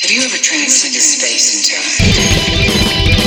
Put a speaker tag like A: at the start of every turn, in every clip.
A: Have you ever transcended space and time?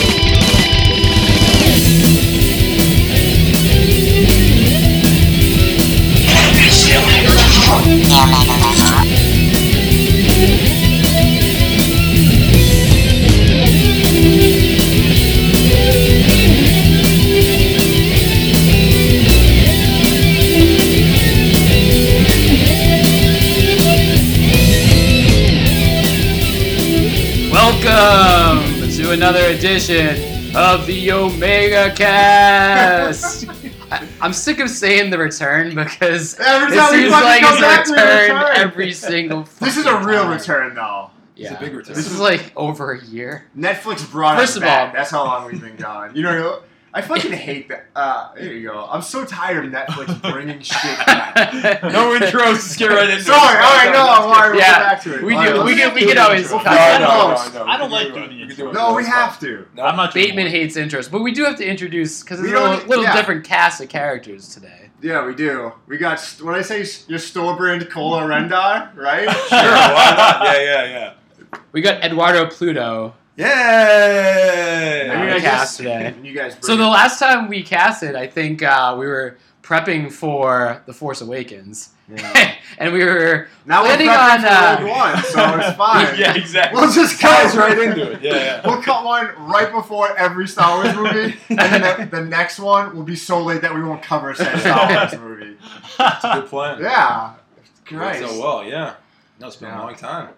B: Welcome to another edition of the Omega Cast. I, am sick of saying the return because
C: Every
B: it
C: time we
B: seems
C: fucking
B: like
C: come
B: it's a
C: back, we
B: return,
C: return.
B: every single.
C: This is a
B: fucking
C: real
B: time.
C: return, though.
B: Yeah.
D: It's a big return.
B: This is like over a year.
C: Netflix brought
B: First
C: us
B: of
C: back.
B: all-
C: That's how long we've been gone. You know, I fucking hate that. Uh, there you go. I'm so tired of Netflix bringing shit back.
D: no intros. Just get right into
C: Sorry, all right, no, I'm all right, we'll
B: Yeah,
C: go back to it.
B: we
C: All right,
B: do. We
C: let's
B: can. We
C: do
B: can
C: the
B: always.
C: intro.
D: No, no,
C: No,
D: no, no.
E: I don't
D: We
E: like
D: can
E: doing
D: it.
E: the
D: We can
E: intro.
D: it.
C: no, we have to.
D: No.
E: I'm not.
B: Bateman hates intros, but we do have to introduce because it's
C: We
B: a little,
C: don't-
B: little
C: yeah.
B: different cast of characters today.
C: Yeah, we do. We got, st- when I say s- your store brand Cola Rendar, right?
D: Sure, why not? Yeah, yeah,
B: We got Eduardo Pluto.
D: yeah.
B: Yeah,
C: You
D: Yay!
B: we
C: guys
B: cast
C: just-
B: today.
C: You guys
B: So
C: bring
B: the
C: it.
B: last time we casted, I think uh, we were prepping for The Force Awakens, and we were
C: Now we're
B: planning
C: prepping
B: on,
C: for
B: uh,
C: Rogue One, so it's fine.
D: yeah, exactly.
C: We'll just
D: Ties
C: cut
D: right into it. Yeah, yeah.
C: We'll cut one right before every Star Wars movie, and then the, the next one will be so late that we won't cover said Star Wars movie.
D: It's a good plan.
C: Yeah.
D: Went
C: Christ.
D: So well, yeah. No, it's been
C: Yeah.
D: a long time.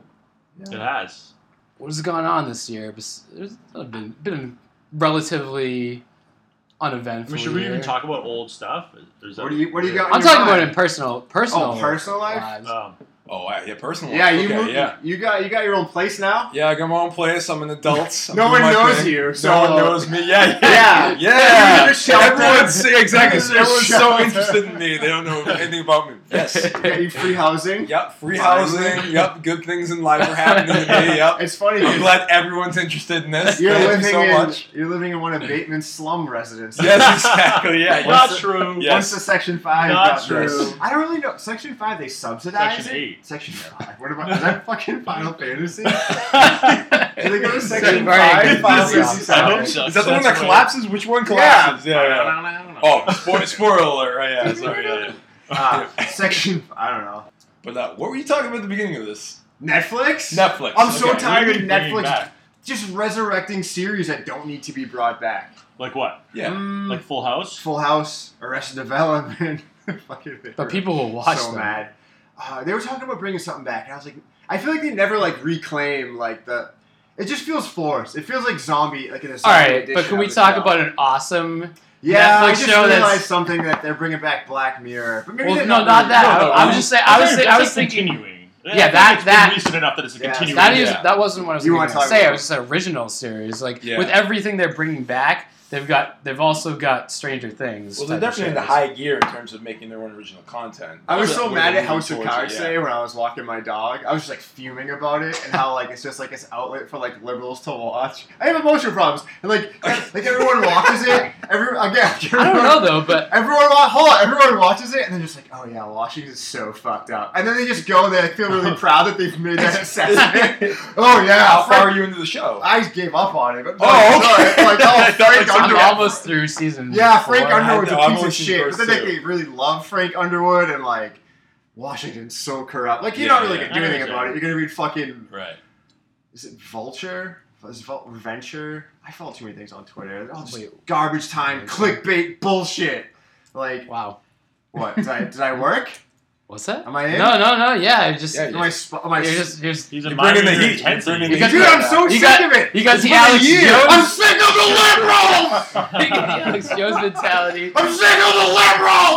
E: It has.
B: what has gone on this year? Bes- There's been been a relatively
E: I
B: uneventful.
E: mean, should we
B: year.
E: even talk about old stuff? There's
C: What do you- what do you got
B: I'm
C: Your
B: talking about
C: mind.
B: in personal, personal,
C: Oh, personal life?
B: lives.
E: Um,
D: Oh, wow. yeah, personal.
C: Yeah,
D: life.
C: you
D: okay,
C: moved,
D: yeah.
C: you got you got your own place now.
D: Yeah, I got my own place. I'm an adult. I'm
C: No
D: doing
C: one
D: my
C: knows
D: thing.
C: you,
D: No
C: so-
D: one knows me. Yeah,
C: Yeah.
D: yeah,
C: You're in
D: yeah.
C: a shelter.
D: Everyone's yeah, exactly.
C: You're in a
D: Everyone's so
C: shelter.
D: interested in me. They don't know anything about me. Yes.
C: You got you free housing.
D: Yep. Free
C: Finally.
D: housing. Yep. Good things in life are happening to me. Yep.
C: It's funny.
D: I'm
C: 'cause
D: glad everyone's interested in this.
C: You're
D: Thank
C: living
D: you so
C: in
D: much.
C: you're living in one of Bateman's slum residences.
D: Yes, exactly. Yeah.
E: not
C: Once-
E: true.
D: Yeah.
C: Once the Section Five
E: Not
C: got through,
D: true.
C: I don't really know. Section Five, they subsidize
E: Section
C: it?
E: eight.
C: Section Five. What about is that fucking Final Fantasy?
E: I
C: Do they go to
B: Section
C: Section Five?
B: five,
C: Final
D: this is-
C: Fantasy
D: I
C: Seven?
E: hope so.
D: Is that the one
E: That's what-
D: that collapses? Which one collapses? Yeah. yeah.
E: don't know.
D: Oh, spoil, spoiler alert! Right, yeah, sorry. Yeah, yeah.
C: Uh, section, I don't know.
D: But uh, what were you talking about at the beginning of this?
C: Netflix?
D: Netflix.
C: I'm so
D: okay.
C: tired of
E: Bringing
C: Netflix
E: back.
C: just resurrecting series that don't need to be brought back.
E: Like what?
D: Yeah.
C: Mm,
E: Like Full House?
C: Full House, Arrested Development. Fucking they
B: but
C: were
B: people will watch
C: so
B: them.
C: mad. Uh, they were talking about bringing something back, and I was like, I feel like they never like reclaim like the. It just feels forced. It feels like zombie, like in a
B: All
C: zombie
B: right,
C: edition
B: but can we
C: of the
B: talk
C: show.
B: about an awesome?
C: Yeah,
B: Netflix
C: I just
B: show that's-
C: realized something that they're bringing back Black Mirror. But maybe
B: Well,
C: they're
B: no, not
C: really-
B: that.
D: no, no,
B: I, I was
D: we-
B: just saying. I was
E: That's
B: saying.
E: not-
B: I was
E: that's like
B: thinking.
E: continuing.
B: Yeah,
E: I think
B: that-
E: it's
B: that-
E: been recent enough that it's a
C: Yeah.
E: continuing.
B: That is
D: Yeah.
B: that wasn't what I was
C: You
B: going
C: wanna
B: to
C: talk
B: say.
C: about-
B: It was just an original series. Like
D: Yeah.
B: with everything they're bringing back, they've got they've also got Stranger Things.
D: Well, they're
B: type of
D: definitely in the
B: shows.
D: high gear in terms of making their own original content.
C: I was
D: That's
C: so
D: where
C: mad
D: they're
C: at House of
D: moving towards
C: Cards
D: it,
C: today when I was walking my dog. I was just like fuming about it and how like it's just like this outlet for like liberals to watch. I have emotional problems and like e-, like everyone watches it. Every again,
B: I
C: everyone-
B: don't know though, but
C: Everyone, wa- hold on, everyone watches it and they're just like, oh yeah, Washington's so fucked up. And then they just go and they like, feel really proud that they've made that assessment. oh
D: Yeah.
C: yeah,
D: How far
C: Frank-
D: are you into the show?
C: I gave up on it. But
D: Oh,
C: no,
D: okay.
C: it's Like, oh,
D: I thought
C: Frank
D: it's on
B: I'm
C: Underwood.
B: almost through season.
C: Yeah, Frank
B: four.
C: Underwood's
D: I
C: a
D: know, I've
C: piece
D: only
C: of
D: seen
C: shit.
D: first
C: But then they,
D: two.
C: they really love Frank Underwood and like Washington's so corrupt. Like you
D: Yeah,
C: don't really
D: yeah.
C: gonna do anything about it. You're gonna read fucking
D: right.
C: is it Vulture? Is it Vul- Venture? I follow too many things on Twitter. They're all just
B: Wait.
C: garbage time, clickbait bullshit. Like
B: Wow.
C: what? Did I, did I work?
B: What's that?
C: Am I in?
B: No, no, no. Yeah, it just
D: Yeah,
C: Am I? Sp- am I
B: you're
C: s-
B: just you're just
E: He's a
D: You're bringing
E: minor
D: the heat.
E: intensity.
D: You're bringing the
C: Dude, I'm so
B: You
C: sick
B: got-
C: of it.
B: you got the
C: It's been a
B: Alex
C: year.
B: Jones-
C: I'm sick of the liberals.
B: Alex Jones mentality.
C: I'm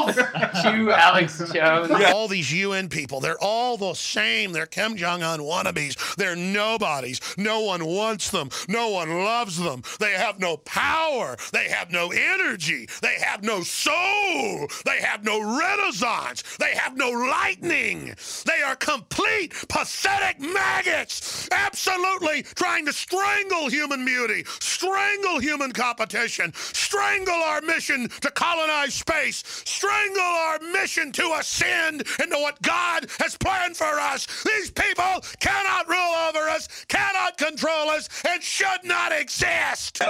C: sick of the liberals.
B: Chew Alex Jones.
F: All these UN people, they're all the same. They're Kim Jong un wannabes. They're nobodies. No one wants them. No one loves them. They have no power. They have no energy. They have no soul. They have no renaissance. They have no lightning. They are complete pathetic maggots, absolutely trying to strangle human beauty, strangle human competition, strangle our mission to colonize space, strangle our mission to ascend into what God has planned for us. These people cannot rule over us, cannot cannot control us and should not exist.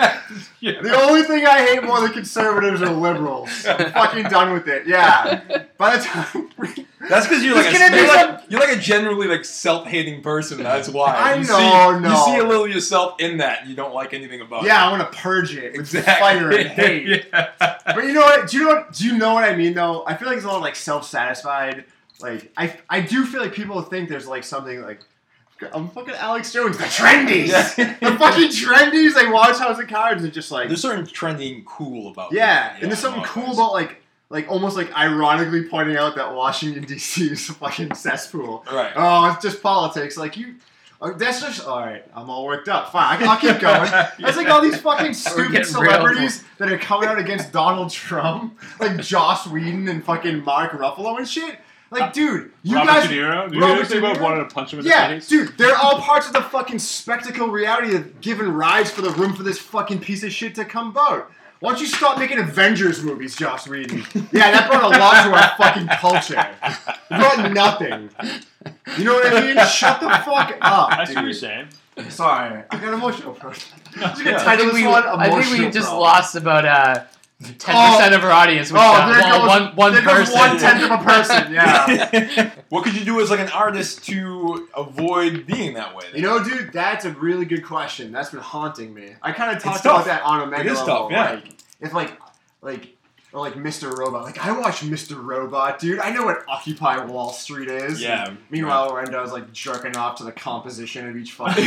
C: The only thing I hate more than conservatives are liberals. I'm fucking done with it. Yeah. By the time
D: That's because you're like,
C: Just
D: a,
C: gonna do
D: you're, like
C: some-
D: you're like a generally like self-hating person. That's why.
C: I
D: you
C: know,
D: See,
C: no.
D: You see a little yourself in that, and you don't like anything about it.
C: yeah, I want to purge it with fire
D: exactly.
C: and hate.
D: yeah.
C: But you know what? Do you know what? Do you know what I mean though? I feel like it's a lot of, like self-satisfied. Like I, I do feel like people think there's like something like I'm fucking Alex Jones, the trendies,
D: Yeah.
C: the fucking trendies. They watch House of Cards and just like
D: There's certain trendy and cool about.
G: Oh,
C: yeah,
D: it.
C: and there's something
D: I'm
C: cool
D: always-
C: about like like almost like ironically pointing out that Washington D.C. is a fucking cesspool.
D: Right.
C: Oh, it's just politics. Like you. oh, That's just all right. I'm all worked up. Fine, I- I'll keep going. That's like all these fucking stupid
B: getting
C: celebrities that are coming out against Donald Trump, like Joss Whedon and fucking Mark Ruffalo and shit. Like, dude, you
G: Robert
C: guys,
G: De Niro? Did
C: Robert
G: you guys
C: De
G: think about
C: Niro?
G: wanting to punch him in the
C: yeah,
G: face?
C: dude, they're all parts of the fucking spectacle reality that given rise for the room for this fucking piece of shit to come about. Why don't you stop making Avengers movies, Joss Whedon? Yeah, that brought a lot to our fucking culture. It brought nothing. You know what I mean? Shut the fuck
E: I
C: up,
E: see what you're
C: dude.
E: saying.
C: Sorry, I got emotional. bro. Just gonna
D: Yeah.
B: I
C: title
B: think
C: this
B: we,
C: one
B: I think we
C: Emotional
B: just
C: Problem. Oh.
B: lost about uh, 10% of our audience. Which uh,
C: there
B: well,
C: goes-
B: one, one
C: there goes
B: person.
C: one tenth of a person. Yeah.
D: what could you do as like an artist to avoid being that way?
C: you know, dude, that's a really good question. That's been haunting me. I kind of talked about
D: tough.
C: that on a mega
D: It is
C: level.
D: tough, yeah.
C: Like, if like, like. Or like Mr. Robot, like I watched Mr. Robot, dude. I know what Occupy Wall Street is.
D: Yeah.
C: Meanwhile, Rendo's like jerking off to the composition of each fucking.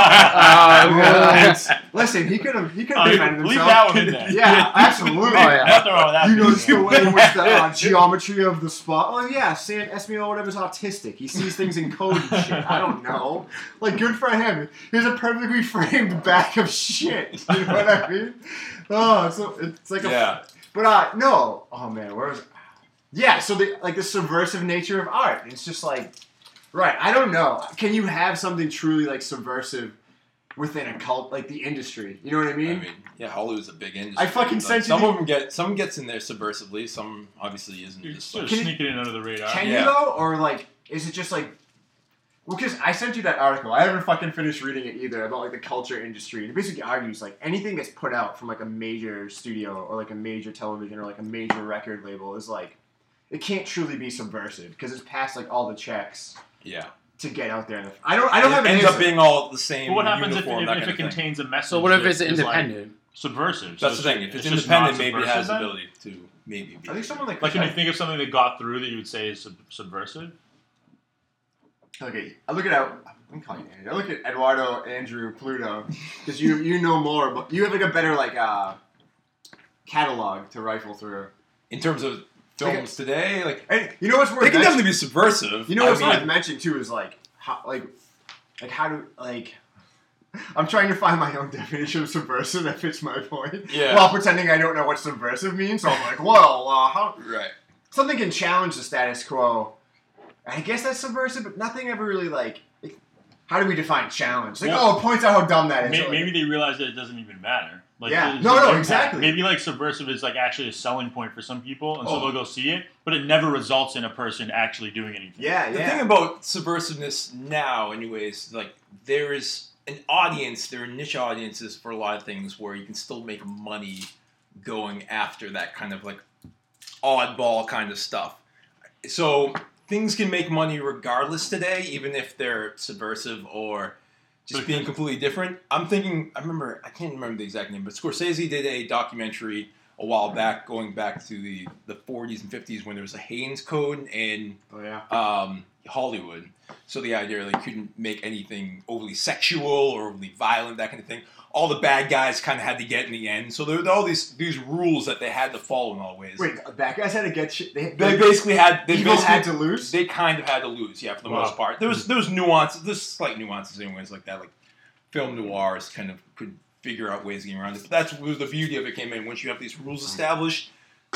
B: Uh, well,
C: Relax. Listen, he could have he could
G: Oh,
C: have
G: leave
C: defended himself.
G: that one in there.
C: Yeah, absolutely.
B: Oh, yeah.
G: Nothing wrong with that.
C: You
G: being
C: notice the
G: there.
C: way in which the uh, geometry of the spot. Oh yeah, Sam Esmail or whatever's autistic. He sees things in code and shit. I don't know. Like good for him. He's a perfectly framed bag of shit. You know what I mean? Oh, so it's like a.
D: Yeah.
C: But uh, no. Oh man, where was? Yeah. So the like the subversive nature of art. It's just like, right? I don't know. Can you have something truly like subversive within a cult like the industry? You know what I
D: I
C: mean?
D: mean, yeah, Hollywood's a big industry.
C: I fucking
D: but
C: sent you
D: Some
C: the-
D: of them get some gets in there subversively. Some obviously isn't.
G: You're
D: Just
G: sort
D: like,
G: of
C: Can you-
G: sneaking in under the radar.
C: Can you
D: Uh, Yeah.
C: though, or like, is it just like? Well, because I sent you that article. I haven't fucking finished reading it either about like the culture industry. And it basically argues like anything that's put out from like a major studio or like a major television or like a major record label is like, it can't truly be subversive because it's past like all the checks
D: yeah.
C: to get out there. in the- I don't. I don't
D: it
C: have an
D: ends
C: answer.
D: up being all the same.
E: But what happens if,
D: uniform,
E: if,
D: that
E: if
D: kind
E: it
D: of thing.
E: contains a message?
B: so what if
E: that
B: it's
E: is, like,
B: independent?
E: subversive.
D: That's
E: so
D: the thing. If
E: it's
D: it's,
E: just
D: independent,
E: not
D: maybe it has
E: subversive
D: the
E: then?
D: ability to maybe. Be
C: I think someone like
E: Like, can you think of something that got through that you would say is sub- subversive?
C: Okay, I look at I'm calling you Andrew. I look at Eduardo, Andrew, Pluto, because you you know more, but you have like a better like uh catalog to rifle through.
D: in terms of films today, like
C: And you know what's worth
D: they can
C: mentioning-
D: definitely be subversive.
C: you know
D: I
C: what's
D: mean,
C: worth mentioning too is like how like like how do like I'm trying to find my own definition of subversive that fits my point.
D: Yeah.
C: While pretending I don't know what subversive means, so I'm like, well, uh, how
D: right?
C: something can challenge the status quo. I guess that's subversive, but nothing ever really like. How do we define challenge? Like,
E: Well,
C: oh, it points out how dumb that is.
E: May-
C: Like,
E: Maybe they realize that it doesn't even matter. Like,
C: Yeah.
E: there's
C: No, no,
E: impact.
C: exactly.
E: Maybe like subversive is like actually a selling point for some people, and so
C: Oh.
E: they'll go see it, but it never results in a person actually doing anything.
C: Yeah,
D: The
C: yeah.
D: thing about subversiveness now, anyways, like there is an audience, there are niche audiences for a lot of things where you can still make money going after that kind of like oddball kind of stuff. So things can make money regardless today, even if they're subversive or just
E: But-
D: being completely different. I'm thinking, I remember, I can't remember the exact name, but Scorsese did a documentary a
C: Mm-hmm.
D: while back, going back to the, the 40s and 50s when there was a Haynes Code and
C: oh yeah.
D: um, Hollywood. So the idea they couldn't make anything overly sexual or overly violent, that kind of thing. All the bad guys kind of had to get in the end. So there were all these these rules that they had to follow in all ways.
C: Wait, that guys had to get shit. They,
D: They basically had they
C: Evil
D: basically
C: had to lose.
D: they kind of had to lose, yeah, for the
E: Wow.
D: most part. There was there was nuances, there's slight nuances, anyways, like that. Like film noirs kind of could figure out ways of getting around it. But that's where the beauty of it came in. Once you have these rules established,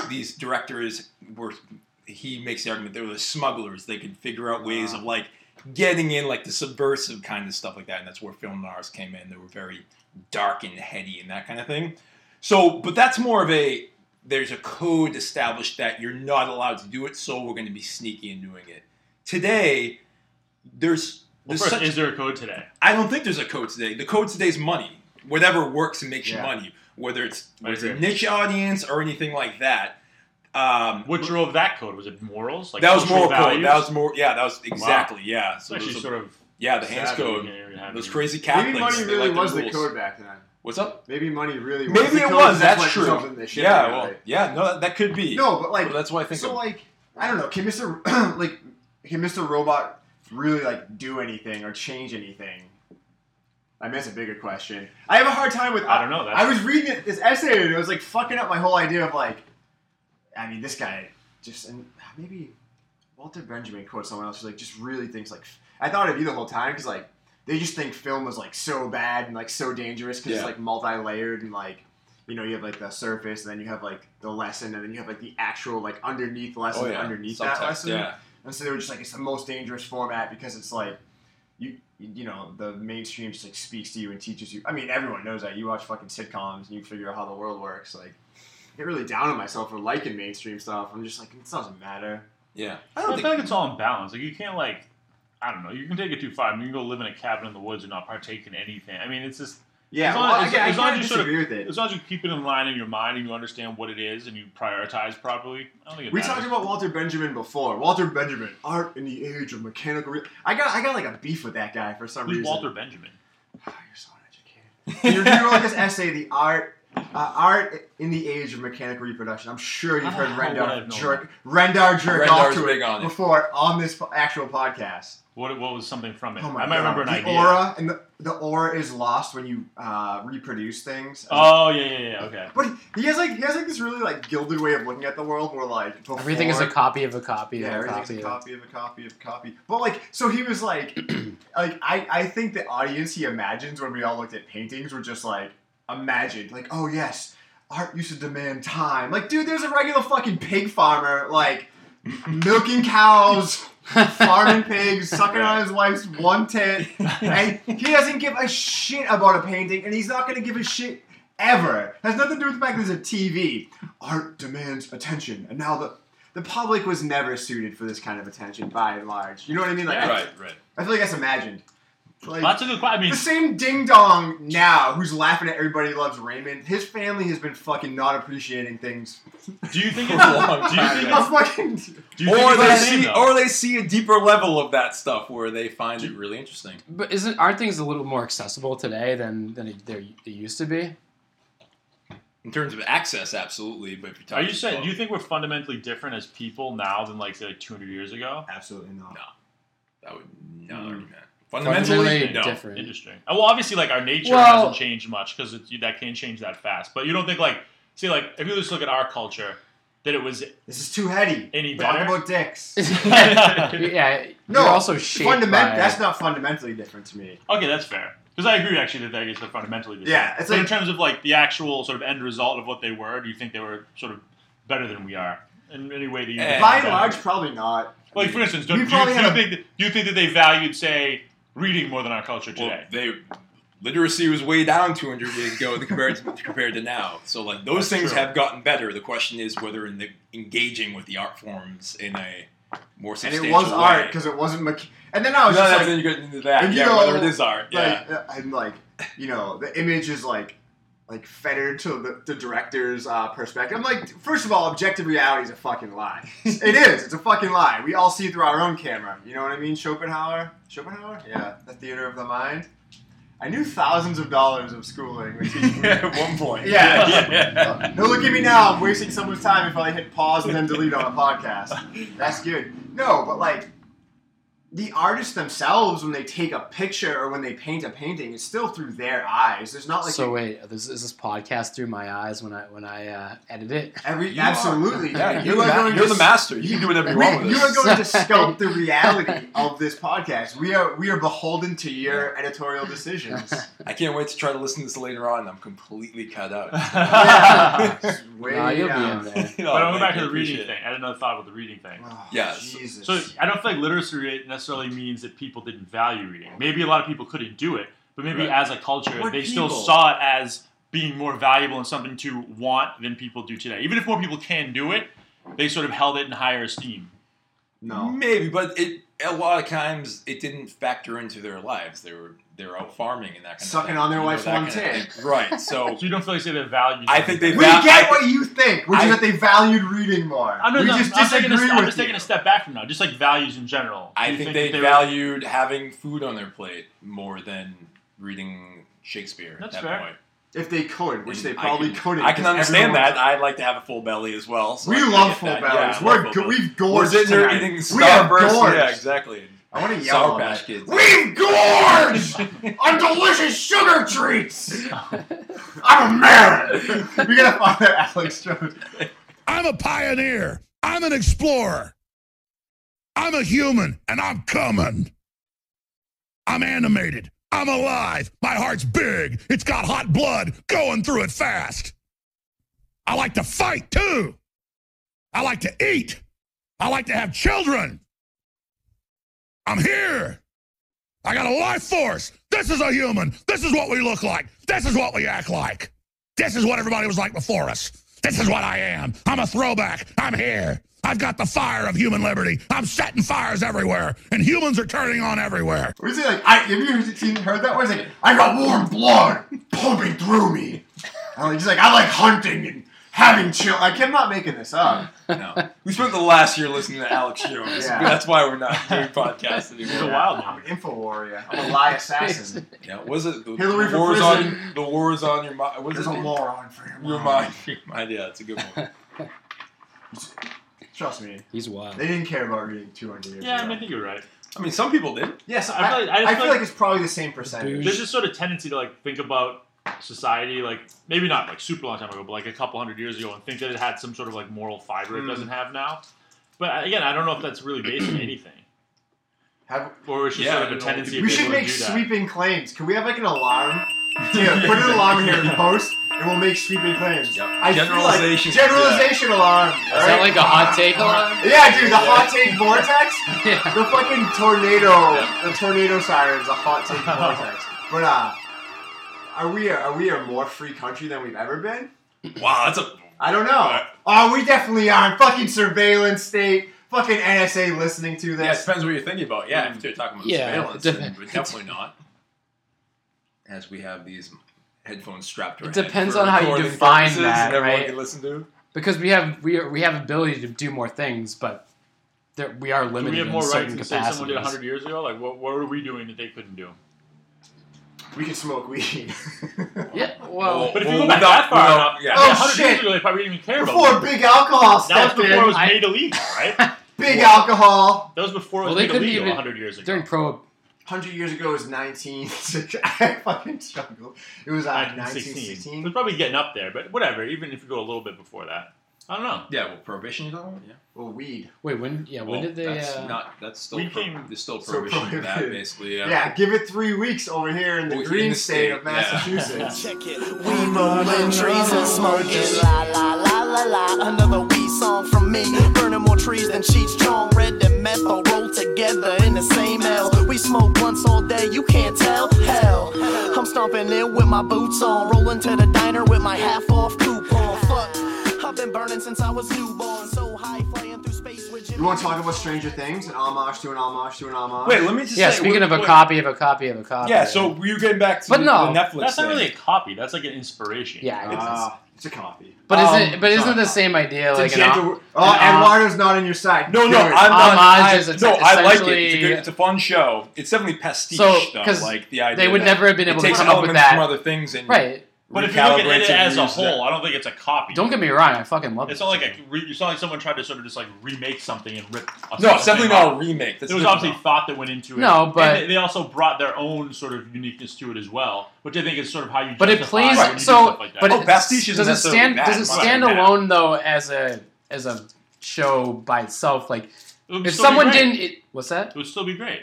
D: these directors were. He makes the argument they were the smugglers. They could figure out ways of like getting in like the subversive kind of stuff like that, and that's where film noirs came in. They were very dark and heady and that kind of thing. So, but that's more of a there's a code established that you're not allowed to do it, so we're going to be sneaky in doing it. Today, there's
E: Well,
D: There's
E: first,
D: such-
E: is there a code today?
D: I don't think there's a code today. The code today is money. Whatever works and makes you
C: Yeah.
D: money, whether it's
E: I
D: whether it's a
E: agree.
D: niche audience or anything like that. Um,
E: What drove that code? Was it morals? Like
D: that was
E: cultural
D: moral code.
E: values?
D: That was more. Yeah, that was exactly. Yeah.
E: It's
D: So
E: actually
D: those are-
E: sort of
D: yeah, the hands
E: sad that we
D: code.
E: didn't even have
D: Those
E: any-
D: crazy Catholics.
C: Maybe money
D: they
C: really
D: like
C: was the
D: rules.
C: code back then.
D: What's up?
C: Maybe money really was the
D: Maybe it
C: code,
D: was.
C: and
D: That's
C: what
D: true.
C: resulted in the shit
D: yeah.
C: out of
D: Well,
C: it.
D: yeah. No, that, that could be.
C: No, but like
D: Well, that's why I think.
C: so
D: of-
C: like I don't know, can Mr. like can Mr. Robot really like do anything or change anything? I mean, that's a bigger question. I have a hard time with.
E: I don't know. That's,
C: I was reading this essay and it was like fucking up my whole idea of like, I mean, this guy just and maybe Walter Benjamin quotes someone else who's like just really thinks like I thought of you the whole time because like they just think film was like so bad and like so dangerous because
D: Yeah.
C: it's like multi-layered and like you know you have like the surface and then you have like the lesson and then you have like the actual like underneath lesson
D: oh, yeah.
C: underneath
D: Subtext,
C: that lesson
D: Yeah.
C: and so they were just like, it's the most dangerous format because it's like, you you know, the mainstream just like speaks to you and teaches you. I mean, everyone knows that. You watch fucking sitcoms and you figure out how the world works. Like, I get really down on myself for liking mainstream stuff. I'm just like, it doesn't matter.
D: Yeah.
E: I, feel like it's all in balance. Like you can't like, I don't know. You can take it too far. I mean, you can go live in a cabin in the woods and not partake in anything. I mean, it's just
C: Yeah, as
E: As long-
C: long, well,
E: as-
C: again,
E: as
C: I
E: long
C: kind
E: as
C: of
E: you sort of-
C: disagree with it.
E: as long as you keep it in line in your mind and you understand what it is and you prioritize properly. I don't think it
C: We
E: matters.
C: talked about Walter Benjamin before. Walter Benjamin, art in the age of mechanical. Re- I got I got like a beef with that guy for some
E: Who's
C: reason.
E: Walter Benjamin.
C: Oh, You're so uneducated. you, you wrote this essay, the art, uh, art in the age of mechanical reproduction. I'm sure you've heard
E: I don't know Ah, what
C: Rendar
E: I've known.
C: jerk, Rendar jerk off
D: Rendar's
C: to
D: big
C: it
D: on it.
C: before on this po- actual podcast.
E: What what was something from it?
C: Oh my
E: I might
C: God.
E: remember an
C: the
E: idea.
C: aura and the, the aura is lost when you uh, reproduce things.
E: Oh yeah yeah yeah okay.
C: But he- he has like he has like this really like gilded way of looking at the world where like before,
B: Everything is a copy of a copy
C: yeah,
B: of a
C: everything's
B: copy.
C: a
B: of-
C: copy of a copy of a copy. But like, so he was like, like I, I think the audience he imagines when we all looked at paintings were just like imagined, like, oh yes, art used to demand time. Like, dude, there's a regular fucking pig farmer, like milking cows, farming pigs, sucking on his wife's one tit, and he doesn't give a shit about a painting, and he's not gonna give a shit. Ever has nothing to do with the fact that there's a TV. Art demands attention, and now the the public was never suited for this kind of attention by and large. You know what I mean? Like, I-
D: Right. Right.
C: I feel like that's imagined. Like,
E: Lots of good. que- I mean,
C: the same ding dong now who's laughing at everybody loves Raymond. His family has been fucking not appreciating things.
E: do you think
D: For a
E: it's
D: long
E: do you
D: time,
E: think
D: yeah.
E: it's,
C: A fucking
E: do you think
D: Or
E: it's
D: they
E: the same,
D: see,
E: though?
D: or they see a deeper level of that stuff where they find it really interesting.
B: But isn't aren't things a little more accessible today than than they, they they used to be?
D: In terms of access, absolutely. But if you're
E: Are
D: talking
E: you saying
D: about-
E: do you think we're fundamentally different as people now than like say like 200 years ago?
C: absolutely not.
D: I would no
E: Mm.
D: argument. Fundamentally,
B: Fundamentally
D: no.
B: different.
E: Interesting. Uh, Well, obviously, like our nature
B: Well-
E: hasn't changed much because that can change that fast. But you don't think like see like if you just look at our culture that it was
C: This is too heady.
E: Any
C: Talk
E: better?
C: about dicks.
B: yeah.
C: No,
B: you're also shaped
C: Fundament-
B: by-
C: that's not fundamentally different to me.
E: okay. That's fair because I agree actually that I guess they're fundamentally different.
C: Yeah, it's
E: but in
C: like-
E: terms of like the actual sort of end result of what they were, do you think they were sort of better than we are in any way that you?
D: Eh.
E: think
C: By and
E: better?
C: large, probably not.
E: like for instance, do,
C: We
E: do you, do
C: probably
E: you
C: had a-
E: think that, do you think that they valued say reading more than our culture
D: Well,
E: today?
D: they literacy was way down 200 years ago compared to, compared to now. So like those
E: That's
D: things
E: true.
D: have gotten better. The question is whether in the engaging with the art forms in a more
C: And
D: substantial
C: it was
D: way.
C: art because it wasn't. Mech- and then I
D: No,
C: was just
D: that's
C: like,
D: then you get into that.
C: And you
D: yeah,
C: know,
D: whether it is art. Yeah.
C: Like, uh, and like, you know, the image is like, like fettered to the, the director's uh, perspective. I'm like, first of all, objective reality is a fucking lie. it is. It's a fucking lie. We all see through our own camera. You know what I mean? Schopenhauer. Schopenhauer. Yeah, the theater of the mind. I knew thousands of dollars of schooling. Which
D: At one point.
C: Yeah.
E: yeah.
C: no, look at me now. I'm wasting someone's time if I hit pause and then delete on a podcast. That's good. No, but like the artists themselves, when they take a picture or when they paint a painting, it's still through their eyes. There's not like
B: so wait, this is this podcast through my eyes when I when I uh, edit it.
C: every
D: You
C: absolutely.
D: Yeah,
C: dude.
D: you're, the,
C: are
D: ma-
C: going
D: you're
C: to
D: the master. You can do whatever you
C: We-
D: want with
C: you
D: this.
C: are going to sculpt the reality of this podcast. We are we are beholden to your editorial decisions.
D: I can't wait to try to listen to this later on. I'm completely cut out.
C: Yeah. It's way
B: Nah, you'll
C: down.
B: be in there.
D: Oh, You know,
E: But I went
D: like,
E: back to
D: I
E: the reading
D: appreciate it.
E: thing. I had another thought about the reading thing.
C: Oh,
D: Yeah, so-
C: Jesus.
E: So I don't feel like literacy rate necessarily means that people didn't value reading. Maybe a lot of people couldn't do it, but maybe
D: Right.
E: as a culture,
C: We're
E: they still
C: people.
E: saw it as being more valuable and something to want than people do today. Even if more people can do it, they sort of held it in higher esteem.
C: no.
D: Maybe, but it a lot of times it didn't factor into their lives. They were they were out farming and that kind of
C: Sucking
D: thing.
C: on their
D: You know,
C: wife's
D: that
C: one
D: kind of thing. Right. So
E: So you don't feel like say they value.
D: I think they
C: We
D: val-
C: get what you think, which
D: I-
C: is that they valued reading more.
E: I'm not,
C: we
E: no,
C: just
E: I'm,
C: disagree
E: taking a,
C: with
E: I'm just
C: you.
E: taking a step back from now. Just like values in general. Do
D: I
E: you
D: think,
E: that
D: they
E: were-
D: valued having food on their plate more than reading Shakespeare
E: That's
D: at that
E: fair.
D: point.
C: If they could, which
D: And
C: they probably
D: I can,
C: couldn't.
D: I can
C: 'cause
D: understand
C: everyone-
D: that. I like to have a full belly as well. So I
C: We
D: can
C: love
D: get
C: full
D: that.
C: bellies.
D: Yeah, I love
C: We're
D: full
C: go-
D: bellies.
C: we've
D: We're
C: gorged
D: sitting there
C: tonight.
D: eating
C: We have
D: Starburst.
C: gorged.
D: Yeah, exactly.
C: I want to yell.
D: Sour
C: on that.
D: Patch Kids.
C: We've gorged on delicious sugar treats. I'm a man. You're gonna find that Alex Jones.
F: I'm a pioneer. I'm an explorer. I'm a human and I'm coming. I'm animated. I'm alive. My heart's big. It's got hot blood going through it fast. I like to fight too. I like to eat. I like to have children. I'm here. I got a life force. This is a human. This is what we look like. This is what we act like. This is what everybody was like before us. This is what I am. I'm a throwback. I'm here. I've got the fire of human liberty. I'm setting fires everywhere, and humans are turning on everywhere.
C: What is it like? I, have you heard, seen- heard that one? It's like I got warm blood pumping through me. I'm like, he's like I like hunting and having chill. Like, I'm not making this up.
D: No. We spent the last year listening to Alex Jones.
C: Yeah.
D: That's why we're not doing podcasts
E: He's a
D: anymore.
E: wild
C: I'm
E: man.
C: an info warrior. I'm a lie assassin.
D: Yeah, what is it? The,
C: Hillary
D: the
C: for
D: war's
C: prison.
D: on the war's on your mind. What is
C: There's
D: it?
C: a lore on for your
D: Your mind. Your mind. Yeah, it's a good one.
C: Trust me,
H: He's wild.
C: they didn't care about reading 200 years
E: Yeah, I,
C: ago.
E: mean, I think you're right.
D: I mean, some people did.
C: Yes,
E: I feel like- I
C: I,
E: just
C: I
E: feel
C: feel
E: like-
C: like it's probably the same percentage.
E: There's this sort of tendency to like think about society like maybe not like super long time ago, but like a couple hundred years ago, and think that it had some sort of like moral fiber it
C: Mm.
E: doesn't have now. But uh, again, I don't know if that's really based on anything,
C: Have,
E: or it's just
D: Yeah,
E: sort
D: I
E: of a
D: don't know.
E: tendency. of
C: we should
E: people to
C: make
E: do that.
C: sweeping claims. Can we have like an alarm? Yeah, put an alarm here in post, and we'll make sweeping claims.
D: Yep.
C: I feel like-
D: Generalization.
C: generalization alarm. Is
B: that like a hot take alarm?
C: Yeah, dude, the hot take vortex.
B: Yeah.
C: The fucking tornado, the tornado sirens, the hot take vortex. But uh, are we a, are we a more free country than we've ever been?
D: Wow, that's a.
C: I don't know.
D: Right.
C: Oh, we definitely are. Fucking surveillance state. Fucking NSA listening to
D: Yeah, it
C: this.
D: depends what you're thinking about. Yeah, if you're talking about
H: Yeah,
D: surveillance,
H: it
D: then
H: depends.
D: we're definitely not. As we have these headphones strapped to our
B: It
D: head
B: depends
D: for
B: on how you
D: recording
B: define
D: purposes
B: that,
D: and everyone
B: right?
D: can listen to.
B: because we have we we have ability to do more things, but there, we are
E: Do
B: limited
E: we have
B: in
E: more rights
B: certain
E: than say someone did
B: capacities.
E: 100 years ago? Like, what, what were we doing that they couldn't do?
C: We can smoke weed.
B: Yeah, well,
E: But if you go
D: Well,
E: back
D: without-
E: that far
D: without-
E: enough,
D: yeah.
E: yeah,
C: Oh,
E: 100
C: shit.
E: years ago they probably didn't even care
C: before
E: about it.
C: big alcohol
E: That
C: stepped
E: was before it
C: in.
E: was made illegal, right? that
C: Big alcohol.
E: was before it was
B: Well, they
E: made
B: couldn't
E: illegal
B: even-
E: 100 years ago.
B: during pro,
C: Hundred years ago it was nineteen. I fucking struggled. It was uh, nineteen
E: 1916. They're
C: sixteen.
E: probably getting up there, but whatever. Even if you go a little bit before that, I don't know.
D: Yeah, well, prohibition you're talking about? Yeah.
C: Well, weed.
B: wait, when? Yeah, when
D: Well,
B: did they?
D: That's
B: uh,
D: not. That's still.
E: We
D: pro-
E: came-
D: there's still
C: So
D: prohibition to that,
C: prohibited.
D: basically.
C: Yeah. give it three weeks over here in the
D: Over in
C: green
D: the
C: state,
D: state,
C: of
D: yeah.
C: Massachusetts.
I: We rolling trees and smoking. La la la la la. Another wee song from me. Burning more trees than Cheech Chong, Red and Meth all rolled together in the same L. We smoke once all day, you can't tell. Hell, I'm stomping in with my boots on, rolling to the diner with my half off coupon. Fuck, I've been burning since I was newborn. So high, flying through space with
C: you want to talk about Stranger Things? An homage to an homage to an homage.
D: Wait, let me just.
B: yeah,
D: say,
B: speaking
D: wait,
B: of a
D: wait.
B: copy of a copy of a copy.
D: Yeah, so we were getting back to
B: But
D: the
B: no,
D: Netflix.
E: That's not
D: thing.
E: really a copy. That's like an inspiration.
B: yeah, I guess.
C: Ah, it's a copy.
B: but isn't
D: um,
B: but isn't
D: sorry.
B: the same idea
C: It's
B: like
C: a
B: an,
C: chant
B: o-
C: to- oh,
B: an hom-
C: Eduardo's not on your side.
D: No,
C: Do
D: no,
C: it.
D: I'm not.
B: Homage
D: I,
B: is
D: no, I like it. It's a,
B: essentially-
D: good, it's a fun show. It's definitely pastiche,
B: So,
D: though.
B: 'cause
D: Like the idea
B: they would
D: that
B: never have been
D: it
B: able to
D: takes
B: come up with
D: elements
B: that,
D: from other things and
B: right?
E: But if you look at
D: recalibrates
E: it
D: and
E: as a
D: uses
E: whole,
D: that.
E: I don't think it's a copy.
B: Don't get me wrong, I fucking love
E: It's
B: it.
E: not like a re, it's not like someone tried to sort of just like remake something and rip. a
D: No, it's
E: something
D: definitely not
E: off.
D: a remake. That's
E: There was
D: different,
E: obviously
D: though.
E: thought that went into it.
B: No, but-
E: and they, they also brought their own sort of uniqueness to it as well, which I think is sort of how you.
B: But it
E: justify
B: plays
E: when you do
B: so.
E: stuff like that.
B: but
D: Oh,
B: it,
D: pastiche isn't
B: does it
D: necessarily
B: stand?
D: bad,
B: Does it
D: it's
E: not
B: stand
E: bad.
B: alone though as a as a show by itself? Like
E: It would
B: if
E: still be
B: someone
E: great.
B: didn't, it, what's that?
E: it would still be great.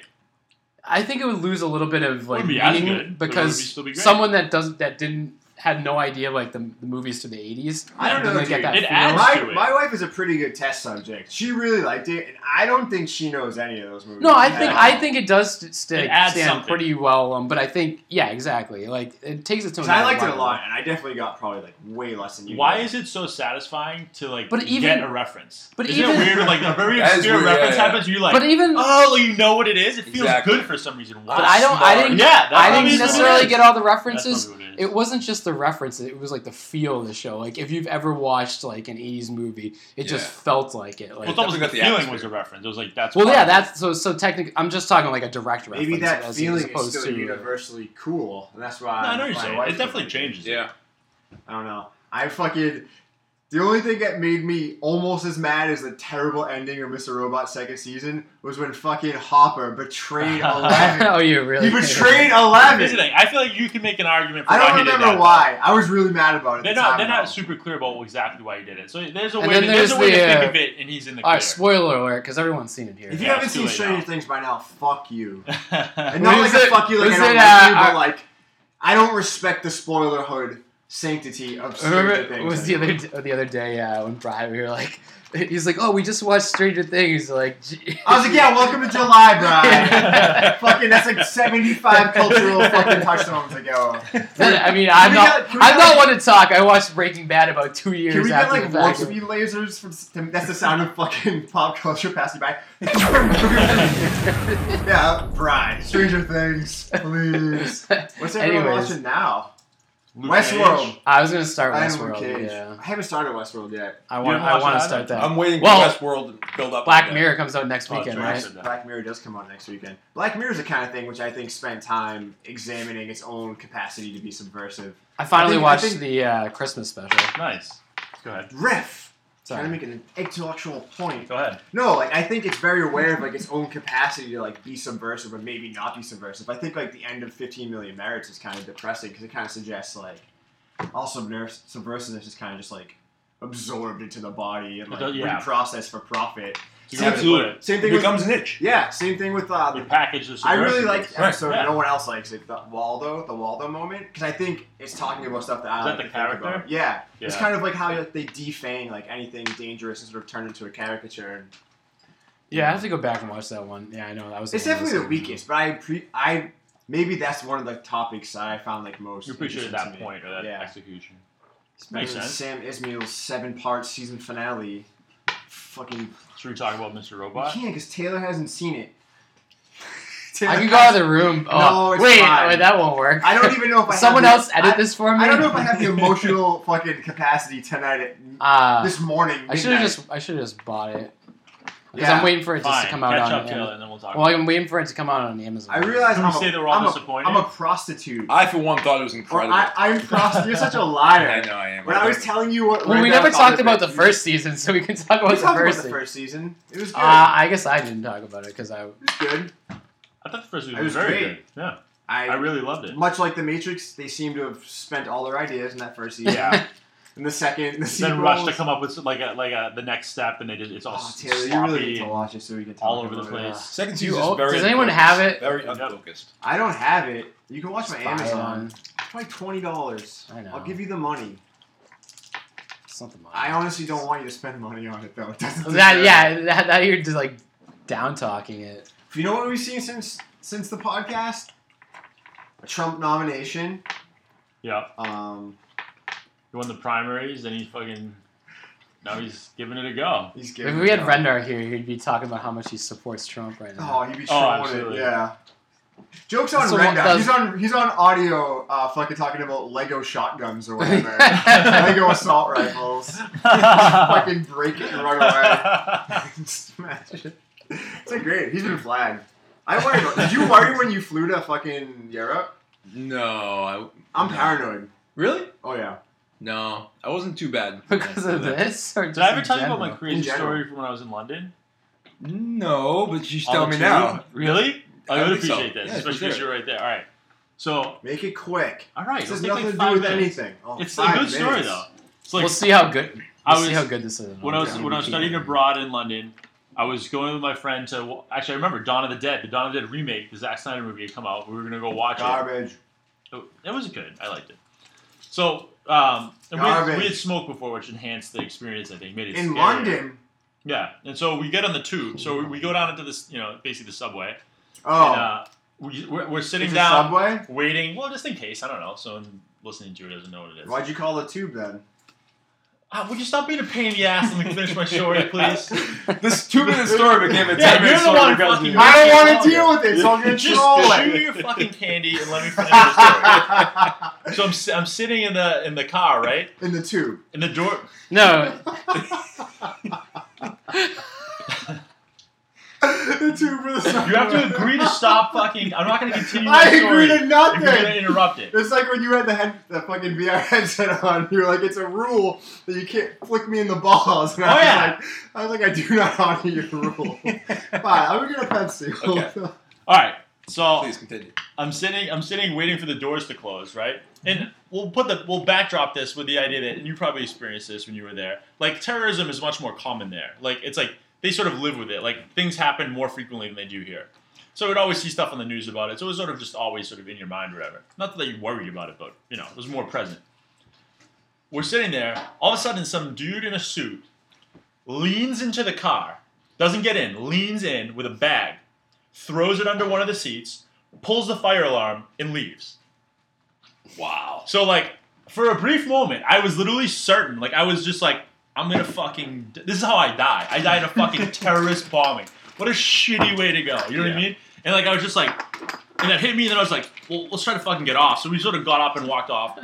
B: I think it would lose a little bit of like
E: Wouldn't be as
B: meaning
E: good, but it would
B: because
E: be- still be great.
B: someone that doesn't that didn't had no idea like the, the movies to the 80s.
C: I
B: And
C: don't know,
B: then, like, Get
C: dude.
B: that feel.
E: It adds-
C: my,
E: to it.
C: my wife is a pretty good test subject. She really liked it, and I don't think she knows any of those movies.
B: No, I think
C: at all.
B: I think it does st- st-
E: It adds
B: stand
E: something.
B: pretty well. Um, but I think yeah, exactly. Like it takes its own.
C: 'Cause I liked it a lot, and I definitely got probably like way less than you.
E: Why
C: did.
E: is it so satisfying to like
B: But even-
E: get a reference?
B: but
E: Isn't
B: even-
E: it weird? Like a very
D: That is
E: obscure
D: weird, yeah,
E: reference
D: yeah.
E: happens, you like,
B: But even
E: oh, you know what it is. It feels
D: Exactly.
E: good for some reason. Why?
B: but I don't. I didn't.
E: Yeah, that's
B: I
E: what it
B: didn't
E: is.
B: necessarily get all the
E: That's
B: references.
E: probably what it is.
B: It wasn't just the references; it was like the feel of the show. Like if you've ever watched like an '80s movie, it just
D: Yeah.
B: felt like it.
E: Well,
B: Like,
E: it's almost like the
D: Definitely got the
E: feeling
D: atmosphere.
E: was a reference. It was like that's.
B: well,
E: part
B: yeah,
E: of it.
B: that's so so technically. I'm just talking like a direct reference.
C: Maybe that
B: as,
C: feeling
B: as opposed
C: is still
B: to,
C: universally cool, and that's why.
E: No, I know what
C: my
E: you're saying.
C: wife
E: It definitely
C: was-
E: changes. it.
D: Yeah.
C: I don't know. I fucking. The only thing that made me almost as mad as the terrible ending of Mr. Robot's second season was when fucking Hopper betrayed
B: oh,
C: Eleven.
B: you really?
C: he betrayed Eleven.
E: Here's the thing. I feel like you can make an argument. For
C: I
E: why
C: don't
E: he did
C: remember
E: that.
C: why. I was really mad about it.
E: They're
C: at the
E: not.
C: time,
E: They're
C: though.
E: not super clear about exactly why he did it. So there's a
B: And
E: way.
B: then
E: To, there's a
B: there's
E: way
B: the,
E: to
B: uh,
E: think of it, and he's in the
B: All right,
E: clear.
B: spoiler alert, because everyone's seen it here.
C: If you
E: Yeah,
C: haven't
E: it's
C: seen
E: too late
C: Stranger
E: now.
C: Things by now, fuck you.
E: I
C: And not
B: What is
C: like a
B: it-
C: fuck you, like
B: what is
C: I don't
B: it,
C: like you,
B: uh,
C: but
B: uh,
C: like I don't respect the spoilerhood sanctity of
B: I
C: Stranger
B: remember
C: Things.
B: it was the other d- the other day uh, when Brian we were like, he's like, oh, we just watched Stranger Things. Like, gee-
C: I was like, yeah, welcome to July, Brian.
E: Yeah.
C: fucking, that's like 75 cultural fucking touchstones ago.
B: Then, I mean, I'm
C: we
B: not.
C: get- can we
B: I'm
C: get,
B: not
C: like-
B: one to talk. I watched Breaking Bad about two years
C: Can we get
B: after
C: like
B: the fact.
C: Wallaby lasers? From, to- that's the sound of fucking pop culture passing by. yeah, Brian. Stranger Things, please. What's everyone
B: Anyways.
C: watching now?
E: Luke
C: Westworld.
E: Cage.
B: I was gonna start
C: I am Luke
B: Westworld.
C: Cage.
B: Yeah,
C: I haven't started Westworld yet.
B: I want.
E: haven't
B: I
E: watched
B: want
E: it
B: to
E: either?
B: start that.
D: I'm waiting
B: Well,
D: for Westworld to
C: Oh,
D: build up.
B: Black
D: on that.
B: Mirror comes out next
E: Oh,
B: weekend,
E: true.
B: right?
E: Said that.
C: Black Mirror does come out next weekend. Black Mirror is the kind of thing which I think spent time examining its own capacity to be subversive.
B: I finally
C: I think- I
B: watched
C: think-
B: the uh, Christmas special.
E: Nice. Go ahead.
C: Riff. Trying to
B: Sorry.
C: make an intellectual point.
E: Go ahead.
C: No, like I think it's very aware of like its own capacity to like be subversive, but maybe not be subversive. I think like the end of 15 Million Merits is kind of depressing because it kind of suggests like all subvers- subversiveness is kind of just like absorbed into the body and
E: It
C: like
E: does- yeah.
C: reprocessed for profit.
E: You
C: Same-
E: gotta put it.
C: Same
D: It
C: thing with
D: becomes an itch.
C: yeah, same thing with uh,
E: You
C: the
E: package the.
C: I really
E: subversive.
C: like the
D: Right.
C: episode.
E: Yeah.
C: No one else likes it. The Waldo, the Waldo moment, because I think it's talking about stuff that I
E: Is
C: like
E: that
C: to
E: the
C: think
E: character?
C: about. Yeah. it's
E: Yeah.
C: kind of like how like, they defang like anything dangerous and sort of turn into a caricature. And
B: Yeah, I have to go back and watch that one. Yeah, I know that was.
C: it's
B: one I
C: definitely the
B: listened to.
C: weakest, but I pre- I maybe that's one of the topics that I found like most.
E: You appreciated
C: interesting
E: that
C: to me.
E: point or that
C: Yeah.
E: execution. Makes
C: And
E: sense.
C: Sam Ismail's seven-part season finale. Fucking, you
E: Should we talk about Mr. Robot?
C: can't because Taylor hasn't seen it.
B: I can go out of the room. Oh,
C: No, it's
B: wait,
C: fine.
B: wait, that won't work.
C: I don't even know if I
B: Someone
C: have the-
B: else edit
C: I-
B: this for me.
C: I don't know if I have the emotional fucking capacity tonight at
B: Uh,
C: this morning.
B: I should
C: midnight.
B: have just I should have just bought it because
C: Yeah.
B: I'm waiting for it just
E: Fine.
B: to come out
E: Catch
B: on.
E: up,
B: Am-
E: Taylor, and then we'll talk.
B: well,
E: about it.
B: I'm waiting for it to come out on Amazon.
C: I realize
E: Can we
C: I'm
E: say
C: a,
E: that we're all
C: I'm a-
E: disappointed?
C: I'm a prostitute.
D: I, for one, thought it was
C: Or
D: incredible.
C: I, I'm prostitute. You're such a
D: I
C: liar.
D: know I am.
C: When I was telling you what,
B: Well,
C: right
B: we
C: now,
B: never
C: I thought
B: talked about the
C: you-
B: first season, so we can talk about
C: We
B: the
C: talked
B: first
C: about the
B: season.
C: first season. It was
B: Uh,
C: good.
B: I guess I didn't talk about it because I.
C: it was good.
E: I thought the first
C: It
E: movie
C: was
E: was very
C: great.
E: good. Yeah,
C: I,
E: I really loved it.
C: much like the Matrix, they seem to have spent all their ideas in that first season.
E: Yeah.
C: And the second, the sequel.
E: then rushed to come up with like a, like a, the next step, and they just it's all
C: Oh,
E: s-
C: Taylor, you
E: sloppy.
C: really need to watch it so we can talk
E: all over the
C: about it.
E: place.
D: Second
B: Do you
D: season
B: all-
D: is very.
B: does anyone
D: unfocused.
B: have it?
D: Very
E: Yep.
D: unfocused.
C: I don't have it. You can watch my
B: Spy
C: Amazon.
B: on
C: It's probably twenty dollars.
B: I know.
C: I'll give you the money.
B: something. Like
C: I honestly don't want you to spend money on it though. It doesn't
B: that
C: deserve it.
B: yeah that, that you're just like down talking it.
C: You know what we've seen since since the podcast? A Trump nomination.
E: Yeah,
C: Um,
E: he won the primaries, and he fucking now he's giving it a go.
C: he's
B: If
C: giving.
B: we had
C: up.
B: Rendar here, he'd be talking about how much he supports Trump right now.
C: Oh, he'd be
E: Oh,
C: trolling it.
E: absolutely.
C: Yeah. Jokes on
B: So what
C: Rendar.
B: does-
C: He's on he's on audio, uh, fucking talking about Lego shotguns or whatever. Lego assault rifles. fucking break it and run away. Smash it. It's like great. He's been flagged. I worry. About, did you worry when you flew to fucking Europe?
D: No, I,
C: I'm
D: no.
C: paranoid.
D: Really?
C: Oh yeah.
D: No, I wasn't too bad
B: because of this, or just
E: Did I
B: in
E: ever tell you about
B: general?
E: my crazy
C: general.
E: story from when I was in London?
D: No, but you should
E: On
D: tell
E: the
D: me
E: tube?
D: now.
E: Really? I,
D: I
E: would
D: think so.
E: appreciate this,
D: Yeah, for
E: especially because
D: sure.
E: you're right there. All right. So,
C: Make it quick.
E: all right.
C: This has
E: it'll
C: nothing to
E: take like
C: do
E: five
C: with
E: minutes.
C: anything. Oh,
E: It's a
C: five
E: good story
C: minutes.
E: though. It's like
B: we'll see how good.
E: I
B: we'll see
E: was-
B: how good this is.
E: when I was
C: Yeah.
E: when I was studying abroad in London, I was going with my friend to actually I remember Dawn of the Dead, the Dawn of the Dead remake, the Zack Snyder movie had come out. We were gonna go watch it.
C: Garbage.
E: It was good. I liked it. So, um, and we, had, we
C: Garbage.
E: had smoked before, which enhanced the experience. I think made it
C: In
E: scarier.
C: London.
E: Yeah, and so we get on the tube. So we, we go down into this, you know, basically the subway.
C: Oh,
E: And, uh, we, we're, we're sitting
C: it's a
E: down,
C: subway.
E: waiting. Well, just in case, I don't know. Someone listening to it doesn't know what it is.
C: Why'd you call the tube then?
E: Ah, would you stop being a pain in the ass and let me finish my story, please?
D: This two minute story became a ten
E: Yeah,
D: minute
E: you're the
D: story.
E: one
D: because
E: fucking-
D: you-
E: I
C: I
E: don't
C: don't
E: wanna
C: want to
E: deal
C: deal with it, so I'm gonna
E: Just
C: troll
E: chew your fucking candy and let me finish the story. So I'm, si- am sitting in the in the car, right?
C: In the tube.
E: In the door.
B: No,
C: the tube for the subway.
E: You have to agree to stop fucking. I'm not going to continue. my
C: I
E: story
C: agree to
E: If you're going to
C: nothing.
E: interrupt it.
C: It's like when you had the head, the fucking VR headset on. You're like, it's a rule that you can't flick me in the balls. And I
E: Oh,
C: was
E: yeah.
C: like, I was like, I do not honor your rule. Fine, I'm gonna get a pencil.
D: Okay.
E: All right. So
D: Please continue.
E: I'm sitting. I'm sitting waiting for the doors to close, right? And we'll put the we'll backdrop this with the idea that and you probably experienced this when you were there. Like terrorism is much more common there. Like it's like they sort of live with it. Like things happen more frequently than they do here. So we'd always see stuff on the news about it. So it was sort of just always sort of in your mind or whatever. Not that you worried about it, but you know, it was more present. We're sitting there, all of a sudden some dude in a suit leans into the car, doesn't get in, leans in with a bag, throws it under one of the seats, pulls the fire alarm, and leaves.
D: Wow.
E: So like for a brief moment, I was literally certain. Like I was just like, I'm gonna fucking. This is how I die. I die in a fucking terrorist bombing. What a shitty way to go. You know what I
D: Yeah.
E: mean? And like I was just like, and that hit me, and then I was like, well, let's try to fucking get off. So we sort of got up and walked off.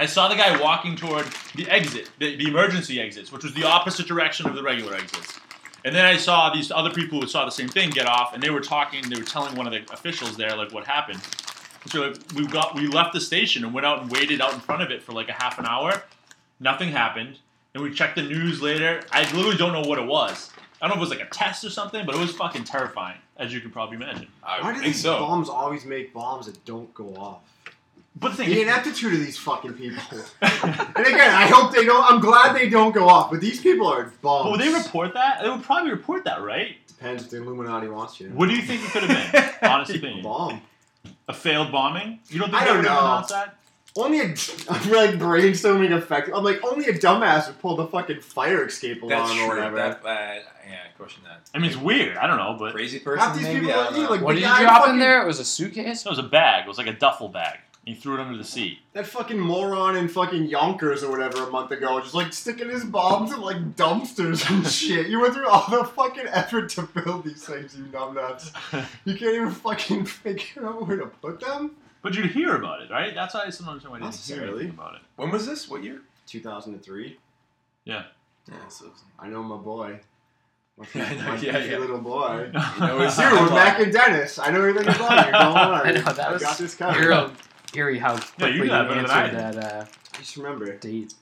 E: I saw the guy walking toward the exit, the, the emergency exits, which was the opposite direction of the regular exits. And then I saw these other people who saw the same thing get off, and they were talking. They were telling one of the officials there like what happened. So we got we left the station and went out and waited out in front of it for like a half an hour. Nothing happened, and we checked the news later. I literally don't know what it was. I don't know if it was like a test or something, but it was fucking terrifying, as you can probably imagine.
D: I
C: Why do
D: think
C: these
D: so.
C: bombs always make bombs that don't go off?
E: But the thing
C: The
E: is,
C: ineptitude of these fucking people. and again, I hope they don't. I'm glad they don't go off, but these people are bombs.
E: but would they report that? They would probably report that, right?
C: Depends if the Illuminati wants you.
E: What do you think it could have been? Honest opinion.
C: Bomb.
E: A failed bombing? You don't think
C: I
E: they
C: don't
E: would have
C: know.
E: announced that?
C: Only a, I'm like brainstorming effect. I'm like, only a dumbass would pull the fucking fire escape alarm
D: That's
C: or
D: true.
C: whatever.
D: That, that, yeah, I question that.
E: I mean, it's weird. I don't know, but that
D: Crazy person.
C: Half these
D: maybe?
C: people
D: I
C: are
D: don't know.
C: like-
B: what did you
C: Yeah,
B: drop in
C: fucking-
B: there? It was a suitcase.
E: was a bag. It was like a duffel bag. He threw it under the seat.
C: That fucking moron in fucking Yonkers or whatever a month ago, just like sticking his bombs in like dumpsters and shit. You went through all the fucking effort to build these things, you numbnuts. You can't even fucking figure out where to put them.
E: But you'd hear about it, right? That's why I sometimes why I
C: Not
E: didn't hear
C: necessarily.
E: anything about it.
D: When was this? What year?
C: 2003.
D: Yeah, so-
C: I know my boy. My,
D: Yeah, I know,
C: my
D: yeah,
C: goofy
D: yeah.
C: little boy.
D: You know, it's
C: Dude,
D: your
C: we're
D: luck.
C: back in Dennis. I know everything about you. Don't worry.
B: I know, that was
C: got this covered.
B: Eerie, eerie how quickly
E: you
B: you,
E: did that better than I
B: answered that uh,
C: Just remember,
B: date.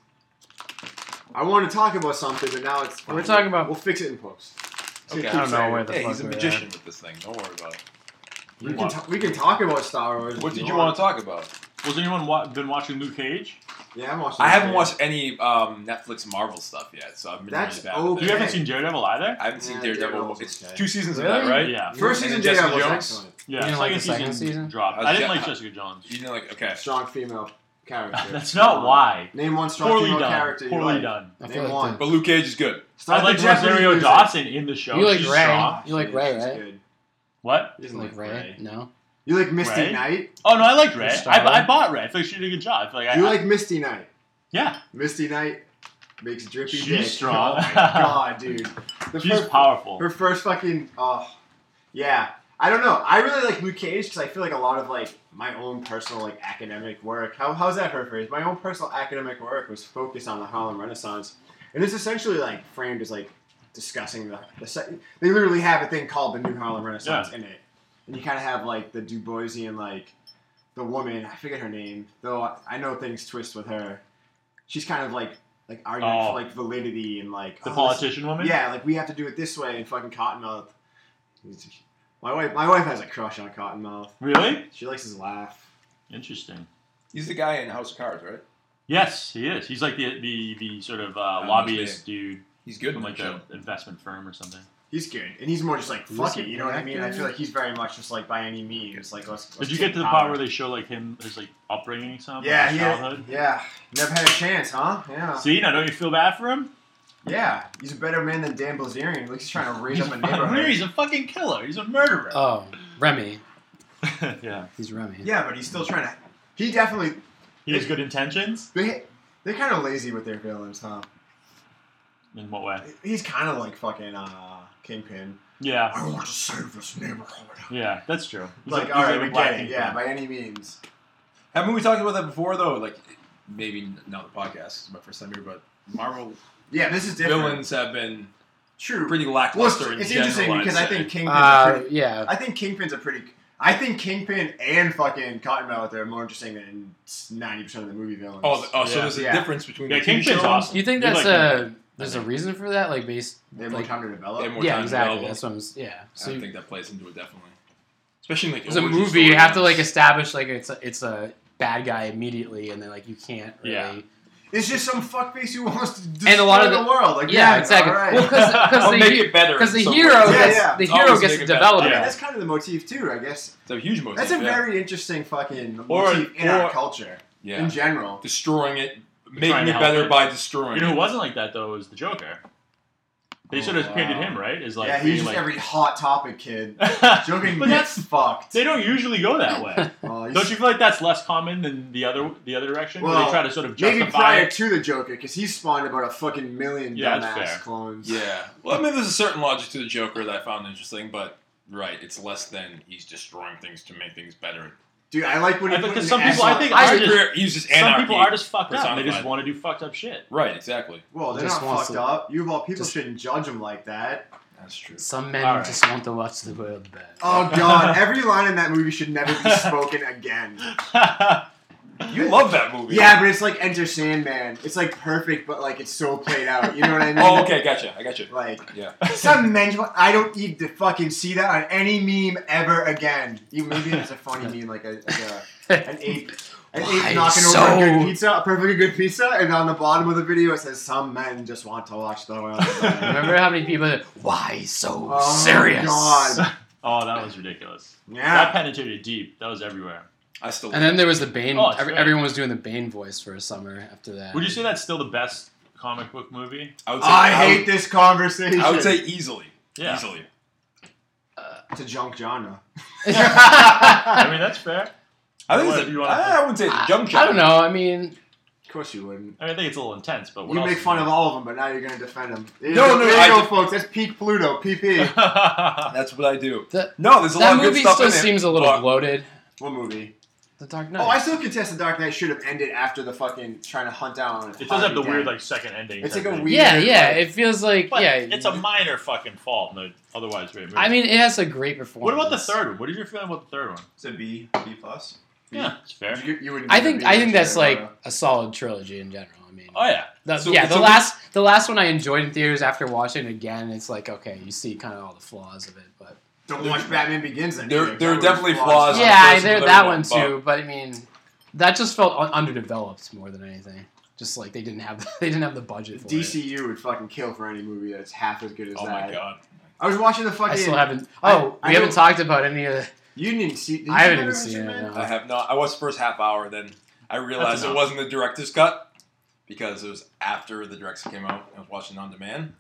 C: I want to talk about something, but now it's.
B: We're talking about-
C: We'll fix it in post. So
D: Okay,
C: keep
D: I don't
B: know
C: saying
B: where
C: it.
B: the
D: Hey,
B: fuck
D: he's a
B: we're at.
D: magician with this thing. Don't worry about it.
C: We can, ta- we can talk about Star Wars.
D: What did you want to talk about?
E: Was anyone wa- been watching Luke Cage?
C: Yeah, I'm watching.
D: I haven't watched any um, Netflix Marvel stuff yet, so I've been
C: That's
D: really bad.
C: okay.
D: with it.
E: You haven't seen Daredevil either.
D: I haven't seen
C: Yeah,
D: Daredevil.
C: Daredevil's
D: It's
C: okay.
D: two seasons of
B: Really?
D: that, right?
E: Yeah,
C: First season
D: And Jessica
C: Daredevil was
D: Jones?
C: excellent.
E: yeah.
B: You didn't
E: second
B: like the
E: season,
B: second season?
E: dropped.
D: Uh,
E: I didn't
D: Je-
E: like Jessica Jones.
D: You know, like okay.
C: Strong female character.
E: That's not why.
C: Name one strong
E: Poorly
C: female
E: done.
C: character. you
E: Poorly
C: like.
E: done.
B: I
C: Name
B: feel like
C: one.
B: the-
D: But Luke Cage is good.
E: I
C: Start
E: like
C: the Japanese
E: Rosario
C: music.
E: Dawson in the show.
B: You like
E: She's
B: Ray.
E: strong.
B: You like Ray,
C: She's
B: right?
C: good.
E: What?
C: He doesn't
B: Like
C: like
B: Ray? No.
C: You like Misty
E: Ray?
C: Knight.
E: Oh no, I liked Ray.
B: Star.
E: I, I bought Ray. I feel like she did a good job. I feel like I,
C: You like Misty Knight.
E: yeah,
C: Misty Knight makes drippy
E: She's
C: dick.
E: strong.
C: Oh my god, dude. The
E: she's
C: first-
E: powerful.
C: Her first fucking oh, yeah. I don't know. I really like Luke Cage because I feel like a lot of like my own personal like academic work. How how's that her phrase? My own personal academic work was focused on the Harlem Renaissance, and it's essentially like framed as like discussing the the se- they literally have a thing called the New Harlem Renaissance in it, and you kind of have like the Du Boisian like the woman I forget her name though I- I know things twist with her. She's kind of like like arguing
E: Oh.
C: for like validity and like
E: the
C: oh, this-
E: politician woman.
C: yeah, like we have to do it this way and fucking Cottonmouth. he's- My wife, my wife has a crush on Cottonmouth.
E: Really
C: She likes his laugh.
E: interesting.
D: He's the guy in House of Cards, right?
E: Yes, he is. He's like the the, the sort of uh,
D: know his
E: lobbyist dude
D: He's good
E: from
D: in that
E: like
D: show.
E: an investment firm or something.
C: He's good, and he's more just like
B: Who's
C: fuck
B: he
C: it. You know what I mean? I
B: connected?
C: feel like he's very much just like by any means, like let's.
E: Did you get to the part where they show like him his like upbringing, some
C: Yeah, he
E: his
C: had,
E: childhood?
C: yeah, never had a chance, huh? Yeah,
E: See, now don't you feel bad for him?
C: yeah. He's a better man than Dan Bilzerian. Like he's trying to raise up a neighborhood.
J: He's a fucking killer. He's a murderer.
B: Oh, Remy.
E: yeah.
B: He's Remy.
C: Yeah, but he's still trying to. He definitely.
E: He has good intentions.
C: They they're kind of lazy with their villains, huh?
E: In what way?
C: He's kind of like fucking uh, Kingpin.
E: Yeah.
C: I want to save this neighborhood.
E: Yeah, that's true. He's
C: Like,
E: he's
C: all
E: a
C: right, we
E: black
C: get it.
E: kid.
C: Yeah, by any means.
D: Haven't we talked about that before though? Like maybe not the podcast. This is my first time here, but Marvel
C: Yeah, this is different.
D: villains have been
C: True.
D: pretty
C: well, it's,
D: lackluster. in
C: it's interesting
D: general, I'd
C: because I
D: say.
C: think Kingpin's a
B: Uh,
C: pretty,
B: yeah.
C: I think Kingpin's a pretty. I think Kingpin and fucking Cottonmouth are more interesting than ninety percent of the movie villains.
D: Oh, the- oh so
E: Yeah.
D: there's a
C: Yeah.
D: difference between
E: Yeah,
D: the TV
E: Kingpin's
D: shows?
E: awesome.
B: You think
E: You
B: that's
E: like
B: a there's a reason for that? Like based
C: they have more
B: like-
C: time to develop.
D: They have more
B: yeah
D: time
B: exactly
D: available.
B: that's what I'm s- yeah. So
D: I
B: you,
D: think that plays into it definitely, especially in, like
B: it's a
D: origin
B: movie. You have to
D: storylines.
B: like establish like it's a, it's a bad guy immediately, and then like you can't really.
E: Yeah.
C: It's just some fuckface who wants to destroy
B: And a lot of
C: the,
B: the-
C: world. Like,
B: Yeah,
C: yeah,
B: exactly.
C: All right.
B: Well,
D: Or make
B: because
D: it better
B: because the,
D: in some
B: hero
C: Yeah,
D: ways.
B: gets
C: yeah.
B: the
D: It's
B: hero
D: always
B: gets
D: make
B: to
D: it better.
B: develop
C: I mean,
E: Yeah.
B: it.
C: that's kind of the motif too, I guess.
D: It's a huge motive.
C: That's a
D: yeah.
C: very interesting fucking motif
D: Or-
C: in
D: or-
C: our culture
D: yeah.
C: in general.
D: destroying it,
E: trying
D: making
E: to
D: it
E: help
D: better
E: it.
D: by destroying.
E: You know who
D: it.
E: wasn't like that though was the Joker. They
D: Oh,
E: sort of painted
D: wow.
E: him right as like
C: yeah, he's
E: being
C: just
E: like.
C: every hot topic kid. Joking
E: but
C: gets
E: that's
C: fucked.
E: they don't usually go that way.
C: Oh, he's-
E: Don't you feel like that's less common than the other the other direction? where
C: Well,
E: they try to sort of
C: Maybe
E: justify
C: prior
E: it.
C: to the Joker, because he spawned about a fucking million
E: Yeah, that's fair.
C: dumbass clones.
D: Yeah. Well, I mean, there's a certain logic to the Joker that I found interesting, but right, it's less than he's destroying things to make things better.
C: Dude, I like when he
E: I-
C: put
E: because
C: an
E: some people-
C: S
E: I
C: on-
E: think-
D: I
E: I just-
D: agree. He's just
E: Some
D: anarchy.
E: people are just fucked up. and They just
D: personified.
E: want to do fucked up shit.
D: right. Exactly.
C: Well, they're
B: Just
C: not
B: wants
C: fucked
B: to-
C: up. You of all people
B: just-
C: shouldn't judge him like that.
D: That's true.
B: Some men
E: All right.
B: just want to watch the world burn.
C: Oh god, every line in that movie should never be spoken again.
D: You love that movie.
C: Yeah, but it's like Enter Sandman. It's like perfect, but like it's so played out. You know what I mean?
D: Oh, okay. Gotcha. I gotcha.
C: Like
D: Yeah.
C: some men, I don't need to fucking see that on any meme ever again. You maybe it's a funny meme, like a, like a an ape, an
B: Why
C: ape knocking
B: so-
C: over a good pizza, a perfectly good pizza, and on the bottom of the video it says, "Some men just want to watch the world." Oh burn."
B: Remember how many people? are, Why so
C: Oh,
B: serious?
C: God.
E: Oh, that was ridiculous. That
C: Yeah.
E: penetrated deep. That was everywhere.
D: I still.
B: And then there was the Bane.
E: Oh, it's
B: every-
E: great.
B: everyone was doing the Bane voice for a summer after that.
E: Would you say that's still the best comic book movie?
D: I would say.
C: I
D: would-
C: hate this conversation.
D: I would say easily.
E: Yeah.
D: Easily.
C: it's a junk genre.
E: I mean, that's fair.
D: I think
E: What
D: it's
E: if
D: a,
E: you wanna-
D: I, I wouldn't say it's a jump shot.
B: I don't know. I mean,
C: Of course you wouldn't.
E: I mean, I think it's a little intense, but what
C: You
E: else
C: make
E: is
C: fun
E: there?
C: of all of them, but now you're gonna defend them. There you
D: No,
C: go-
D: no,
C: there
D: I
C: you go,
D: did-
C: folks. That's peak Pluto. PP.
D: That's what I do.
B: That-
D: no, there's a lot
B: that
D: of good
B: movie
D: stuff
B: still
D: in it,
B: seems a little
D: but-
B: bloated.
C: what movie?
B: The Dark Knight.
C: Oh, I still contest the Dark Knight should have ended after the fucking trying to hunt down.
E: It does have the weird like second ending.
C: It's
E: type
C: like a
E: thing.
C: weird-
B: yeah,
C: weird,
B: yeah.
C: like-
B: It feels like
E: But
B: yeah.
E: it's a minor fucking fault. No, otherwise great movie.
B: I mean, it has a great performance.
E: what about the third one? What is your feeling about the third one?
D: It's a B, B plus.
E: Yeah, it's fair.
C: You, you wouldn't
B: I
C: give
B: think
C: it
B: I think
C: to uh,
B: that's like
C: Leonardo.
B: a solid trilogy in general. I mean,
E: Oh yeah,
B: the-
D: So-
B: yeah. The
D: so-
B: last the last one I enjoyed in theaters after watching it again. It's like okay, you see kind of all the flaws of it, but
C: don't watch Batman Begins. Then
D: There-
C: either.
D: there are
C: That
D: definitely
C: was
D: flaws. That's the
B: yeah,
D: first
B: there
D: and the
B: that
D: third
B: one
D: one,
B: too. But I mean, that just felt un- underdeveloped more than anything. Just like they didn't have the, they didn't have the budget for it.
C: DCU would fucking kill for any movie that's half as good as
D: Oh
C: that.
D: my god.
C: I was watching the fucking.
B: I still haven't.
C: I-
B: Oh,
C: I
B: we haven't
C: know-
B: talked about any of. The,
C: You didn't even see. Did
B: I
C: you
B: haven't even
C: Batman
B: seen it.
C: Superman?
B: no.
D: I have not. I watched the first half hour, then I realized it
E: enough.
D: wasn't the director's cut because it was after the director's came out. I was watching it on demand,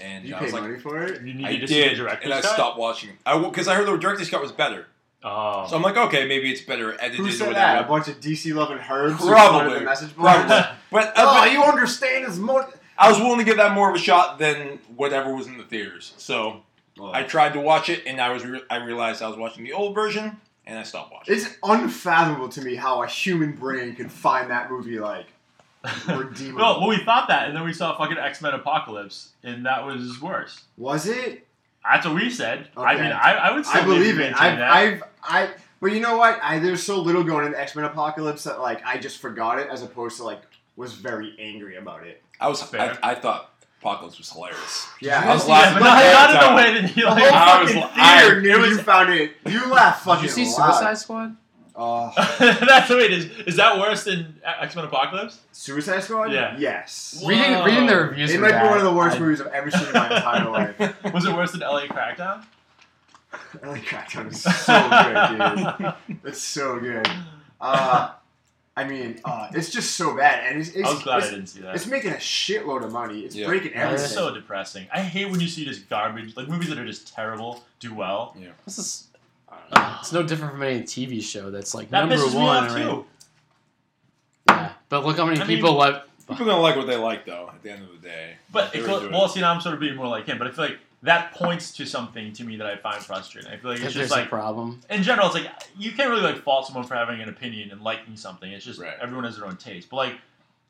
D: and
C: You
D: I
C: paid
D: was like,
C: money for it.
E: you need
D: I
E: to see the
D: did,
E: director's
D: and I
E: cut?
D: stopped watching. I because I heard the director's cut was better,
E: Oh,
D: so I'm like, okay, maybe it's better edited.
C: Who
D: or
C: said
D: whatever.
C: that? A bunch of DC loving herbs. who
D: Probably.
C: wanted The message board?
D: Probably. But, uh,
C: Oh,
D: but
C: you understand as much.
D: I was willing to give that more of a shot than whatever was in the theaters. So I tried to watch it, and I was re- I realized I was watching the old version, and I stopped watching.
C: It's unfathomable to me how a human brain could find that movie like redeemable.
E: no. Well, we thought that, and then we saw fucking X Men Apocalypse, and that was worse.
C: Was it?
E: That's what we said. I
C: Okay.
E: mean, I, I would. Still
C: I believe it.
E: maintain
C: I've,
E: that.
C: I've, I. But you know what? I there's so little going in the X Men Apocalypse that like I just forgot it, as opposed to like was very angry about it.
D: I was
E: Fair.
D: I, I thought Apocalypse was hilarious.
C: Yeah,
D: I was
E: yeah,
D: laughing.
E: but
D: the
E: not,
D: whole
E: not in
D: time.
E: the way that he
C: The
E: like.
C: whole
D: I was
C: fucking
D: li- I-
C: theater knew you found it. You laughed
B: Did
C: fucking
B: you see
C: loud.
B: Suicide Squad?
C: Oh, Uh,
E: That's the way it is. Is that worse than X Men Apocalypse?
C: Suicide Squad?
E: Yeah.
C: Yes.
B: Reading,
E: Whoa.
B: reading the reviews
C: It
B: for
C: might be
B: that,
C: one of the worst
B: I-
C: movies I've ever seen in my entire life.
E: Was it worse than LA Crackdown?
C: LA Crackdown is so good, dude. That's so good. Uh, I mean, uh, it's just so bad, and it's it's,
E: I was glad I
C: it's,
E: didn't see that.
C: it's making a shitload of money. It's
D: Yeah.
C: breaking
E: Yeah,
C: everything.
E: It's so depressing. I hate when you see just garbage, like movies that are just terrible do well.
B: This is,
E: Ugh,
B: it's no different from any TV show that's like
E: that
B: number one.
E: pisses me off
B: right?
E: too.
B: Yeah. But look how many
E: I mean-
B: people left.
D: People are gonna like what they like, though. At the end of the day,
E: But
D: They
E: it
D: were
E: goes,
D: doing
E: well, see, now I'm sort of being more like him. But I feel like that points to something to me that I find frustrating. I feel like
B: If
E: it's
B: there's
E: just like
B: a problem,
E: in general, it's like you can't really like fault someone for having an opinion and liking something. It's just
D: Right.
E: everyone has their own taste. But like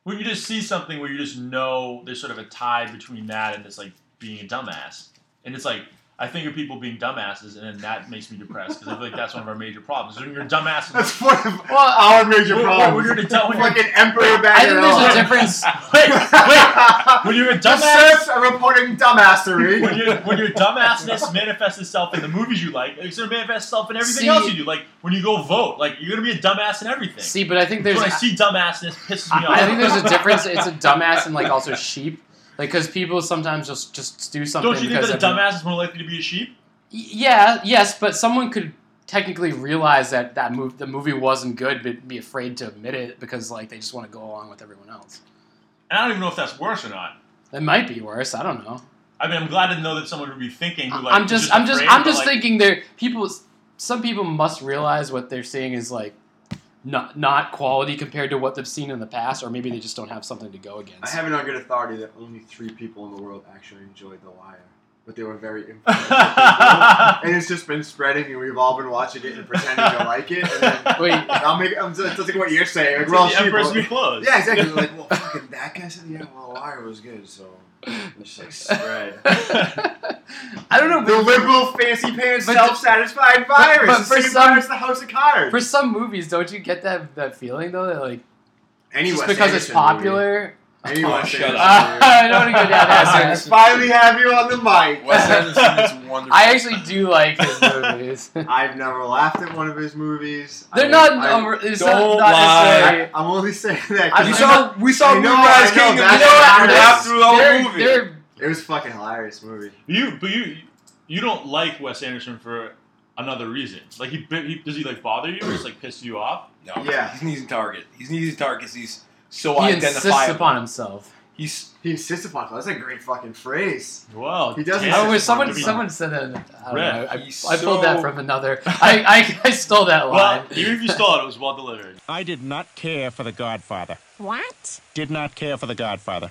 E: when you just see something where you just know there's sort of a tie between that and it's like being a dumbass, and it's like I think of people being dumbasses, and then that makes me depressed because I feel like that's one of our major problems. When you're a dumbass,
C: That's one of
E: Well,
C: our major
E: when-
C: problems.
E: when you're a dumb- when you're-
C: Fucking Emperor
B: I think there's a
C: Baggerella.
B: difference.
E: wait, wait, when you're a
C: The
E: dumbass.
C: serfs are reporting dumbassery.
E: when, your when your dumbassness manifests itself in the movies you like, it's gonna manifest itself in everything
B: See-
E: else you do. Like when you go vote, like you're gonna be a dumbass in everything.
B: See, but I think there's.
E: when I see dumbassness pisses me off.
B: I think there's a difference. It's a dumbass and like also sheep. Like, because people sometimes just just do something.
E: Don't you think
B: because
E: that a
B: everyone-
E: dumbass is more likely to be a sheep?
B: Y- Yeah, yes, but someone could technically realize that that move the movie wasn't good, but be afraid to admit it because like they just want to go along with everyone else.
E: And I don't even know if that's worse or not.
B: That might be worse. I don't know.
E: I mean, I'm glad to know that someone would be thinking who like
B: I'm
E: is
B: just, I'm just,
E: afraid,
B: I'm
E: but,
B: just
E: like,
B: thinking there people. Some people must realize what they're seeing is like not not quality compared to what they've seen in the past, or maybe they just don't have something to go
C: I
B: against.
C: have it on good authority that only three people in the world actually enjoyed The Liar, but they were very influential people. And it's just been spreading, and we've all been watching it and pretending to like it. And then,
B: Wait,
C: I'll make. I'm just, just like what you're saying. Like,
E: It's
C: we're all
E: like the Emperor's
C: sheep.
E: New Clothes.
C: Yeah, exactly. Like, well, fucking that guy said, yeah, well, the liar was good, so it's just like spread.
B: I don't know.
C: the liberal, fancy pants,
B: But-
C: self-satisfied virus.
B: but
C: the
B: for
C: same
B: some-
C: virus the House of Cards.
B: For some movies, don't you get that that feeling though that like
C: Any
B: just
C: Wes
B: because it's
C: Anderson
B: popular?
C: Movie. Any
D: Oh,
C: Wes
D: shut
C: Anderson
B: Uh,
C: movie.
B: I don't want to go down that
D: I
C: I
B: side.
D: Anderson.
C: finally have you on the mic.
D: Wes Anderson is wonderful.
B: I actually do like his movies.
C: I've never laughed at one of his movies. I
B: They're
C: mean,
B: not.
C: I,
B: um, it's
D: Don't
B: not, not
D: lie.
B: necessarily-
C: I'm only saying that.
B: I- I'm
D: we
C: 'cause
D: saw, we saw
C: I know, I
D: Moonrise
C: know,
D: Kingdom.
C: that's
D: You know what?
C: hilarious.
D: Laughed through the
B: they're-
D: whole movie.
B: they're-
C: it was fucking hilarious movie.
E: You, but you, you don't like Wes Anderson for another reason. Like he, he does he like bother you or just like piss you off?
D: No,
C: Yeah.
D: he's an easy target. He's an easy target 'cause he's so
B: he insists
D: identifiable.
B: upon himself.
D: He's
C: He insists upon it. That's a great fucking phrase.
E: Well,
C: He does
E: damn.
C: insist
B: I wish someone
C: upon himself.
B: someone said that. I, don't know,
E: Ref,
B: I,
D: he's
B: I pulled that
D: so-
B: from another. I, I, I stole that line.
E: Well, even if you stole it, it was well delivered.
H: I did not care for The Godfather.
K: What?
H: Did not care for The Godfather.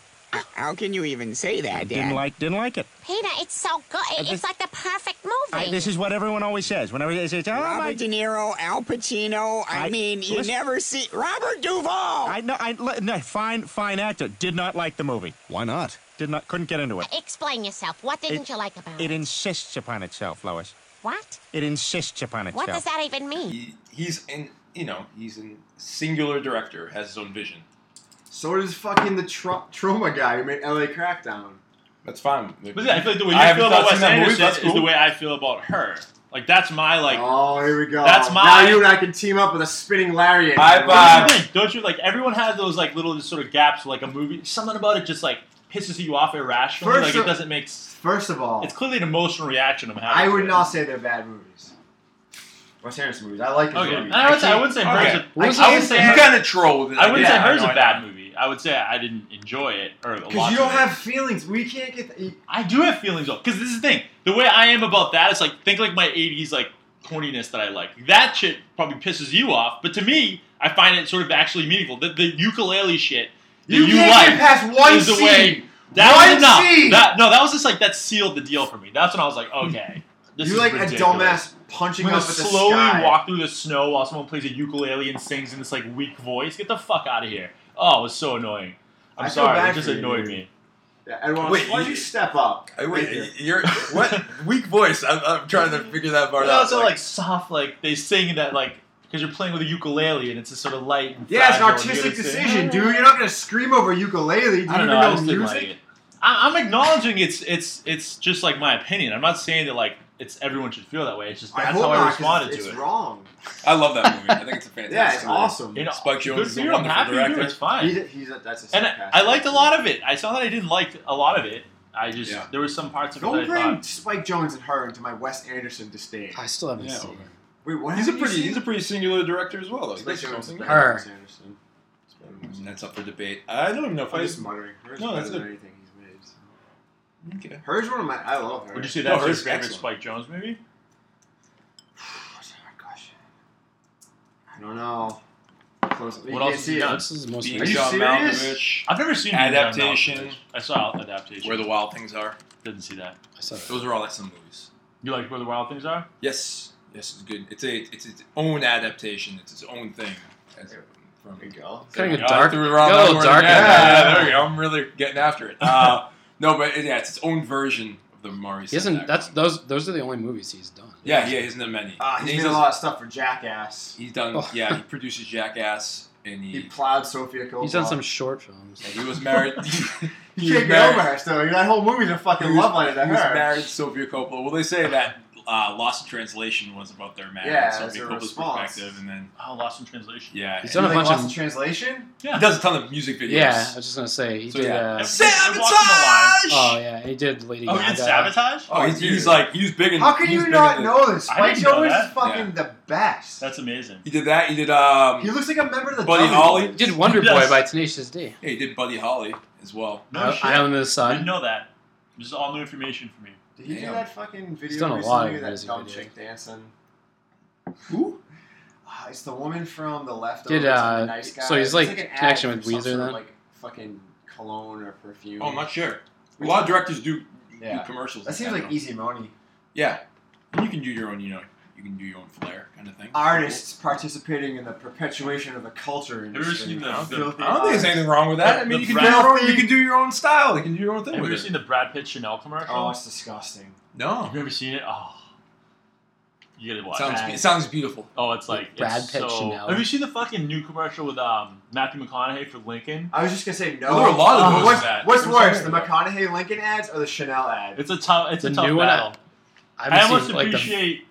L: How can you even say that,
H: Didn't
L: Dad?
H: like. Didn't like it.
K: Peter, it's so good. It-
H: Uh,
K: It's
H: this-
K: like the perfect
H: I,
K: movie.
H: this is what everyone always says. Whenever they say, "Oh my,"
L: Robert De Niro, Al Pacino. I,
H: I-
L: mean, you
H: listen-
L: never see Robert Duvall.
H: I know. I li- no, fine, fine actor. Did not like the movie. Why not? Did not. Couldn't get into it.
K: Explain yourself. What didn't you like about
H: It
K: it?
H: insists upon itself, Lois.
K: What?
H: It insists upon itself.
K: What does that even mean?
D: he, he's in you know he's a singular director has his own vision.
C: So does fucking the tra- trauma guy who made LA Crackdown.
D: That's fine.
E: But yeah, I feel like the way you
D: I haven't
E: feel about
D: thought seen
E: Wes
D: that movie,
E: Anderson
D: that's
E: is the
D: cool.
E: way I feel about her. Like that's my like.
C: oh, here we go.
E: that's my-
C: Now you and I can team up with a spinning lariat.
D: High
E: Don't
D: five.
E: you think? Don't you like? Everyone has those like little just sort of gaps. Where, like a movie, something about it just like pisses you off irrationally.
C: First
E: like
C: of-
E: it doesn't make. s-
C: First of all,
E: It's clearly an emotional reaction I'm having.
C: I
E: to
C: would
E: it.
C: not say they're bad movies. Wes Anderson movies. I like his
E: Okay,
C: movies.
E: And I would say I wouldn't say
D: Okay.
E: hers.
B: What
E: A,
B: was
E: I
B: he
E: would say
D: you
E: her-
D: kind of trolled.
E: I wouldn't
D: yeah,
E: say hers
D: know,
E: a
D: I
E: bad
D: know.
E: movie. I would say I didn't enjoy it or a
C: Because
E: lot.
C: you don't
E: of it.
C: have feelings. We can't get. The,
E: I do have feelings though, because this is the thing. The way I am about that is like think like my '80s like corniness that I like. That shit probably pisses you off, but to me, I find it sort of actually meaningful. The, the ukulele shit that
C: you
E: you,
C: can't
E: like
C: get past one
E: is the
C: scene.
E: way that
C: One
E: was enough.
C: scene.
E: That no, that was just like that sealed the deal for me. That's when I was like, okay, this
C: you
E: is
C: like a
E: ridiculous.
C: dumbass punching
E: I'm gonna
C: up at the
E: slowly
C: sky.
E: walk through the snow while someone plays a ukulele and sings in this like weak voice. Get the fuck out of here! Oh, it was so annoying. I'm
C: I feel
E: sorry,
C: bad
E: it just
C: for you,
E: annoyed
C: dude.
E: me.
C: Yeah, Everyone,
D: Wait,
C: why don't
D: you-
C: you step up?
D: Hey,
C: Right there.
D: wait, you're what weak voice? I'm, I'm trying to figure that part
E: But
D: out.
E: also like, soft, like they sing that like because you're playing with a ukulele and it's just sort of light. And
C: Yeah, it's an
E: fragile and
C: artistic
E: you're gonna sing-
C: decision, dude. You're not gonna scream over ukulele. Do you
E: I
C: even
E: don't know. I just didn't
C: music?
E: like it. I- I'm acknowledging it's it's it's just like my opinion. I'm not saying that like it's everyone should feel that way. It's just
C: I
E: that's
C: hope
E: how I
C: not, 'cause
E: responded
C: it's,
E: to
C: it's
E: it.
C: wrong.
D: I love that movie. I think it's a fantastic
C: Yeah, it's
D: movie.
C: awesome.
E: You know,
D: Spike
E: good
D: Jones
E: for
D: is a
E: you, I'm
D: wonderful
E: happy you,
D: director.
E: It's fine.
C: He's a, he's a, that's a
E: and
C: sarcastic-
E: I, I liked a lot of it. I saw that I didn't like a lot of it. I just
D: Yeah.
E: there was some parts of it that
C: Don't
E: I
C: bring
E: thought.
C: Spike Jones and her into my Wes Anderson disdain.
B: I still haven't
D: Yeah,
B: seen
D: okay.
B: it.
C: Wait, what?
D: He's a
C: haven't you
D: pretty
C: seen?
D: he's a pretty singular director as well. Though. He
C: Spike
D: does
C: Jones is
D: something.
C: better
B: Her.
C: than Wes Anderson.
D: And That's up for debate. I don't even know if
C: I'm
D: I.
C: just muttering. Hers
D: No,
C: no,
D: that's
C: better than
D: good.
C: anything he's made. so.
D: Okay.
C: Hers one of my. I love her.
E: Would you say
D: No,
E: that's your
D: hers is
E: favorite
D: excellent.
E: Spike Jones movie?
C: Oh my gosh. I don't know. Close. you
E: What
C: can't
E: else has
C: see
E: he
C: it.
E: done?
B: This is the most
D: Being
C: Are you
D: John
C: serious?
D: Malkovich,
E: I've never seen
D: Adaptation.
E: Being John Malkovich. I saw adaptation.
D: Where the Wild Things Are.
E: didn't see that.
B: I saw it.
D: Those are all excellent movies.
E: You like Where the Wild Things Are?
D: Yes, yes, it's good. It's a it's its own adaptation. It's its own thing. As, from
C: There you go.
B: Kind of
E: Yeah,
B: a dark.
D: threw it around
B: Got a
D: that
B: little
D: word
B: dark
D: again.
B: in
D: Yeah,
B: there.
D: there we go. I'm really getting after it. Uh, no, but it- yeah, it's its own version of the Murray.
B: He isn't. That's
D: the
B: those. Those are the only movies he's done.
D: yeah. He isn't that many.
C: Ah, he's
D: he's,
C: made a lot of stuff for Jackass.
D: he's done.
B: Oh.
D: Yeah, he produces Jackass, and he
C: He plowed Sophia Coppola.
B: He's done some short films.
D: yeah, he was married. he
C: You can't get over her still. That whole movie's a fucking
D: He was,
C: love letter to
D: he was
C: her.
D: married to Sofia Coppola. Well, they say that uh, Lost in Translation was about their marriage.
C: Yeah, that's
D: Sofia
C: a
D: Coppola's
C: response.
D: perspective, and then
E: Oh, Lost in Translation.
D: yeah,
B: He's
D: he
B: done a
C: You like
B: bunch
C: Lost in
B: of.
C: translation.
D: does a ton of music videos.
B: Yeah, I was just gonna say he
D: So,
B: did.
D: yeah.
B: Uh,
D: Sabotage.
B: oh yeah, he did Lady
E: Oh, you
B: Gaga.
E: did Sabotage?
D: Oh, he's, he's like he's big. In,
C: How can
D: he's
C: you
D: big
C: not
D: in the-
C: know this?
E: I
C: Spike
E: didn't know
C: Jones is
E: that.
C: fucking the best.
E: That's amazing.
D: He did that. He did um.
C: he looks like a member of the
D: Buddy
C: Dummy
D: Holly?
C: Boys.
B: He did Wonder
E: Yes.
B: Boy by Tenacious D.
D: Yeah, he did Buddy Holly as well.
E: No
B: I,
E: shit.
B: I own the
E: I
B: sun.
E: didn't know that. This is all new information for me.
C: Did he
D: Damn.
C: do that fucking video
B: done a
C: recently?
B: lot of
C: that
B: music
C: dumb
B: videos.
C: chick dancing.
D: Who?
C: Ah, it's the woman from the left.
B: Did, uh,
C: the nice guy.
B: so he's,
C: It's
B: like,
C: an ad
B: connection
C: for
B: with
C: some
B: Weezer
C: sort of,
B: then?
C: Like fucking cologne or perfume.
D: Oh, I'm not sure. A lot of directors do,
C: Yeah.
D: do commercials.
C: That seems
D: kind
C: like
D: of-
C: easy money.
D: yeah. And you can do your own, you know, you can do your own flair kind of thing.
C: Artists participating in the perpetuation of the culture
E: you ever
C: industry.
E: seen the-
C: How
E: the-
C: filthy
D: I don't think there's anything wrong with that. I mean,
E: The
D: you can, do
E: brand-
D: your own, you can do your own style. You can do your own thing
E: Have you ever
D: with it.
E: seen the Brad Pitt Chanel commercial?
C: Oh, it's disgusting.
D: no.
E: Have you ever seen it? Oh, you gotta
D: It
E: watch.
D: sounds,
E: it.
D: it sounds beautiful.
E: Oh, it's like
B: Brad
E: it's
B: Pitt
E: so-
B: Chanel.
E: Have you seen the fucking new commercial with um Matthew McConaughey for Lincoln?
C: I was just gonna say no.
D: Well, there are a lot of
C: Uh,
D: those
C: what's
D: ads.
C: what's
D: There's
C: worse,
D: so
C: the
D: many.
C: McConaughey Lincoln ads or the Chanel ad?
E: It's a tough. It's
B: The
E: a tough
B: new one,
E: battle.
B: I
E: I
B: haven't
E: almost
B: seen, like, the-
E: appreciate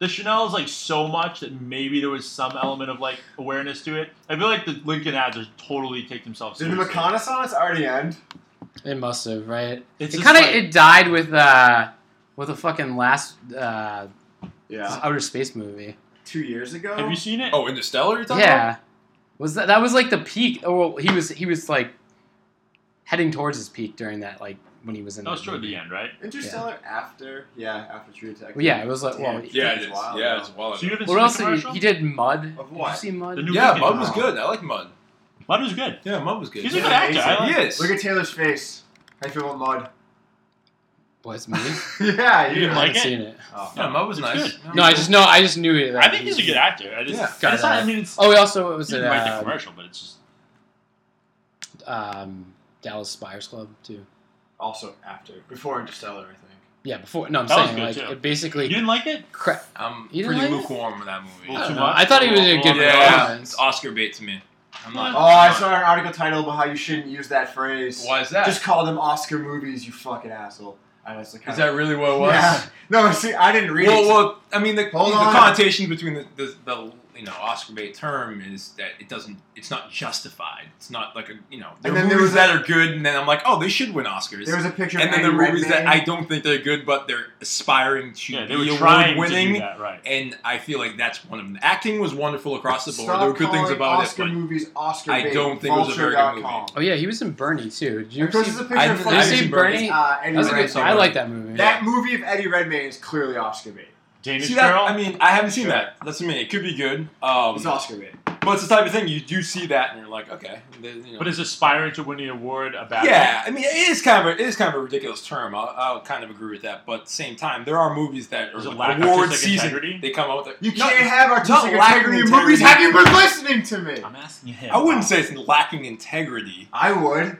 E: the, Chanel is like so much that maybe there was some element of like awareness to it. I feel like the Lincoln ads are totally take themselves.
C: Did the
E: seriously.
C: McConaissance already end?
B: it must have, right?
E: It's
B: it
E: just
B: kind of
E: like-
B: it died with uh with the fucking last uh outer space movie.
C: Two years ago.
E: Have you seen it?
D: Oh, Interstellar you're talking
B: Yeah, was that that was like the peak? Oh, well, he was he was like heading towards his peak during that like when he was in.
E: that was
B: that
E: toward
B: movie.
E: the end, right?
C: Interstellar after? Yeah, after True Detective.
B: Well, yeah, it was like well,
C: Damn.
D: about? Yeah, it
C: It's
D: is.
C: wild,
D: Yeah,
C: though.
D: it's wild.
E: So you haven't
B: what
E: seen
B: else?
E: the
B: Did he,
E: commercial?
B: he did Mud.
C: Of
B: Did
C: what?
B: you see Mud?
E: The new
D: yeah,
E: Lincoln
D: Mud was
E: commercial.
D: good. I like Mud.
E: Mud was good.
D: Yeah, Mud was good.
E: He's a
D: yeah.
E: good actor. I like-
D: He is.
C: Look at Taylor's face. How you feel about Mud?
B: was me.
C: yeah, you,
E: You didn't
B: I haven't
E: like it?
B: seen it.
C: Oh.
D: yeah, Mud was
E: It's
D: nice.
B: No, I just know I just knew it.
E: I think he's a good actor. I just,
D: Yeah.
E: I, just I mean, it's
B: Oh, he also what was
E: you
B: it
E: can write the
B: uh,
E: commercial, but it's just
B: um, Dallas Spires Club too?
C: Also after, before Interstellar, I think.
B: Yeah, before. No, I'm
E: That was
B: saying
E: good,
B: like
E: too.
B: it
E: you
B: basically.
E: didn't like it.
B: Cra-
D: I'm
B: You
D: pretty
B: didn't like it?
D: lukewarm with that movie.
E: Well,
B: I,
E: too
B: don't know.
E: much?
B: I thought he was a
E: Well,
B: good
E: well,
D: Yeah,
B: performance.
D: it's Oscar bait to me. I'm
C: Oh,
D: not.
C: I saw an article titled about how you shouldn't use that phrase.
D: Why is that?
C: Just call them Oscar movies, you fucking asshole. I was like,
D: Is that really what it was?
C: Yeah. No, see, I didn't read
D: Well,
C: it.
D: well, I mean, the, the
C: Hold on.
D: connotation between the, the, the you know Oscar bait term is that it doesn't, it's not justified. It's not like a you know. There
C: then
D: are
C: there
D: movies
C: was a-
D: that are good, and then I'm like, oh, they should win Oscars.
C: there was a picture
D: and
C: of
D: then there
C: Eddie
D: are movies
C: Redmayne.
D: that I don't think they're good, but they're aspiring to
E: Yeah, they were
D: be
E: trying
D: award
E: to do
D: winning.
E: that, right?
D: And I feel like that's one of them. Acting was wonderful across the board.
C: Stop
D: there were good things
C: calling
D: about
C: Oscar
D: it,
C: movies, Oscar
D: I
C: bait,
D: don't think it was a very good
C: vulture.com.
B: Oh yeah, he was in Bernie too. Did you
C: Of course,
B: see-
C: it's a
B: that
C: picture
D: I
C: of
D: didn't-
C: Flash
B: I didn't see
C: and
B: Bernie.
C: Uh, Eddie
B: was a
C: Redmayne.
B: good. I like that movie.
C: That movie of Eddie Redmayne is clearly Oscar bait.
D: but
E: Danish
D: see that?
E: Girl.
D: I mean, I haven't seen
C: Sure.
D: that. That's what I mean. It could be good. Um,
C: It's Oscar bait.
D: But it's the type of thing you do see that, and you're like, okay. the- you know.
E: but is aspiring to win the award a bad?
D: yeah, I mean, it is kind of a, it is kind of a ridiculous term. I'll, I'll kind of agree with that. But at the same time, there are movies that are
E: Is it
D: like
E: lack of
D: award
E: artistic
D: season.
E: integrity?
D: They come out with
C: You
D: not-
C: can't have artistic
D: lack of
C: integrity in
D: integrity.
C: movies. Have you been listening to me?
E: I'm asking him.
D: I wouldn't say it's lacking integrity.
C: I would.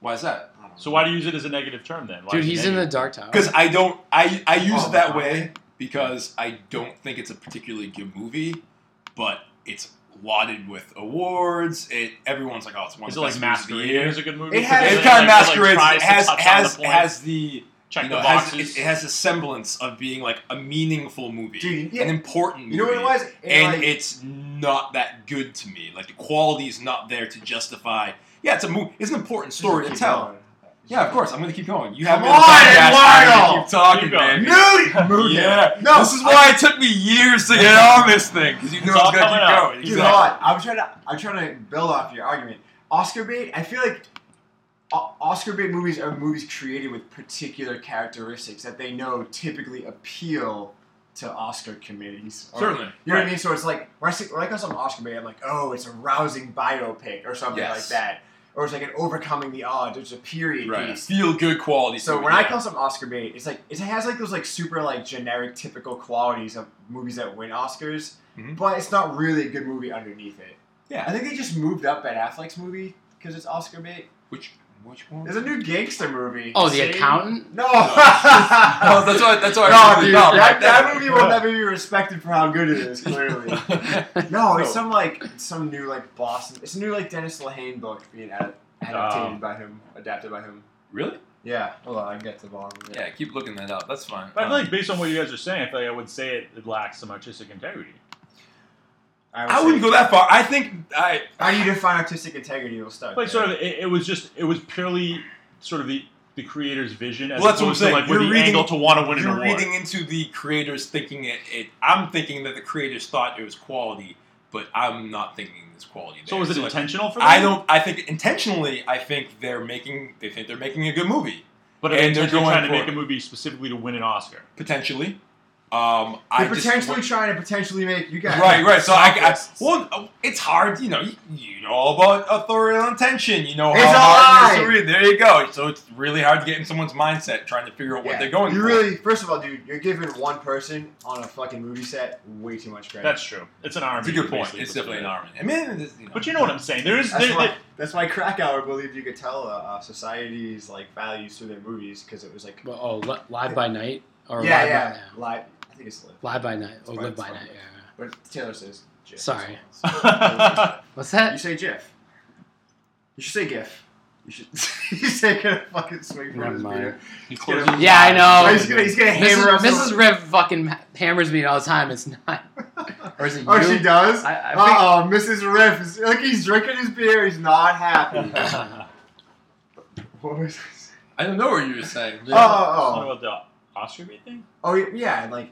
D: Why is that?
E: So why do you use it as a negative term then? Why
B: Dude,
E: is it
B: he's in the
E: negative?
B: Dark Tower.
D: Because I don't. I I use
C: Oh,
D: it that
C: wow.
D: way because I don't think it's a particularly good movie, but it's lauded with awards. It everyone's like, oh, it's one
E: Is it
D: of
E: like
D: the best movies of
E: masquerading
D: the year.
E: as a good movie?
C: It
E: Because
C: has-
D: It
E: then,
D: kind of
E: like, like,
D: masquerades.
E: tries
D: it
E: to
D: has
E: touch on
D: has
E: the point.
D: has the
E: Check
D: you
E: the
D: know, it has-
E: boxes.
D: It, it has a semblance of being like a meaningful movie,
C: Dude, yeah.
D: an important movie.
C: You know what it was? It,
D: and
C: like-
D: it's not that good to me. Like the quality is not there to justify. Yeah, it's a movie. It's an important story to
C: Keep
D: tell.
C: going.
D: Yeah, of course. I'm gonna keep going. You
C: Come
D: have me
C: on,
D: podcast, I'm gonna
C: Eduardo!
D: Keep talking,
E: Keep going.
D: baby.
C: Moody!
D: Yeah.
C: No,
D: this is why it took me years to get on this thing because you knew
E: It's
D: I
E: all
D: was gonna
E: coming
D: keep
E: up.
D: going.
C: Dude,
D: Exactly.
C: hold on. I'm trying to I'm trying to build off your argument. Oscar bait. I feel like O- Oscar bait movies are movies created with particular characteristics that they know typically appeal to Oscar committees. Or-
D: Certainly.
C: You know what I mean? So it's like when I, see, when I go some Oscar bait, I'm like, oh, it's a rousing biopic or something
D: Yes.
C: like that, or it's like an overcoming the odds. It's a period
D: Right.
C: piece.
D: Feel good quality.
C: So
D: movie,
C: when I
D: yeah.
C: call some Oscar bait, it's like it has like those like super like generic typical qualities of movies that win Oscars,
D: Mhm.
C: but it's not really a good movie underneath it.
D: Yeah.
C: I think they just moved up Ben Affleck's movie because it's Oscar bait.
D: which which one?
C: There's a new gangster movie.
B: Oh, the
C: See?
B: accountant.
C: No,
D: Oh, that's why. That's why.
C: no,
D: I
C: dude,
D: really thought
C: that,
D: about
C: that movie will never be respected for how good it is. Clearly, no,
D: No.
C: it's some like some new like Boston. It's a new like Dennis Lehane book being ad- adapted
G: Oh.
C: by him, adapted by him.
D: Really?
C: Yeah, hold on, I can get to the bottom. of it.
D: Yeah. Keep looking that up. That's fine.
G: But I
D: Um,
G: feel like based on what you guys are saying, I feel like I would say it, it lacks some artistic integrity.
C: I, would
D: I
C: say-
D: wouldn't go that far. I think I.
C: How do you define artistic integrity? We'll start.
G: Like
C: there.
G: sort of, it, it was just it was purely sort of the the creator's vision as
D: Well, that's what I'm
G: opposed to
D: saying.
G: like
D: You're
G: with the
D: reading-
G: angle to want to win an
D: You're
G: award.
D: reading into the creators thinking it, it. I'm thinking that the creators thought it was quality, but I'm not thinking it's quality.
G: so
D: there.
G: was it
D: like,
G: intentional for them?
D: I don't. I think intentionally. I think they're making. They think they're making a good movie
G: But
D: and they're
G: they're
D: going
G: trying to
D: for
G: make
D: it.
G: a movie specifically to win an Oscar.
D: potentially. Um, I
C: They're
D: just-
C: potentially trying to potentially make you guys
D: Right, right. So I, I well, uh, it's hard. You know, you, you know all about authorial intention. You know
C: It's
D: how
C: a
D: hard it is to
C: lie.
D: read. There you go. So it's really hard to get in someone's mindset trying to figure out what they're going.
C: You
D: for.
C: really, first of all, dude, you're giving one person on a fucking movie set way too much credit.
G: That's true. It's an army.
D: It's a good point.
G: basically,
D: It's
G: but-
D: definitely an army. I mean, it's, you know,
G: But you know what I'm saying. There is
C: That's
G: there,
C: why.
G: there-
C: that's why Krakauer believed you could tell uh, uh, society's like values through their movies because it was like
B: Well, oh, li- live by night or
C: yeah,
B: live
C: yeah,
B: by now.
C: live. I think it's live.
B: Live by night or
C: It's
B: live by
C: fine,
B: night.
C: it's
B: Yeah. yeah.
C: But Taylor says. GIF.
B: Sorry.
C: you
B: What's that?
C: say GIF. You should say GIF. You should. he's taking a fucking swing from
B: Never
C: his
B: mind.
C: beer.
D: you
C: close-
D: know,
B: Yeah, I know.
C: he's gonna, he's gonna hammer
B: Mrs.
C: us. over-
B: Mrs. Rev fucking hammers me all the time. It's not. Or is it you?
C: Oh, she does.
B: I- I
C: Uh oh, Mrs. Riff. Is, look, he's drinking his beer. He's not happy. what was this?
D: I don't know what you were saying.
C: Oh, oh, oh,
G: Something about the Oscar bait thing.
C: oh, yeah. and, Like,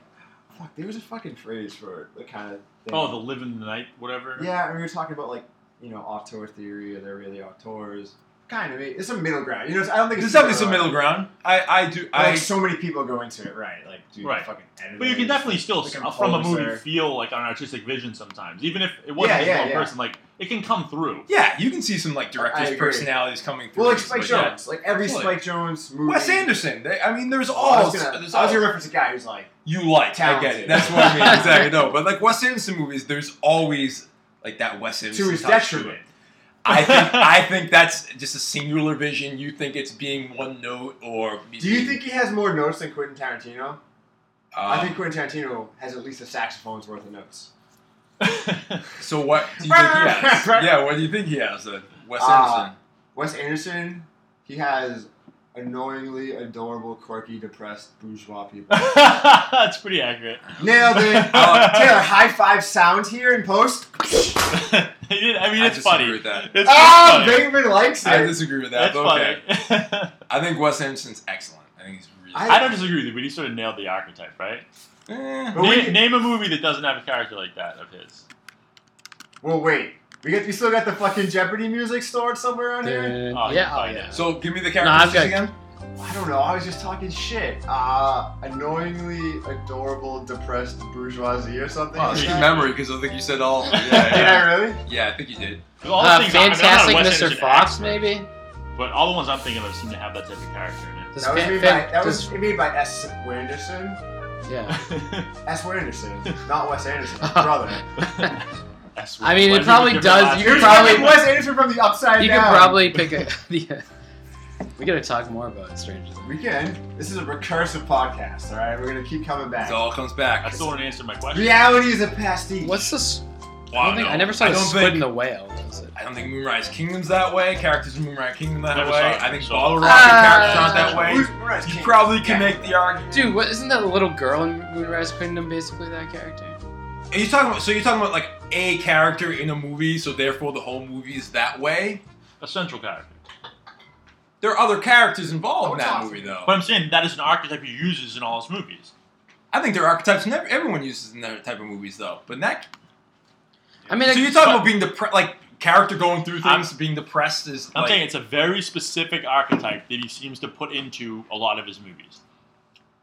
C: fuck. There was a fucking phrase for the kind of. Thing.
G: Oh, the live in the night, whatever.
C: Yeah, and we were talking about like you know auteur theory, or they're really auteurs. Kind of. it- It's a middle ground. You know, it's- I don't think it's
D: There's definitely some middle ground. I, I do.
C: But, like
D: I
C: so many people go into it, right? Like, dude,
G: Right.
C: fucking. Editors,
G: But you can definitely still,
C: Like a
G: from a movie,
C: composer.
G: feel like an artistic vision sometimes, even if it wasn't
C: Yeah,
G: just
C: yeah,
G: one
C: yeah.
G: person. Like it can come through.
D: yeah, you can see some like
C: I
D: directors'
C: agree.
D: personalities coming through.
C: Well, like
D: this,
C: Spike
D: but yeah.
C: Jones, like every
D: Absolutely.
C: Spike Jones movie.
D: Wes Anderson. They, I mean, there's
C: Oh, I
D: all.
C: was gonna, I was
D: there's all
C: gonna reference a guy who's like.
D: you like. I get
C: Talented.
D: it. That's what I mean. Exactly. No, but like Wes Anderson movies, there's always like that Wes Anderson
C: to his
D: touch it.
C: detriment.
D: I think I think that's just a singular vision. You think it's being one note or
C: Do you think he has more notes than Quentin Tarantino? I
D: Um,
C: think Quentin Tarantino has at least a saxophone's worth of notes.
D: so. What do you think he has? yeah, what do you think he has? Then? Wes
C: Uh,
D: Anderson.
C: Wes Anderson, he has annoyingly adorable, quirky, depressed bourgeois people.
G: That's pretty accurate.
C: Nailed it! Uh, Taylor, high five sound here in post.
G: I mean,
D: I
G: it's funny.
D: disagree with that.
G: It's
C: Oh,
G: funny.
C: Bateman likes
D: I
C: it.
D: disagree with
G: That's
D: that. but okay.
G: funny.
D: I think Wes Anderson's excellent. I think he's really.
C: I-
G: I don't disagree with you, but he sort of nailed the archetype, right?
D: Eh.
C: But we-
G: Name, name a movie that doesn't have a character like that of his.
C: Well, wait. We, got, we still got the fucking Jeopardy music stored somewhere on here?
B: Dun-
G: Oh,
B: yeah, oh,
G: fine,
B: yeah.
D: So give me the
B: No, I've
D: characters
B: got-
D: again.
C: I don't know. I was just talking shit. Uh, annoyingly adorable, depressed bourgeoisie or something.
D: Wow,
C: like
D: that's
C: that.
D: good memory because I think you said all. Yeah,
C: Did
D: yeah.
C: I really?
D: yeah, I think you did.
G: 'Cause all the
B: Uh,
G: things- I mean, I'm not a
B: Fantastic
G: Wes
B: Mr.
G: Anderson
B: Fox,
G: expert,
B: maybe.
G: But all the ones I'm thinking of seem to have that type of character in
B: Does
C: That was
B: Fan-
C: made by
B: Fan-
C: that
B: does-
C: was made by S. Wanderson.
B: yeah.
G: it.
C: S. Wanderson, not Wes Anderson, his brother.
G: That's
B: I
G: weird.
B: mean,
G: Why
B: it
G: did
B: probably
G: we give
B: does.
G: last
B: You
C: Here's
G: name?
B: probably-
C: fucking Wes Anderson from the Upside
B: You
C: Down.
B: could probably pick a. Yeah. We gotta talk more about strangers.
C: We can. This is a recursive podcast. All right, we're gonna keep coming back.
D: It all comes back.
G: I still want to answer my question.
C: Reality is a pastiche.
B: What's this? I, don't think, I never saw
D: don't
B: Squid
D: think-
B: and the Whale. Was it?
D: I don't think Moonrise Kingdom's that way. Characters in Moonrise Kingdom that
B: Never
D: way.
B: saw it,
D: I think
B: so-
D: Bottle Rocket
B: Ah.
D: characters aren't that way.
B: Who's
C: Moonrise
D: you
C: Kingdom?
D: probably can make the argument.
B: Dude, what, isn't that little girl in Moonrise Kingdom basically that character?
D: Are you talking about? So you're talking about like a character in a movie, so therefore the whole movie is that way.
E: A central character.
D: There are other characters involved in that movie, though.
E: But I'm saying that is an archetype he uses in all his movies.
D: I think there are archetypes. Never, everyone uses in that type of movies, though. But in that,
B: I mean,
D: so you're talking about being depressed, like character going through things, being depressed is.
E: I'm
D: like,
E: saying it's a very specific archetype that he seems to put into a lot of his movies.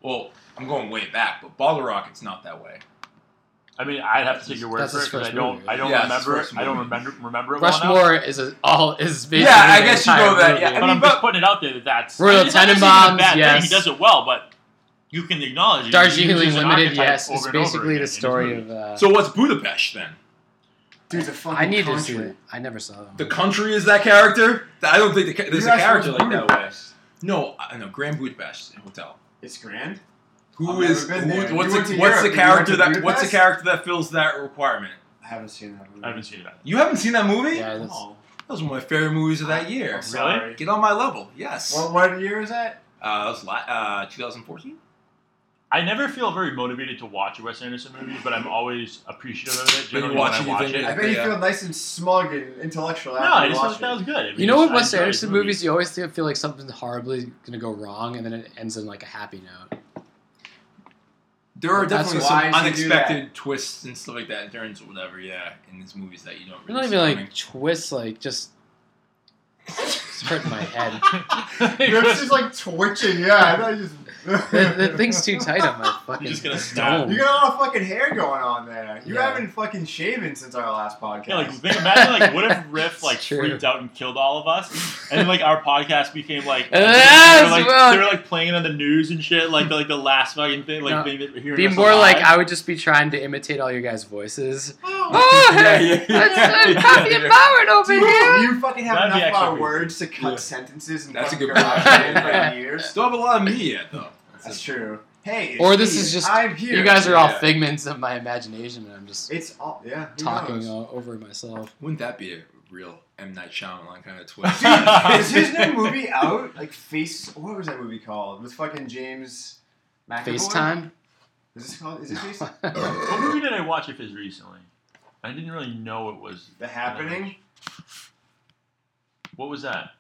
D: Well, I'm going way back, but Bottle Rocket's not that way.
E: I mean, I'd have to take your word
D: That's
E: for it
D: his
E: because I
D: first
E: don't,
D: movie,
E: I don't
D: right? Yeah, it's his
E: remember,
D: first
E: I don't
D: movie.
E: remember, remember it well
B: Rushmore
E: enough.
B: is a, all is basically.
E: Yeah, I
B: the
E: guess you
B: entire
E: go that-
B: movie.
E: yeah, I But mean, I'm but- just putting it out there that that's-
B: Royal
E: I mean, that isn't even a
B: Tenenbaums,
E: bad thing.
B: yes.
E: He does it well, but you can acknowledge it. He
B: Darjeeling
E: uses an
B: Limited,
E: archetype
B: yes,
E: over
B: it's
E: and over
B: basically
E: again in
B: the
E: his
B: story of.
E: movies.
B: Uh,
D: So what's Budapest then?
C: Dude's a fucking
B: I need to
C: country.
B: see it. I never saw that.
D: The country is that character. I don't think the, ca- there's
C: You
D: a
C: asked
D: character
C: what's
D: like that way.
C: Budapest.
D: No, I know Grand Budapest Hotel.
C: It's grand.
D: Who
C: I've
D: is
C: never been
D: who-
C: there. You
D: what's the,
C: went to Europe,
D: what's
C: but
D: the
C: you went
D: character
C: to
D: that what's the
C: Budapest?
D: character that fills that requirement?
C: I haven't seen that movie.
E: I haven't seen that.
D: You haven't seen that movie?
B: Yeah, that's-
D: Oh, that was one of my favorite movies of that year.
C: I'm sorry.
D: Get on my level. Yes.
C: What, what year is that?
D: uh, that was la- uh, 2014.
E: I never feel very motivated to watch a Wes Anderson movie, but I'm always appreciative of it.
D: When you
E: Generally, when
D: watch it,
E: I
D: you
E: watch
D: think
E: it,
D: it-
C: I bet you
D: Yeah.
C: feel nice and smug and intellectual
E: No,
C: after
E: I
C: you
E: just
C: watch
E: thought that was
C: it.
E: good. I mean,
B: You know what
E: I
B: Wes
E: enjoyed
B: Anderson
E: the movie.
B: movies? You always feel feel like something's horribly gonna go wrong, and then it ends in like a happy note.
D: There are
B: That's
D: definitely
B: why
D: some
B: does he do
D: unexpected twists and stuff like that, and turns or whatever. Yeah, in these movies that you don't
B: I'm
D: really.
B: not
D: see
B: even like
D: coming.
B: twists, like just it's hurting my head.
C: Grips is like twitching. Yeah, I thought you just.
B: the, the thing's too tight on my fucking.
E: You're just gonna stab.
B: dome.
C: You got a lot of fucking hair going on there. You
B: Yeah.
C: haven't fucking shaven since our last podcast.
E: Yeah, like think, imagine like what if Riff like freaked out and killed all of us, and then like our podcast became like
B: Yes,
E: they, were, like
B: well-
E: they were like playing it on the news and shit, like the, like the last fucking thing, like
B: No.
E: being hearing
B: Be
E: us
B: more
E: alive.
B: like I would just be trying to imitate all your guys' voices.
C: Oh,
D: Yeah, yeah, yeah, yeah, yeah, yeah.
B: over
C: Dude, you fucking have
E: That'd
C: enough of
E: be actually
C: our
E: pretty
C: words to cut sentences and
D: That's a
C: fucking
D: good
C: garbage
D: point.
C: in for years.
D: Still have a lot of me yet though.
C: That's true. Hey, it's
B: Or this
C: me.
B: is just
C: I'm here.
B: you guys are all
D: Yeah.
B: figments of my imagination, and I'm just
C: It's all yeah. who
B: talking
C: knows?
B: all over myself.
D: Wouldn't that be a real M Night Shyamalan kind of twist?
C: Dude, is his new movie out? Like face. What was that movie called? With fucking James. McAvoy?
B: FaceTime.
C: Is this called? Is it FaceTime?
E: what movie did I watch of his recently? I didn't really know it was
C: the Happening.
E: What was that?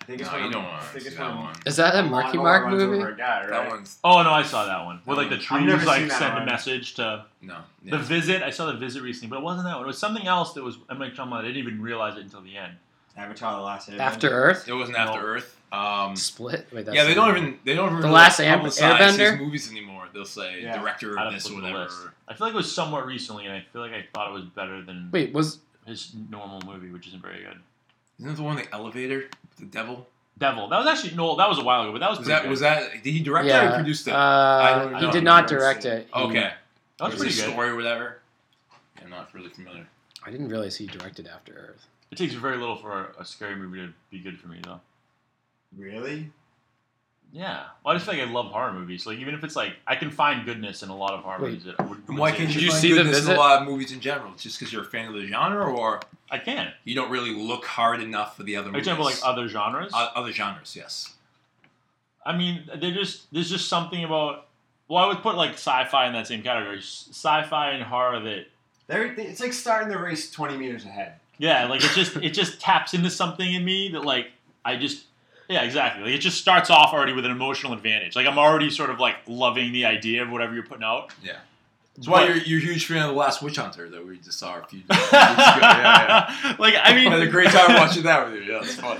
C: I think
D: No, you
C: when-
D: don't
C: I
D: want
C: think
D: to see
C: it's
D: that
C: when
D: one.
B: Is that a
C: lawnmower
B: Marky Mark
C: runs
B: movie?
C: over a guy,
D: That
C: right?
D: one's
E: Oh no, I saw that one. With like the
C: I've never
E: trees like
C: seen that
E: sent a
C: one.
E: message to
D: no.
E: The
D: Yeah.
E: Visit. I saw The Visit recently, but it wasn't that one. It was something else that was M. Night Shyamalan. I didn't even realize it until the end.
C: Avatar: The Last Airbender.
B: After Earth.
D: It wasn't After
E: No.
D: Earth. Um,
B: Split. Wait, that's
D: yeah, they
B: not-
D: don't even they don't even
B: The
D: really
B: Last Air-
D: publicize
B: Airbender?
D: these movies anymore. They'll say
C: Yeah.
D: director
E: I'd
D: of
E: have
D: this
E: to
D: or
E: look at the
D: whatever.
E: list. I feel like it was somewhat recently, and I feel like I thought it was better than
B: Wait, was
E: his normal movie, which isn't very good.
D: Isn't that the one the elevator? The devil?
E: Devil. That was actually no. That was a while ago, but that was,
D: Was
E: pretty
D: that
E: good.
D: was that did he direct that
B: yeah,
D: or produced it?
B: Uh,
D: don't
B: he
D: know.
B: did not
C: I've never
B: direct
C: seen
B: it. He-
D: okay.
E: Mm. that was
D: Or is
E: pretty
D: it a
E: good.
D: story or whatever. I'm not really familiar.
B: I didn't realize he directed After Earth.
E: It takes very little for a, a scary movie to be good for me, though.
C: Really?
E: Yeah, well, I just feel like I love horror movies. Like even if it's like I can find goodness in a lot of horror
B: Wait.
E: movies that I wouldn't.
D: And why
E: wouldn't
D: can't
E: say
D: you,
B: you
D: find
B: see The
D: goodness in
B: Visit?
D: a lot of movies in general? Just because you're a fan of the genre or
E: I can.
D: you don't really look hard enough for the other
E: Are you
D: movies?
E: talking about like uh, other genres?
D: O- other genres, yes.
E: I mean, they're just there's just something about. Well, I would put like sci-fi in that same category. S- Sci-fi and horror that
C: They're, it's like starting the race 20 meters ahead.
E: yeah, like it just it just taps into something in me that like I just yeah exactly. Like it just starts off already with an emotional advantage. Like I'm already sort of like loving the idea of whatever you're putting out.
D: Yeah. That's why
E: But-
D: you're, you're a huge fan of The Last Witch Hunter that we just saw a few weeks ago. Yeah, yeah.
E: like I
D: I
E: mean,
D: had a great time watching that with you. Yeah, it's fun.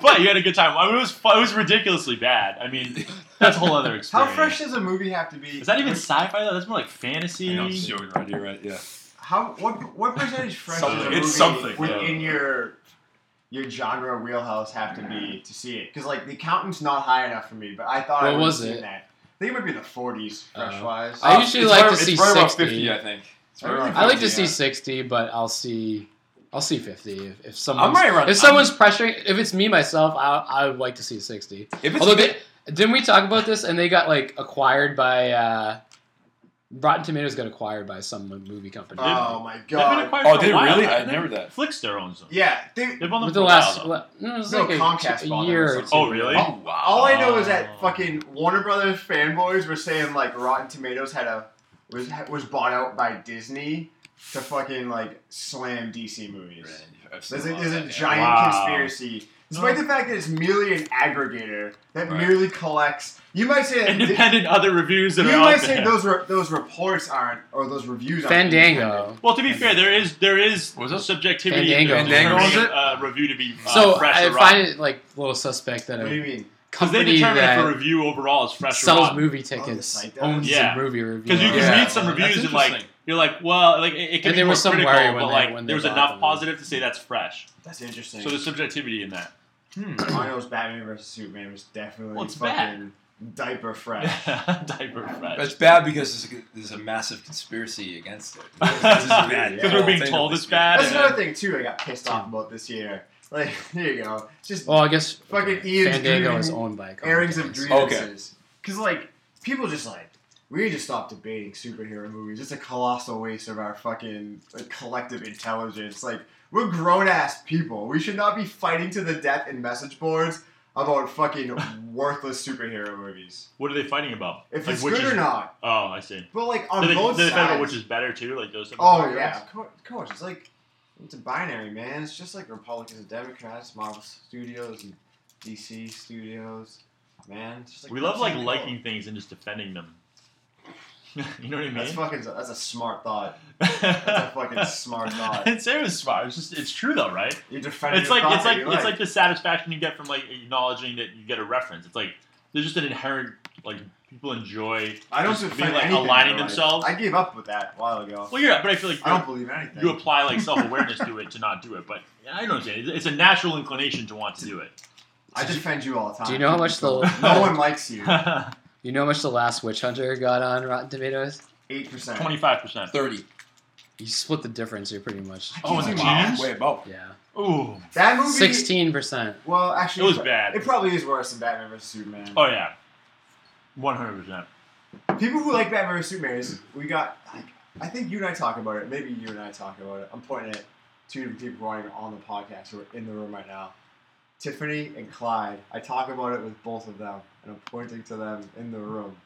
E: But you had a good time. I mean, it was fun. it was ridiculously bad. I mean, that's a whole other
C: How
E: experience.
C: fresh does a movie have to be?
E: is that even sci-fi though? That's more like fantasy.
D: I know, I'm just joking, right? You're right, yeah.
C: How what what percentage fresh does a
E: Something.
C: movie
E: It's something,
C: within your your genre wheelhouse have to be to see it? Because like the accountant's not high enough for me, but I thought I
B: What
C: would have
B: was
C: seen
B: it? Uh,
C: that. I think it might be in the 40s fresh wise.
B: I usually
D: it's
B: like
D: right-
B: to
D: Uh, it's
B: see
D: right about
B: 60.
D: 50, I think. It's right around
B: I like to
D: 50,
B: see
D: yeah.
B: 60, but I'll see. I'll see 50 if, if someone's
D: right around-
B: if someone's pressuring if it's me myself I I would like to see 60.
D: If it's
B: Although
D: a
B: they, didn't we talk about this and they got like acquired by uh Rotten Tomatoes got acquired by some movie company.
C: Oh my
E: They've been
C: god.
E: acquired for a while now.
D: I never that.
E: Flickster owns them.
C: Yeah, they,
E: They've owned them
B: With
E: for
B: the
E: a
B: last,
E: while. though.
B: le- no, it was
C: No,
B: like a,
C: Comcast
B: a
C: bought them
B: year
C: or
B: or Oh. two.
C: something.
E: Oh really?
D: Oh, wow.
C: all I know is that fucking Warner Brothers fanboys were saying like Rotten Tomatoes had a was was bought out by Disney to fucking like slam DC movies.
D: I've seen
C: There's a,
D: lot
C: there's
D: of
C: a
D: that, yeah.
C: giant
E: Wow.
C: conspiracy. Despite the fact that it's merely an aggregator that
D: Right.
C: merely collects, you might say that
E: Independent other reviews
C: You
E: that are out
C: might say
E: there.
C: those re- those reports aren't or those reviews aren't. independent.
B: Fandango.
E: Well, to be fair, there is there is
D: What was it?
E: subjectivity
B: Fandango.
E: in
D: Fandango,
E: determining
D: was
E: a
D: it?
E: review to be uh,
B: So
E: fresh
B: I
E: or rotten.
B: find it like a little suspect that
C: What do you
B: a
C: mean?
E: Because they
B: company
E: determine if a
B: that
E: review overall is fresh or
B: sells
E: rotten.
B: movie
C: Oh, the
B: tickets
C: site does?
B: owns
E: Yeah.
B: the movie review.
E: Because you can
D: Yeah.
E: read some
D: That's
E: reviews and like
D: interesting.
E: you're like, well, like it, it can
B: And
E: be
B: there
E: more
B: was some
E: critical,
B: worry when
E: but
B: they-
E: like
B: when they
E: there was
B: bought
E: enough
B: them.
E: positive to say that's fresh.
C: That's interesting.
E: So there's subjectivity in that.
D: Hmm.
C: All I know is Batman versus Superman was definitely
E: Well, it's
C: fucking diaper fresh.
E: Diaper fresh.
D: It's bad because there's a, there's a massive conspiracy against it. This is bad.
C: Because
E: we're being told it's bad.
C: That's
E: Yeah.
C: another thing too. I got pissed off about this year. Like here you go, just
B: Well, I guess
C: Fucking Ian's
B: Fandango
C: dream-
B: is owned by a company.
C: airings of
B: Yes.
C: grievances. Because like people just like we need to stop debating superhero movies. It's a colossal waste of our fucking like, collective intelligence. Like we're grown ass people. We should not be fighting to the death in message boards about fucking worthless superhero movies.
E: What are they fighting about?
C: If
E: Like,
C: it's
E: which
C: good
E: is-
C: or not.
E: Oh, I see.
C: But like on
E: Did they,
C: both
E: did they fight
C: sides.
E: about which is better too? Like those. type of
C: Oh
E: arguments?
C: yeah, of course, of course. It's like it's a binary, man. It's just like Republicans and Democrats, Marvel Studios and DC Studios. Man, it's just like
E: We love like
C: cool.
E: liking things and just defending them. you know what I mean?
C: That's fucking. That's a smart thought. That's a fucking smart
E: I
C: thought.
E: didn't say it was smart. It's just it's true though, right?
C: You're defending.
E: It's
C: your
E: like
C: thought
E: it's
C: that
E: like
C: you
E: it's like the satisfaction you get from like acknowledging that you get a reference. It's like there's just an inherent like people enjoy
C: I don't
E: just
C: defend
E: being like
C: anything in
E: aligning
C: my life.
E: themselves.
C: I gave up with that a while ago.
E: well, yeah, but I feel like
C: I don't believe anything.
E: you apply like self awareness to it to not do it. But I don't know. what I'm saying. It's- It's a natural inclination to want to do it.
C: I defend you all the time.
B: Do you know how much the
C: No one likes you.
B: you know how much the last Witch Hunter got on Rotten Tomatoes?
C: Eight percent.
E: Twenty five percent.
D: Thirty.
B: You split the difference here pretty much.
E: Oh,
C: Can
E: and
C: you
E: wow.
D: Way above.
B: Yeah,
E: Ooh.
C: That movie.
B: sixteen percent.
C: Well, actually,
E: It was bad.
C: It probably is worse than Batman vs Superman.
E: Oh yeah. One hundred percent.
C: People who like Batman vs Superman is we got like I think you and I talk about it. Maybe you and I talk about it. I'm pointing at two different people who aren't even on the podcast who are in the room right now. Tiffany and Clyde. I talk about it with both of them, and I'm pointing to them in the room.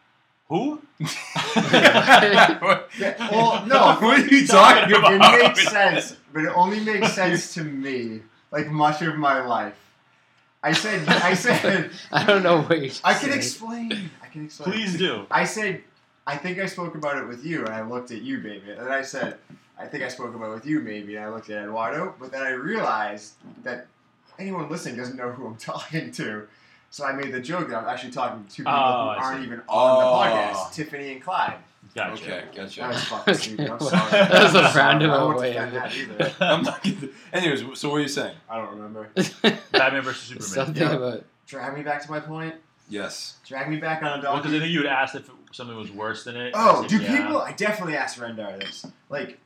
E: Who?
C: Yeah, well, no,
D: what are you
E: talking
D: talking
E: about?
D: about?
C: it makes sense, but it only makes sense to me. Like much of my life, I said, I said,
B: I don't know what you.
C: I can explain. I can explain.
E: Please do.
C: I said, I think I spoke about it with you, and I looked at you, baby. And then I said, I think I spoke about it with you, maybe, and I looked at Eduardo. But then I realized that anyone listening doesn't know who I'm talking to. So I made the joke that I'm actually talking to two people
E: Oh, I
C: who aren't
E: see.
C: even on
D: Oh.
C: the podcast Tiffany and Clyde.
E: Gotcha.
D: Okay, gotcha.
C: That was fucking stupid. I'm sorry.
B: That was a
C: I'm sorry.
B: roundabout
C: I won't
B: way
C: defend
B: of
C: that either.
D: I'm not gonna- Anyways, so what are you saying?
C: I don't remember.
E: Batman versus Superman.
B: Something
C: Yeah.
B: about
C: Drag me back to my point.
D: Yes.
C: Drag me back on a
E: Well,
C: donkey.
E: because I think you would ask if something was worse than it.
C: Oh,
E: I
C: do
E: said, yeah.
C: people? I definitely asked Rendar this. Like,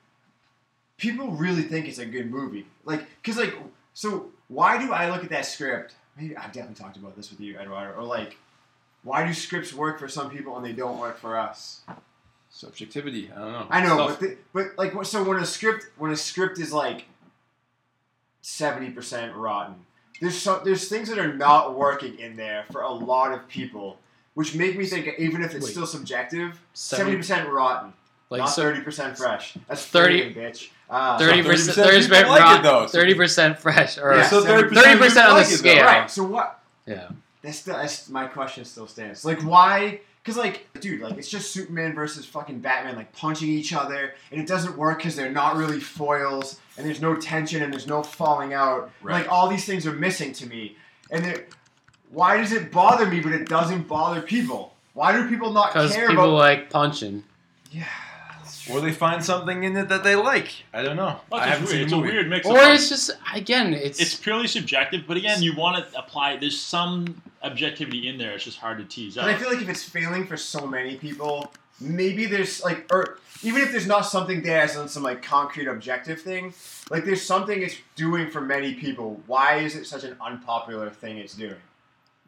C: people really think it's a good movie. Like, cause like, so why do I look at that script? Maybe I've definitely talked about this with you, Eduardo. Or like, why do scripts work for some people and they don't work for us?
D: Subjectivity. I don't know.
C: I know, but
D: Stuff.
C: the, but like, what- so when a script when a script is like seventy percent rotten, there's some there's things that are not working in there for a lot of people, which make me think even if it's
B: Wait.
C: still subjective, seventy
B: 70
C: percent rotten
B: like
C: not
B: so.
C: thirty percent fresh. That's
B: 30
C: thirty, bitch. Ah.
B: 30
D: 30%
B: percent, 30 percent
D: people like it, though.
B: thirty percent fresh, or
C: Yeah.
D: so
B: 30% on
D: 30%
B: the
D: like it, though.
B: scale.
C: Right. So what?
B: yeah,
C: That's, still, that's my question still stands. Like why? Because like, dude, like it's just Superman versus fucking Batman, like punching each other, and it doesn't work because they're not really foils, and there's no tension, and there's no falling out.
D: Right.
C: Like all these things are missing to me, and they're- why does it bother me, but it doesn't bother people? Why do people not
B: because
C: care
B: people
C: about?
B: like punching.
C: yeah.
D: Or they find something in it that they like. I don't know.
E: Well,
D: I
E: it's,
D: haven't
E: just
D: seen
E: weird. it's
D: the
E: a
D: movie.
E: weird mix.
B: Or
E: of
B: it's just again, it's,
E: it's purely subjective, but again, you want to apply. There's some objectivity in there. It's just hard to tease out.
C: But I feel like if it's failing for so many people, maybe there's like, or even if there's not something there as in some like concrete objective thing, like there's something it's doing for many people. Why is it such an unpopular thing it's doing?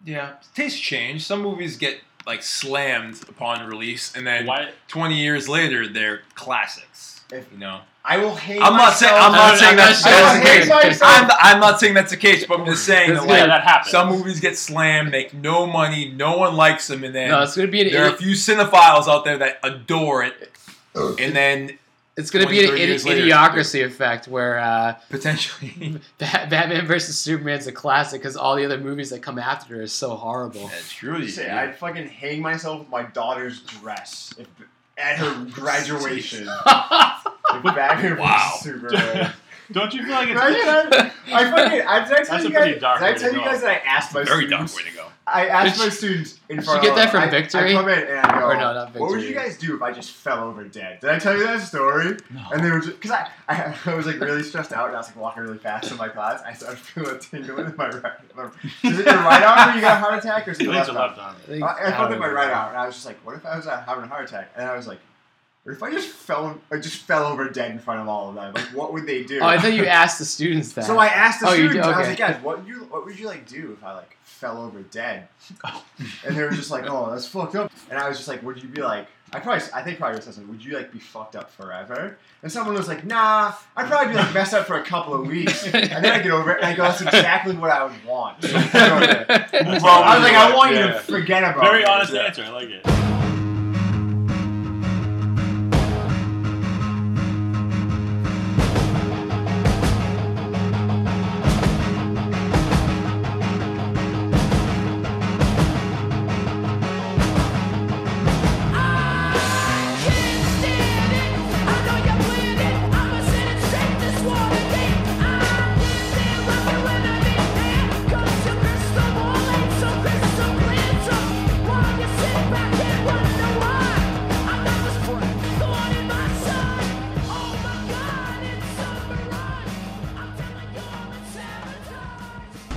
D: Yeah, tastes change. Some movies get like slammed upon release, and then 20 years later, they're classics. you know,
C: I will hate.
D: I'm not saying I'm
C: myself-
D: not saying that's,
C: I will
D: that's the
C: hate
D: case.
C: myself.
D: I'm, I'm not saying that's the case, but I'm just saying that,
B: Yeah,
D: like,
B: that happens.
D: some movies get slammed, make no money, no one likes them, and then
B: No, it's gonna be an
D: there are a
B: idiot-
D: few cinephiles out there that adore it,
C: Oh,
D: and then
B: It's going to be an
D: 20, 30
B: idi-
D: years later,
B: idiocracy effect where uh,
D: potentially
B: Bat- Batman versus Superman's a classic because all the other movies that come after it are so horrible.
D: That's true.
C: Say, I'd fucking hang myself with my daughter's dress if, at her graduation. if Batman
D: Wow.
C: was Superman.
G: Don't you feel like it's
C: Imagine I, I fucking. I, did I tell
G: That's a
C: you
G: pretty
C: guys?
G: dark
C: did I
G: way to
C: tell you
G: go.
C: guys that I asked my
D: very dark
C: students?
D: way to go.
C: I asked
B: Did
C: my
B: you-
C: students in
B: did
C: front
B: you
C: of
B: get that from
C: I- I
B: Victory?
C: come in and I go,
B: Or no, not
C: What would you
B: Victory.
C: guys do if I just fell over dead? Did I tell you that story? And they were just because I, I I was like really stressed out and I was like walking really fast in my class. I started feeling a tingle in my right. My, is it your right arm or you got a heart attack or is it
G: At
C: your
G: least
C: left
G: your
C: arm?
G: left arm.
B: I think-
C: I, I
B: I
C: felt
B: don't
C: in my
B: know.
C: right arm and I was just like, what if I was uh, having a heart attack? And I was like, what if I just fell I just fell over dead in front of all of them? Like, what would they do?
B: Oh, I thought you asked the students that.
C: So I asked the
B: Oh, you
C: students,
B: do-
C: I was
B: okay.
C: like, guys, what would you what would you like do if I like fell over dead? and they were just like, oh, that's fucked up. And I was just like, would you be like, I probably, I think probably said something. Would you like be fucked up forever? And someone was like, nah, I'd probably be like messed up for a couple of weeks, and then I get over it. And I go, that's exactly what I would want. So get over it. I was like, I want you to forget about.
G: Very
C: me."
G: honest answer. I like it.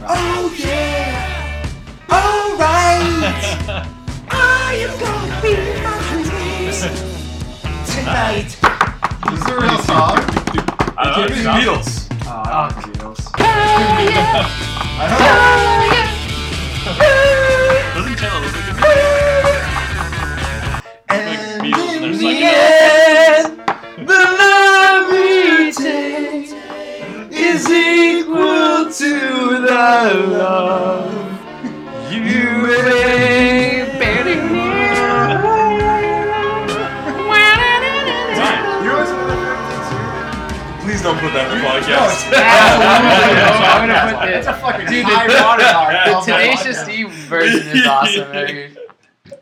L: Oh yeah! Alright! I am gonna be my tonight!
C: Is this a real song?
G: I don't know, it's not-
D: Beatles.
C: Oh, I don't like the Beatles. I don't
G: Doesn't Taylor look like a
C: And
G: Beatles and they're
C: in
G: psychedelic.
C: the end, the love you take is equal to the love you
G: Fine.
D: Please don't put that in the
C: Yes.
D: podcast.
B: I'm gonna put
C: That's a
B: the-
C: fucking
B: Dude,
C: high
B: the-
C: watermark.
B: The
C: of Oh my
B: Tenacious
C: podcast.
B: D version is awesome. I mean,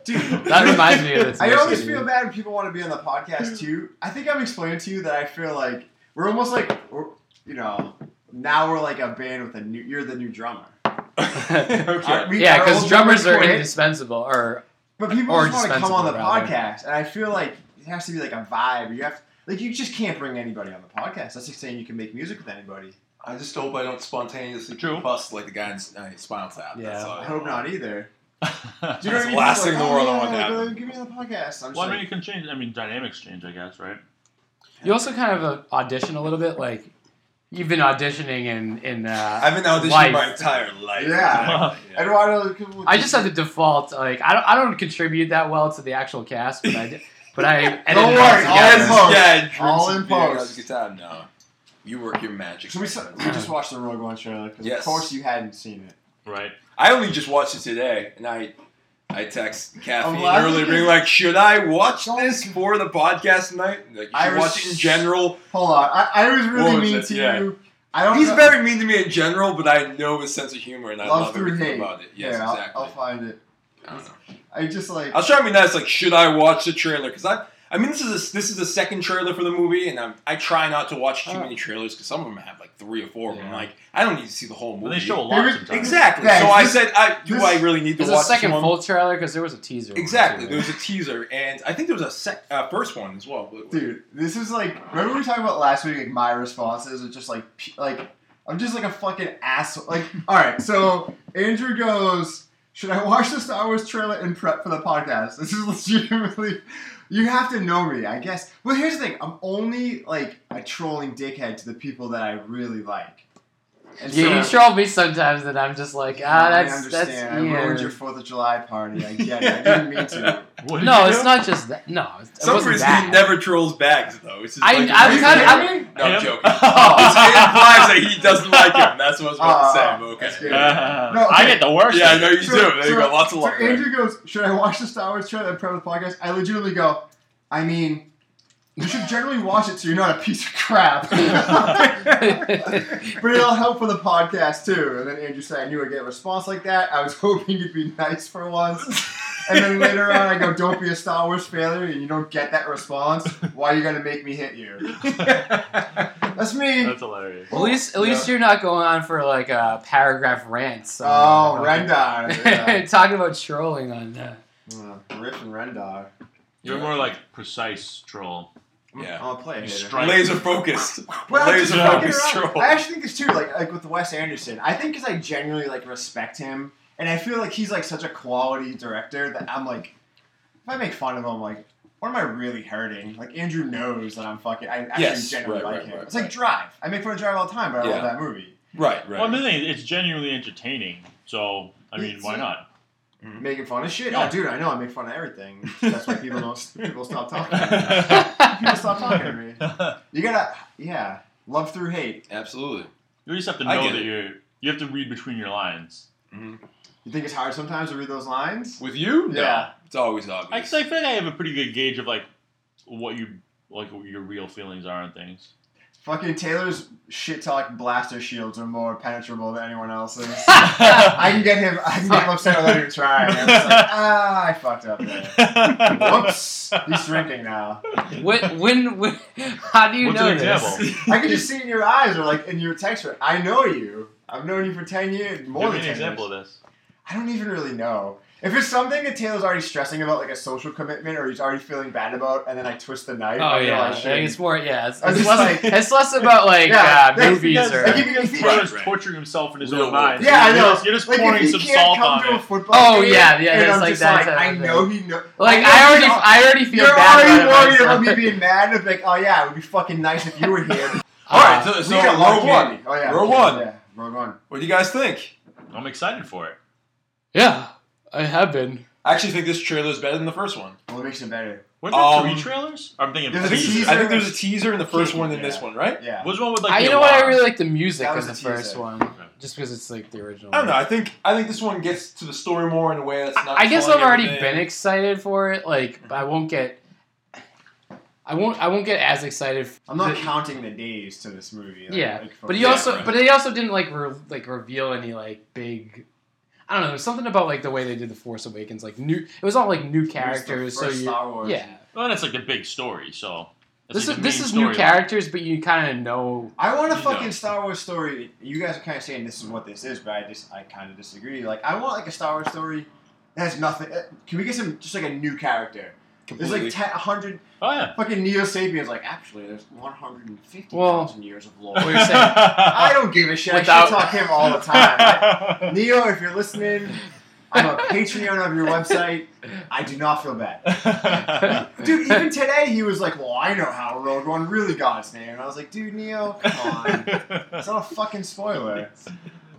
C: Dude,
B: that reminds me of this.
C: I always feel bad when people want to be on the podcast too. I think I've explained to you that I feel like we're almost like we're, you know now we're like a band with a new. You're the new drummer. Our- we-
B: Yeah,
C: our
B: because
C: old
B: drummers are
C: quit,
B: indispensable. Or
C: but people
B: or
C: just want to come on the
B: dispensable, rather.
C: podcast, and I feel like it has to be like a vibe. You have like you just can't bring anybody on the podcast. That's like saying you can make music with anybody.
D: I just hope I don't spontaneously
G: True.
D: bust like the guy in uh, Spinal Tap. That's
B: Yeah.
D: all
C: I hope not either. Do you
D: That's
C: know what I mean?
D: the last
C: Just "Oh,
D: thing in the world I
C: yeah,
D: want to happen.
C: go- Give me on the podcast. I'm just
G: Well, I mean,
C: like,
G: it can change. I mean, dynamics change, I guess, right?
B: you also kind of uh, audition a little bit. Like you've been auditioning in in. Uh,
D: I've been auditioning
B: Life.
D: my entire life.
C: Yeah.
D: Exactly, yeah.
C: Eduardo.
B: I just have to default. Like I don't, I don't contribute that well to the actual cast, but I did- but I edit
C: Don't
B: it
C: worry,
B: all
C: I'll
B: together.
C: in post.
D: Yeah, drink
C: All
D: some
C: in
D: beer, have a
C: post.
D: Good time. No, you work your magic.
C: So we,
D: my
C: saw, we
D: friend.
C: just watched the Rogue One trailer because
D: Yes.
C: of course you hadn't seen it.
G: Right.
D: I only just watched it today, and I I text Kathy
C: laughing
D: earlier, being
C: because-
D: like, "Should I watch
C: Don't-
D: this for the podcast tonight?" Like, you should
C: I was-
D: watch it in general.
C: Hold on, I, I was really
D: What was
C: mean
D: it?
C: to
D: Yeah.
C: you. I don't.
D: He's
C: know-
D: very mean to me in general, but I know his sense of humor, and I
C: love
D: love
C: through
D: everything
C: hate.
D: about it. Yes,
C: yeah, I'll-
D: exactly.
C: I'll, find it.
D: I don't know.
C: I just like.
D: I was trying to be nice, like, should I watch the trailer? Because I, I mean, this is a, this is the second trailer for the movie, and I'm, I try not to watch too
B: Oh.
D: many trailers because some of them have like three or four. of them.
B: Yeah.
D: like, I don't need to see the whole
G: Well,
D: movie.
G: they show a
C: There
G: lot
C: is-
G: sometimes.
D: exactly.
C: Thanks.
D: So I
C: This-
D: said, I do
C: this-
D: I really need to
B: There's
D: watch
B: a second
D: this one?
B: full trailer because there was a teaser. one,
D: Exactly.
B: too.
D: There was a teaser, and I think there was a sec, uh, first one as well. but-
C: Dude, this is like. Remember we were talking about last week? Like my responses are just like, p- like I'm just like a fucking asshole. Like, all right, so Andrew goes, should I watch the Star Wars trailer and prep for the podcast? This is legitimately. You have to know me, I guess. Well, here's the thing: I'm only like a trolling dickhead to the people that I really like.
B: Yeah, you troll me sometimes, and I'm just like, ah,
C: I
B: that's
C: understand.
B: that's
C: I
B: Ian.
C: ruined your Fourth of July party. I get it. I didn't mean to.
B: no, it's not just that. No, it
D: Some
B: wasn't
D: reason
B: that.
D: he never trolls bags though. It's just
B: I-
D: like,
B: I'm
D: he's
B: kinda-
D: never-
B: I'm-
D: no,
B: Him?
D: I'm joking. It's- it implies that he doesn't like him. That's what I was about to say. But okay.
C: good.
E: No, I get the worst.
D: Yeah, I know you
C: So-
D: do. There you
C: so-
D: go. Lots of
C: so
D: love. there.
C: Andrew goes, "Should I watch the Star Wars trailer and prep the podcast?" I legitimately go, "I mean, you should generally watch it so you're not a piece of crap." but it'll help for the podcast too. And then Andrew said, "I knew I'd get a response like that. I was hoping you'd be nice for once." And then later on, I go, "Don't be a Star Wars failure," and you don't get that response. Why are you gonna make me hit you? That's me.
E: That's hilarious.
B: At least, at least you're not going on for like a paragraph rants. on,
C: Oh,
B: uh,
C: Rendar. yeah.
B: talking about trolling on uh, that.
C: Mm, Riff and Rendar.
E: You're more like precise troll.
D: Yeah.
C: I'll play
E: You
C: it. later.
E: strike.
D: Laser focused.
C: Well, just
D: Laser
C: fucking
D: focused
C: around.
D: troll.
C: I actually think this too, like like with Wes Anderson. I think because I genuinely like respect him, and I feel like he's like such a quality director that I'm like, if I make fun of him, like, what am I really hurting? Like Andrew knows that I'm fucking. I actually
D: Yes,
C: genuinely
D: right,
C: like
D: right,
C: him.
D: right,
C: it's like
D: right.
C: Drive. I make fun of Drive all the time, but I
D: Yeah.
C: love that movie.
D: Right, right.
E: Well, the thing is, it's genuinely entertaining. So I mean,
C: It's-
E: why not?
C: Making fun of shit.
E: Yeah.
C: Oh, dude, I know I make fun of everything. That's why people don't. People stop talking. To me. people stop talking to me. You gotta, yeah, love through hate.
D: Absolutely.
E: You just have to
D: I
E: know
D: get
E: that
D: it.
E: you're. You have to read between your lines.
C: You think it's hard sometimes to read those lines?
D: With you? No.
C: Yeah.
D: It's always
E: I,
D: obvious.
E: 'cause I feel like I have a pretty good gauge of like what you like what your real feelings are and things.
C: Fucking Taylor's shit talk blaster shields are more penetrable than anyone else's. I
E: I
C: can get him. I can get him upset without even trying. I'm just like, ah, I fucked up there. Whoops. He's drinking now.
B: When, when, when how do you
E: What's
B: know
E: an
B: this?
E: example?
C: I can just see it in your eyes or like in your text. Or, I know you. I've known you for ten years, more
E: Give me
C: than
E: an
C: ten
E: example
C: years.
E: of this.
C: I don't even really know. If it's something that Taylor's already stressing about, like a social commitment, or he's already feeling bad about, and then I twist the knife.
B: Oh
C: I
B: yeah,
C: realize
B: like,
C: shit.
B: it's more yeah. It's,
C: I was
B: it's
C: just
B: less,
C: like-
B: it's less about like
C: Yeah,
B: uh,
C: that's
B: movies
C: because-
B: or
C: I keep-
E: Because
C: Right,
E: Taylor's
D: right.
E: torturing himself in his
D: Real
E: own
D: world.
E: mind.
C: Yeah, I
E: You're
C: know.
E: just- You're just
C: like,
E: pouring
C: if
E: some
C: he can't
E: salt
C: come
E: on
C: to a
E: it.
C: football
B: Oh,
C: game,
B: yeah, yeah,
C: and
B: that's
C: I'm
B: like
C: just
B: that
C: like,
B: type of
C: I
B: thing.
C: know he knows.
B: like I already, I already feel
C: You're
B: bad
C: already
B: about it
C: worried about
B: myself.
C: me being mad. and be like, oh yeah, it would be fucking nice if you were here.
D: All right, so,
C: We
D: so
C: got
D: row
C: lucky.
D: one.
C: Oh yeah,
D: Row
C: yeah,
D: one.
C: Yeah, row one.
D: What do you guys think?
E: I'm excited for it.
B: Yeah, I have been.
D: I actually think this trailer is better than the first one.
C: Well, it makes it better.
E: Weren't there
D: Um,
E: three trailers? I'm thinking.
C: There's
D: I
C: a
D: think,
E: three.
C: teaser.
D: I think there's a teaser in the first one than this
C: Yeah.
D: one, right?
C: Yeah.
E: What's one with like?
B: I,
E: the
B: you know what? I
E: alarm?
B: really like the music
C: That
B: in
C: was
B: the
C: a teaser.
B: first one, just because it's like the original.
D: I don't know. I think I think this one gets to the story more in a way that's not.
B: I guess I've
D: telling
B: already
D: everything.
B: been excited for it. Like, but I won't get. I won't. I won't get as excited. f-
C: I'm not
B: that-
C: counting the days to this movie. Like,
B: Yeah,
C: like,
B: but
C: from-
B: he
D: Yeah,
B: also,
D: right.
B: but he also didn't like re- like reveal any like big. I don't know. There's something about like the way they did the Force Awakens. Like new, it was all like new characters.
C: first
B: so you,
C: Star Wars.
B: yeah.
E: Well, that's like the big story. So that's,
B: This
E: like,
B: is
E: the
B: this
E: main
B: is new
E: storyline.
B: characters, but you kind of know.
C: I want a
E: You
C: fucking
E: know.
C: Star Wars story. You guys are kind of saying this is what this is, but I just I kind of disagree. Like I want like a Star Wars story that has nothing. uh, Can we get some just like a new character? There's
D: Completely.
C: like 10, 100
E: Oh yeah.
C: fucking Neo Sapiens. Like actually, there's 150,000 years of lore.
B: What you're saying.
C: I don't give a shit. I
B: Without-
C: shit talk him all the time. Neo, if you're listening, I'm a Patreon of your website. I do not feel bad. Dude, even today he was like, Well, I know how Rogue One really got its name. And I was like, Dude, Neo, come on. It's not a fucking spoiler.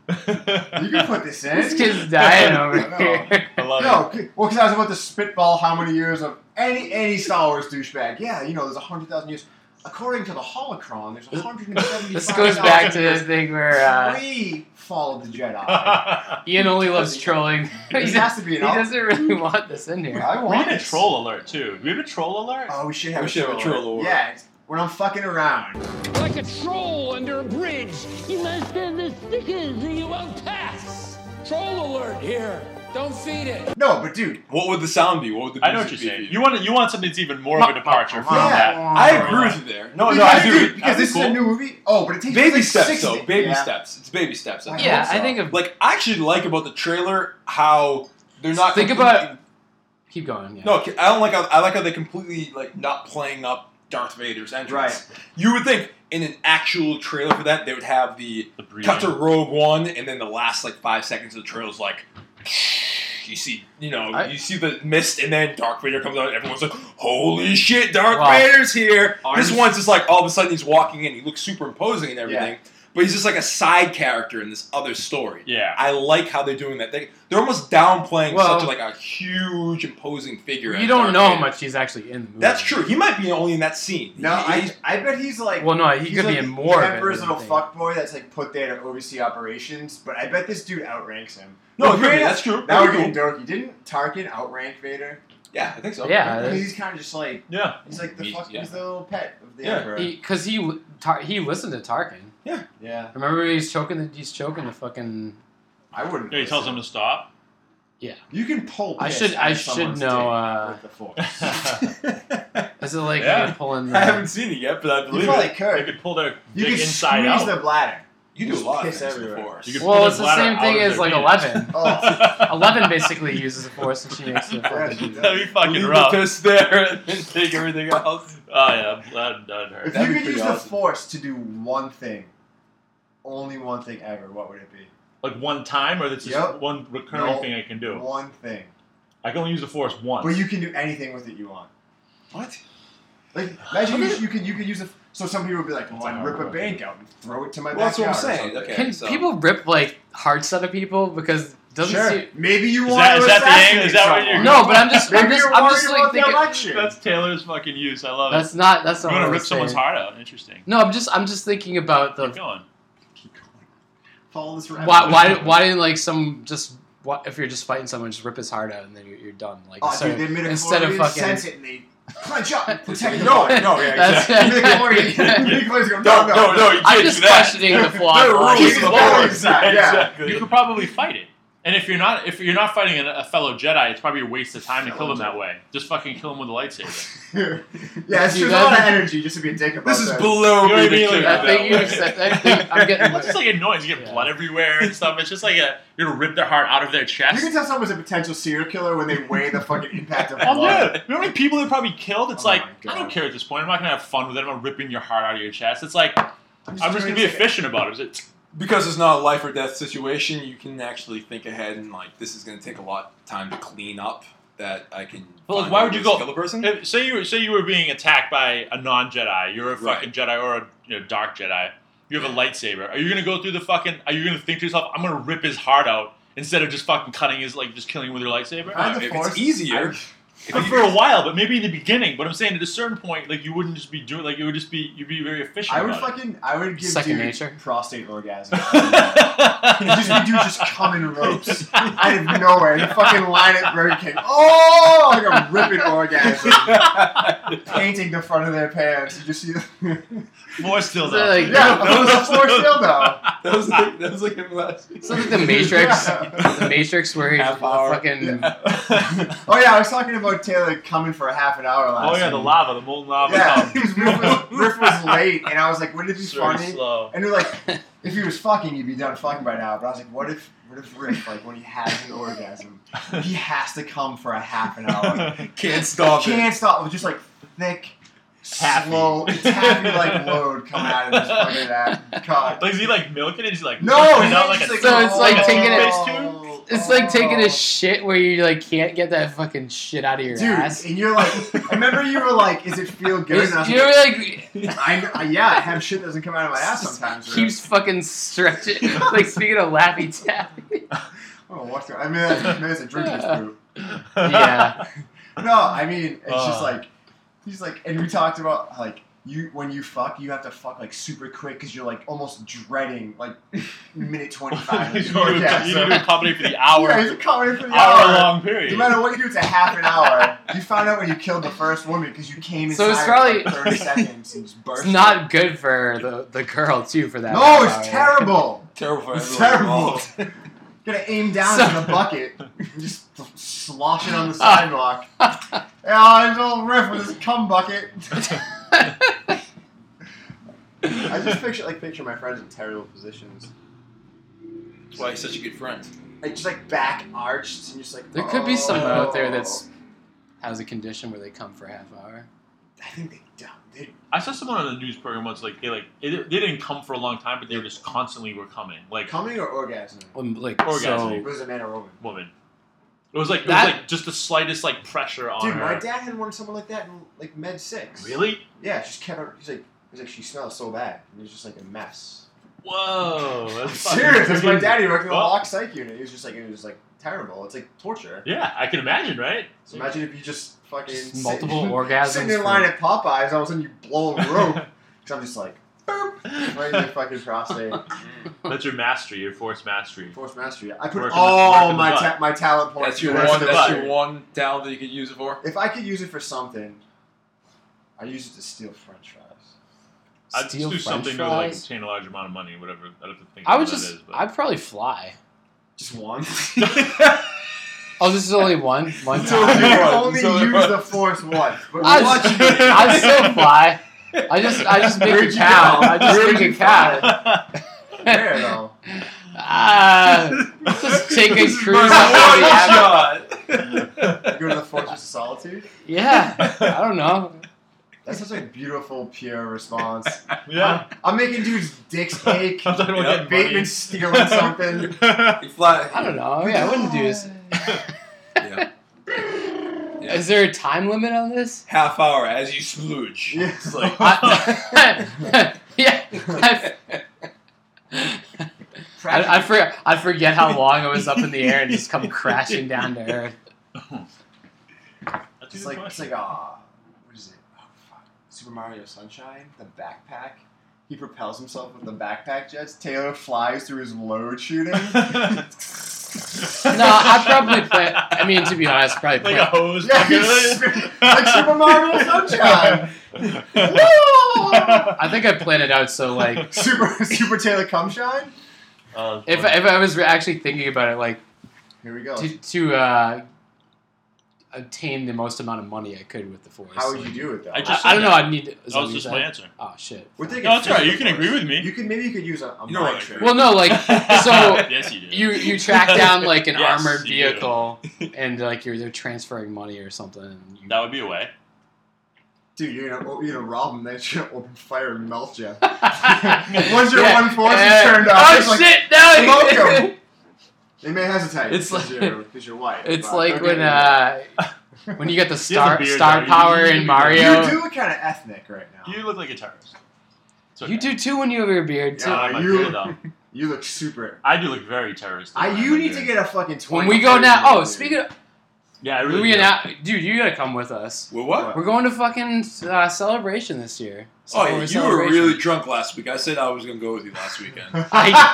C: You can put this in.
B: this kid's dying over
C: No.
B: here.
E: I love it.
C: No, c- well, because I was about to spitball how many years of any any Star Wars douchebag. Yeah, you know, there's 100,000 years. According to the Holocron, there's 175,000
B: This goes back to the thing where uh,
C: pre Fall of the Jedi.
B: Ian only loves trolling.
C: This has to be
B: He
C: an alt-
B: doesn't really want this in here.
C: I
E: we
C: want
E: need a
C: this.
E: troll alert too. Do we have a troll alert?
C: Oh, we should have
D: We
C: a
D: should have a
C: troll.
D: troll alert.
C: Yeah, it's- when I'm fucking around.
M: Like a troll under a bridge, you must have the stickers or you won't pass. Troll alert here. Don't feed it.
C: No, but dude,
D: What would the sound be? What would the
E: I know what
D: music
E: you're
D: be
E: saying.
D: for
E: You want you want something that's even more of a departure from
C: Yeah.
E: that.
D: I agree with you there. Oh, No, no, I
C: because,
D: do.
C: dude, because
E: That'd be
C: this is
E: cool.
C: a new movie. Oh, but it takes
D: baby
C: like
D: steps
C: 60
D: though. Baby
C: yeah.
D: steps. It's baby steps. I think.
B: yeah,
C: hope
B: I
C: so.
B: think of.
D: Like I actually like about the trailer how they're not
B: Think
D: completely-
B: about- keep going. Yeah.
D: No, I don't like. How, I like how they completely like not playing up Darth Vader's entrance.
C: Right.
D: You would think in an actual trailer for that they would have the
E: The breathing.
D: cut to Rogue One, and then the last like five seconds of the trailer is like. You see, you know,
B: I-
D: you see the mist, and then Darth Vader comes out. and Everyone's like, "Holy shit, Darth
B: Wow.
D: Vader's here!"
C: Are
D: this
C: you-
D: one's just like all of a sudden he's walking in. He looks super imposing and everything. but he's just like a side character in this other story.
E: Yeah.
D: I like how they're doing that. They, they're almost downplaying
B: Well-
D: such like a huge imposing figure.
B: You
D: as
B: don't
D: Darth
B: know how
D: Vader.
B: much he's actually in the movie.
D: That's true. He might be only in that scene.
C: No, I, I bet he's like.
B: Well, no, he
C: he's
B: could be
C: like
B: in more of
C: The
B: it,
C: emperor's
B: I
C: little
B: think.
C: fuckboy that's like put there to oversee operations, but I bet this dude outranks him.
D: No,
C: Like,
D: it could be.
C: Vader-
D: That's true.
C: That would
D: That'd be
C: be dorky. Didn't Tarkin outrank Vader?
D: Yeah, I think so.
B: Yeah.
C: Because he's kind of just like.
E: Yeah.
C: He's like the
D: He-
C: fuck.
D: yeah.
C: He's the little pet of the
D: Yeah.
C: emperor.
B: Because he he, tar, he listened to Tarkin.
C: yeah.
B: Remember he's choking the he's choking the fucking.
C: I wouldn't.
E: Yeah, he tells him to stop.
B: Yeah.
C: You can pull.
B: I
C: piss
B: should
C: out
B: I
C: of
B: should
C: someone's
B: know.
C: dick
B: Uh,
C: with the force.
B: is it like
E: Yeah.
B: you're pulling?
D: I
B: The,
D: haven't seen it yet, but I
C: you
D: believe
C: probably
D: it.
E: They
C: could.
E: could pull their
C: You
E: dick
C: could
E: inside
C: squeeze
E: out.
C: the bladder.
D: You
C: You
D: do a
C: just
D: lot of
C: piss
D: things with
C: everywhere.
D: Force.
E: You could pull
B: well,
E: their
B: it's the
E: bladder
B: same
E: out
B: thing
E: of
B: as
E: their
B: like
E: penis.
B: eleven.
C: Oh,
B: eleven basically uses the force and she makes the
C: yeah,
B: fucking.
C: dude, that-
E: That'd be fucking
D: Leave
E: rough.
D: the piss there and then take everything else.
E: Oh yeah, that that hurt.
C: If
D: That'd
C: you
D: be
C: could
D: pretty
C: use the
D: awesome.
C: force to do one thing, only one thing ever, what would it be?
E: Like one time, or that's just
C: Yep.
E: one recurring
C: No.
E: thing I can do.
C: One thing.
E: I can only use the force once.
C: But you can do anything with it you want.
D: What?
C: Like imagine you, you could you could use a so some people would be like, well, I'd rip a
E: hard
C: bank out and throw it to my
D: Well, that's what I'm
C: backyard or
D: saying.
C: something.
D: Okay.
B: Can
D: so-
B: people rip like hearts out of people because it doesn't
C: Sure.
B: seem.
C: Maybe you
E: Is
C: want
E: that-
C: to
E: is that the
C: assassinate
E: angle? Is that what
C: someone.
E: you're-
B: No, but I'm just I'm
C: Maybe
B: just
C: you're
B: I'm just
C: worried
B: like
C: about the
B: thinking
C: election.
E: That's Taylor's fucking use. I love
B: that's not that's
E: it.
B: not.
E: You
B: what I
E: want to
B: was
E: rip someone's
B: saying.
E: heart out? Interesting.
B: No, I'm just I'm just thinking about the
E: Keep going.
C: Follow this rabbit.
B: why why why didn't like some just why, if you're just fighting someone just rip his heart out and then you're, you're done like
C: Oh,
B: instead
C: dude, they
B: of-
C: made a
B: instead of
C: Floridian
B: fucking
C: sense it and they punch up and protect the
D: No,
C: boy.
D: no, yeah,
B: That's- exactly.
C: Midichlorian- Midichlorian's going, no, no, no.
E: you
B: I'm just questioning the flaw. of
E: No,
B: the
E: rules.
B: logic.
C: Keep the boy inside, yeah.
E: You could probably fight it. And if you're not if you're not fighting a, a fellow Jedi, it's probably a waste of time to kill them that way. Just fucking kill them with a lightsaber.
C: yeah, it's
B: Dude,
C: just a lot of
B: that-
C: energy just to be a dick about
D: This is
C: that.
D: below
E: You know what I
D: me.
E: mean?
D: to
E: Like,
D: care
B: That thing you
D: about.
B: said. That thing I'm getting.
E: That's just like annoying. You get
B: Yeah.
E: blood everywhere and stuff. It's just like a you're gonna rip their heart out of their
C: You
E: chest.
C: can tell someone's a potential serial killer when they weigh the fucking impact of
E: Oh,
C: blood.
E: yeah. You know how many people they probably killed? It's
C: Oh,
E: like,
C: my
E: I don't
C: God.
E: care at this point. I'm not going to have fun with it. I'm not ripping your heart out of your chest. It's like, I'm just going to be
C: doing
E: efficient about it. It's like,
D: because it's not a life or death situation, you can actually think ahead and like this is going to take a lot of time to clean up. That I can.
E: But, like,
D: find
E: why
D: out
E: would you
D: who's
E: go-
D: kill the person?
E: if- say, you, say you were being attacked by a non Jedi. You're a
D: Right.
E: fucking Jedi or a you know, dark Jedi. You have a lightsaber. Are you going to go through the fucking. Are you going to think to yourself, I'm going to rip his heart out instead of just fucking cutting his, like, just killing him with your lightsaber?
C: I-
D: Uh,
C: the
D: if
C: force-
D: it's easier, if
E: But
D: you-
E: for a while, but maybe in the beginning. But I'm saying at a certain point, like you wouldn't just be doing, like you would just be, you'd be very efficient.
C: I would
E: about it.
C: fucking, I would give
B: Second
C: dude
B: nature.
C: prostate orgasm. just be dude just coming ropes out of nowhere. The fucking line at Burger King. Oh, like a ripping orgasm, painting the front of their pants. You just see,
E: More still
B: So,
E: though.
B: like,
C: yeah, a four dildo.
D: that was like, that was like him last.
B: It's like the Matrix.
C: Yeah.
B: The Matrix where he's
D: Half hour.
B: fucking.
C: Oh yeah, I was talking about Taylor coming for a half an hour last.
E: Oh yeah, the
C: week.
E: lava, the molten lava.
C: Yeah,
E: comes.
C: he was, Riff, was, Riff was late, and I was like, "Wouldn't it be
E: It's very
C: funny?"
E: slow.
C: And they're like, "If he was fucking, he'd be done fucking by now." But I was like, "What if, what if Riff, like, when he has an orgasm, he has to come for a half an hour?
D: Can't stop it.
C: Can't stop with just like thick,
E: Taffy.
C: slow, taffy like load coming out of this fucking that cock."
E: Like is he like milking it? Is he like
C: No,
E: pushing
C: he's
E: it out
C: just
E: like
B: So
C: like, oh,
E: a
B: it's like
E: a
B: taking it-
E: toothpaste tube?
B: It's like taking a
C: shit.
B: shit where you like can't get that fucking shit out of your
C: Dude,
B: ass.
C: and you're like, I remember you were like, "Is it feel good?"
B: It's-
C: And I was
B: you're
C: like,
B: like
C: I, I, "Yeah, I have shit that doesn't come out of my ass sometimes." Riff.
B: keeps fucking stretching. like speaking of Laffy Taffy.
C: Oh, what's that? I mean, that's, maybe it's a drinker's
B: Yeah.
C: brew.
B: Yeah.
C: No, I mean, it's just
E: Uh.
C: like he's like, and we talked about like you when you fuck, you have to fuck like super quick because you're like almost dreading like minute twenty five.
E: you, need to, you need to accommodate for the hour,
C: yeah, he's coming in for the
E: hour
C: hour.
E: long period.
C: No matter what you do, it's a half an hour. You found out when you killed the first woman because you came
B: So
C: inside
B: it's
C: for, like,
B: probably-
C: thirty seconds and just burst.
B: It's not good for the, the girl too for that.
C: No,
B: power.
C: it's terrible.
D: Terrible. For
C: It's
D: everyone
C: terrible.
D: involved.
C: Gonna aim down
B: So-
C: in the bucket, and just slosh it on the sidewalk. yeah, his old riff with his cum bucket. I just picture like picture my friends in terrible positions,
D: That's why he's such a good friend.
C: like just like back arched and just like.
B: There could be someone out there that's
C: oh.
B: has a condition where they come for a half hour.
C: I think they don't. They,
E: I saw someone on the news program once like they like it, they didn't come for a long time, but they were just constantly were coming. Like
C: coming or orgasm?
B: Um, Like
E: Orgasm.
B: so,
C: Was it a man or woman?
E: woman. It was like it
B: That-
E: was like just the slightest like pressure on
C: Dude,
E: her.
C: my dad had one someone like that in like med six.
E: Really?
C: Yeah, she just kept. on- He's like, he's like, she smells so bad. And it was just like a mess.
E: Whoa. That's fucking
C: Serious. That's my
E: freaking-
C: daddy worked in the
E: Well,
C: lock psych unit. He was just like, it was like terrible. It's like torture.
E: Yeah, I can imagine, right?
C: So imagine if you just fucking
B: Just
C: sit-
B: multiple orgasms
C: sitting in
B: for-
C: line at Popeyes, all of a sudden you blow a rope. Because I'm just like, boop, right in the fucking prostate.
E: That's your mastery, your force mastery.
C: Force mastery. I put
E: Working-
C: all
E: working
C: my
E: the butt.
C: ta- my talent points.
D: That's your
C: towards
D: one.
C: the
D: That's your
C: butt.
D: one talent that you could use it for.
C: If I could use it for something, I use it to steal French fries.
E: I'd just
B: Steal
E: do something
B: french
E: to like
B: fries?
E: obtain a large amount of money, whatever. I don't have to think.
B: I would
E: of what
B: just.
E: That is, but.
B: I'd probably fly.
C: Just one.
B: Oh, this is only one. One
C: So you
B: time.
C: can only
D: So
C: use
D: there
C: the force once. But
B: I
C: watch
B: just-
C: it.
B: I still fly. I just. I just make
C: Where'd
B: a
C: you
B: cow.
C: go?
B: I just
C: Where'd
B: make
C: you
B: a cow.
C: There though.
B: Ah, just take a
D: This is
B: cruise.
D: my
B: up to the
D: one
B: Amazon.
D: shot.
C: You go to the Fortress of Solitude.
B: Yeah, I don't know.
C: That's such a beautiful, pure response.
E: yeah.
C: I'm making dudes' dicks ache.
E: I'm talking
D: Yeah,
E: about getting money.
C: Bateman stealing something.
D: You fly.
B: I don't know. Yeah, I wouldn't do this.
D: Yeah. Yeah.
B: Is there a time limit on this?
D: Half hour as you splooge.
C: Yeah.
D: It's like
B: I, yeah. I, I, I, for, I forget how long I was up in the air and just come crashing down to earth.
E: That's a
C: It's
E: good
C: like it's
E: question.
C: like ah, what is it? Oh fuck! Super Mario Sunshine, the backpack. He propels himself with the backpack jets. Taylor flies through his load shooting.
B: No, I probably play. I mean, to be honest, probably
E: like a
B: play.
E: hose.
C: yeah,
E: fucking-
C: he's- like Super Mario Sunshine.
E: Uh,
C: Woo!
B: I think I planned it out so like
C: Super Super Taylor Cumshine.
E: Oh, that's
B: if
E: funny.
B: if I was actually thinking about it like
C: Here we go.
B: to to uh, obtain the most amount of money I could with the force.
C: How would
B: like-
C: you do it though?
E: I
B: I,
E: just-
B: I don't know. I need. is
E: that
B: what
E: was
B: you
E: just
B: said?
E: my answer.
B: Oh shit.
C: We're thinking
E: No, it's
C: fifth
E: alright. You
C: of
E: can
C: course.
E: agree with me.
C: You could maybe you could use a, a
D: You know what
C: mind
D: I
C: trick.
D: agree.
B: Well, no, like so.
E: yes, you do.
B: You you track down like an
E: Yes,
B: armored
E: you do.
B: vehicle, and like you're they're transferring money or something. And you,
E: That would be a way.
C: Dude, you're gonna oh, you're gonna rob him. Then you're gonna open fire and melt you.
B: Once
C: your one force is turned off,
B: oh
C: it's like,
B: shit! now
C: smoke
B: you-
C: 'em. They may hesitate.
B: It's
C: because
B: like-
C: you're, 'cause you're white.
B: It's
C: but
B: like
C: they're
B: when
C: getting-
B: uh, when you get the
E: He has a
B: star
E: beard,
B: star
E: though. You-
B: power
E: you-
B: in
E: you-
B: Mario.
C: you do look kind of ethnic right now.
E: You look like a terrorist. It's okay.
B: You do too when you have your beard too.
C: Yeah,
E: I'm a
C: you-
E: weirdo.
C: You look super.
E: I do look very terrorist.
C: I, you need to get a fucking.
B: when
C: 20,
B: we go
C: 30
B: now, oh,
C: dude.
B: speaking of,
E: Yeah, I really.
B: we
E: do.
B: now, dude, you gotta come with us.
D: Well, what?
B: We're going to fucking uh, celebration this year.
D: Oh,
B: Summer
D: yeah, you were
B: Celebration.
D: really drunk last week. I said I was going to go with you last weekend. no,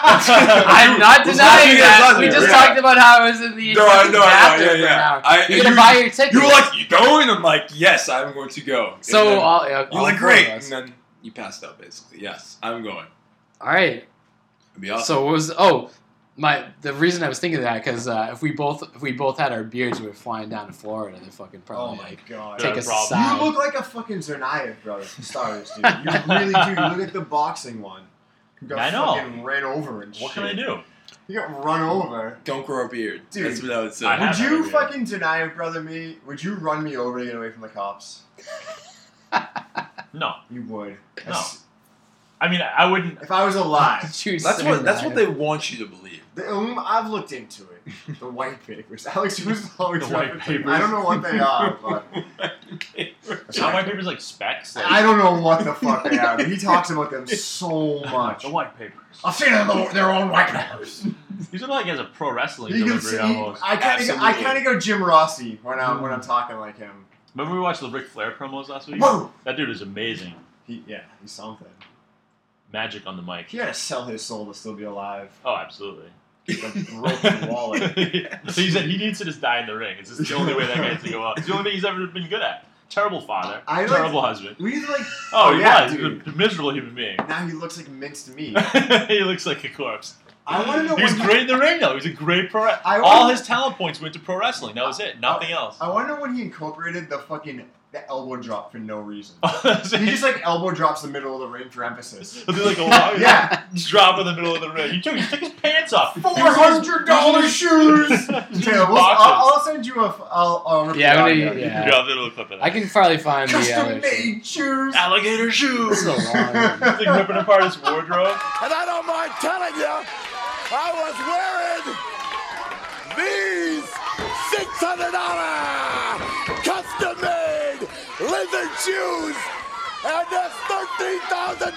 B: I, I'm not
D: Was
B: denying
D: that-
B: that.
D: yeah,
B: We just
D: yeah.
B: talked about how I was in the
D: I know, I know,
B: bathroom
D: yeah,
B: for an
D: yeah.
B: hour.
D: I,
B: You gotta buy your ticket.
D: You were like, you going? I'm like, yes, I'm going to go. And
B: so uh,
D: then
B: all, yeah,
D: you're
B: all
D: like,
B: four of
D: great. And
B: us.
D: then you passed out, basically. Yes, I'm going.
B: All right.
D: It'd be awesome.
B: So what was oh my the reason I was thinking of that because uh, if we both if we both had our beards, we were flying down to Florida. They fucking
C: Oh
B: probably
C: my
B: like
C: god.
B: take
E: a
B: us
E: problem.
B: aside.
C: You look like a fucking Zernayev brother from Star Wars, dude. You really do. You look like the boxing one. You got
E: I know.
C: fucking ran over and shit.
E: What can I do?
C: You got run over.
D: Don't grow a beard.
C: Dude,
D: That's what I would say.
E: I
C: Would
E: have
C: you
E: that
C: fucking
E: idea.
C: Zernayev brother me? Would you run me over to get away from the cops?
E: No,
C: You would.
E: I mean I wouldn't.
C: If I was alive.
B: Dude,
D: that's
B: so
D: what that's
B: nice.
D: what they want you to believe.
C: The, um, I've looked into it. The white papers. Alex was always
E: The white
C: referencing-
E: papers.
C: I don't know what they are, but
E: Not white papers like specs. Like,
C: I don't know what the fuck they are. But he talks about them so much.
E: the white papers.
C: I've seen them on their own white papers.
E: These are like as a pro wrestling
C: You can
E: delivery
C: see.
E: almost. Mm.
C: I kind of I
D: Absolutely.
C: kind of go Jim Rossi when I'm when I'm talking like him.
E: Remember we watched the Ric Flair promos last week?
C: Whoa.
E: That dude is amazing.
C: He yeah he's something.
E: Magic on the mic.
C: He had to sell his soul to still be alive.
E: Oh, absolutely.
C: Like a broken wallet.
E: so he said he needs to just die in the ring. It's just the only way that guy has to go out. It's the only thing he's ever been good at. Terrible father.
C: I like-
E: terrible husband.
C: We need to like.
E: Oh, he
C: yeah,
E: was. He was
C: dude.
E: a miserable human being.
C: Now he looks like minced meat.
E: he looks like a corpse.
C: I want to know.
E: He was
C: when he-
E: great in the ring, though. He was a great pro.
C: I
E: All
C: wanna- Uh,
E: his talent points went to pro wrestling. That was it. Nothing else.
C: I want to know when he incorporated the fucking the elbow drop for no reason. uh, He
E: he
C: just like elbow drops the middle of the ring for emphasis.
E: will do like a long
C: Yeah.
E: drop in the middle of the ring. He took, he took his pants off.
C: Four hundred dollar shoes. Taylor, we'll, I'll, I'll send you a. f- I'll, I'll rip
B: Yeah,
C: it
B: I'm
C: out
B: gonna-
C: again.
B: yeah.
E: Yeah, I'll do a little clip of that.
B: I can probably find the
C: Custom
B: other.
C: made shoes.
E: Alligator
B: This is
E: shoes.
B: a long one.
E: He's like ripping apart his wardrobe.
F: And I don't mind telling you, I was wearing these $600 custom made leather shoes and this $13,000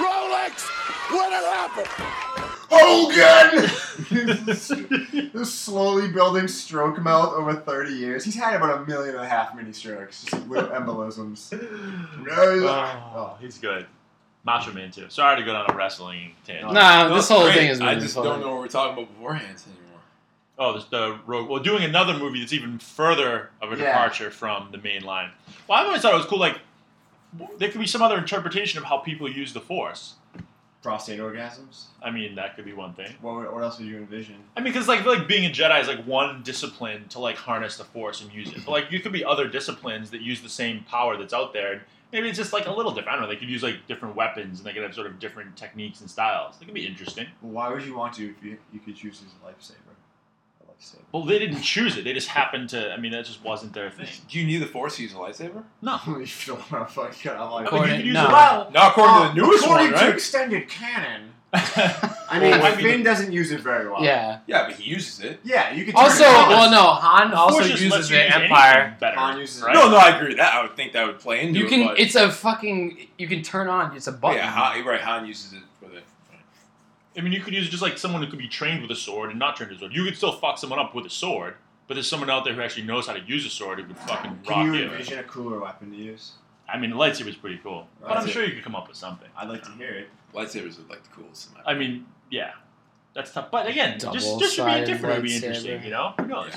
F: Rolex
L: What happened?
C: Hogan! this slowly building stroke mouth over 30 years. He's had about a million and a half mini strokes, just little embolisms.
E: Oh, he's good. Macho Man too. Sorry to go down a wrestling tangent.
B: Nah, No, Uh, this whole
D: Great. I just don't know what we're talking about beforehand anymore.
E: Oh, this, the rogue. Well, doing another movie that's even further of a
D: Yeah.
E: departure from the main line. Well, I've always thought it was cool. Like, w- there could be some other interpretation of how people use the force.
C: Prostate orgasms.
E: I mean, that could be one thing.
C: What, what else would you envision?
E: I mean, because like I feel like being a Jedi is like one discipline to like harness the force and use it. But like, you could be other disciplines that use the same power that's out there. And maybe it's just like a little different. I don't know. They could use like different weapons and they could have sort of different techniques and styles. It could be interesting.
C: Why would you want to if you, you could choose his lifesaver? A lifesaver.
E: Well, they didn't choose it. They just happened to. I mean, that just wasn't their thing.
D: Do you need the Force to use a lightsaber?
E: No.
C: you don't want to fuck it. I'm like,
E: According-
C: you could use
E: no.
C: it. Well,
D: Not according to
C: uh,
D: the newest
C: according
D: one,
C: to
D: right?
C: extended canon. I mean,
D: Well, I mean-
C: Finn doesn't use it very well.
B: Yeah.
D: Yeah, but he uses it.
C: Yeah, you could. turn
B: Also,
C: it on.
B: well, no, Han
D: Force
B: also
D: just
B: uses
D: lets you
B: the
D: use
B: Empire.
D: anything better,
C: Han uses it.
D: No, no, I agree with that. I would think that would play into
B: You
D: it,
B: can.
D: but-
B: It's a fucking. You can turn on. It's a button.
D: Yeah, Han, you're right. Han uses it for the.
E: I mean, you could use it just like someone who could be trained with a sword and not trained with a sword. You could still fuck someone up with a sword, but there's someone out there who actually knows how to use a sword who could fucking rock
C: Can you envision a cooler weapon to use?
E: I mean, the lightsaber's pretty cool, but I'm
C: Lightsaber.
E: sure you could come up with something.
C: I'd like to hear it.
D: Lightsabers are like the coolest. In my
E: I mean, yeah, that's tough. But again, just just to be
B: Double-sided
E: different would be
B: lightsaber.
E: interesting. You know, who knows?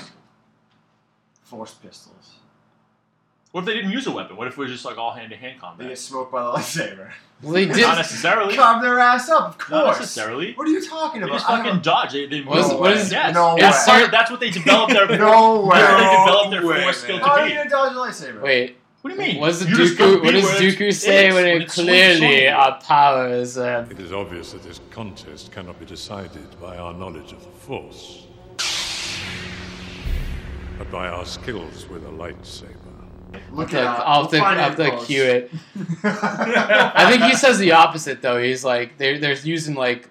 C: Force pistols.
E: What if they didn't use a weapon? What if we're just like all hand to hand combat?
C: They get smoked by the lightsaber.
B: Well, they did.
E: Not necessarily.
C: Carve their ass up, of course.
E: Not necessarily.
C: What are you talking
E: They
C: about?
E: just
C: I don't-
E: fucking dodge. They, they
C: What is-
E: move.
C: what is-
E: yes.
C: no
E: That's
C: way.
E: part- That's what they developed their.
C: No way.
E: That's what they developed their
C: No way,
E: force skill
C: How are
E: to
C: you
E: be.
C: gonna dodge a lightsaber?
B: Wait.
E: What do you mean?
B: What does
E: You just
B: Dooku?
E: gotta be
B: What does
E: where it's-
B: Dooku say
E: is,
B: when it
E: it's swings
B: clearly
E: on you.
B: our powers? Uh,
N: It is obvious that this contest cannot be decided by our knowledge of the Force, but by our skills with a lightsaber.
C: Look
B: I'll
C: it
B: have
C: up.
B: to- I'll have to,
C: We'll find
B: I'll have
C: it in
B: to
C: post.
B: cue it. I think he says the opposite though. He's like they're they're using like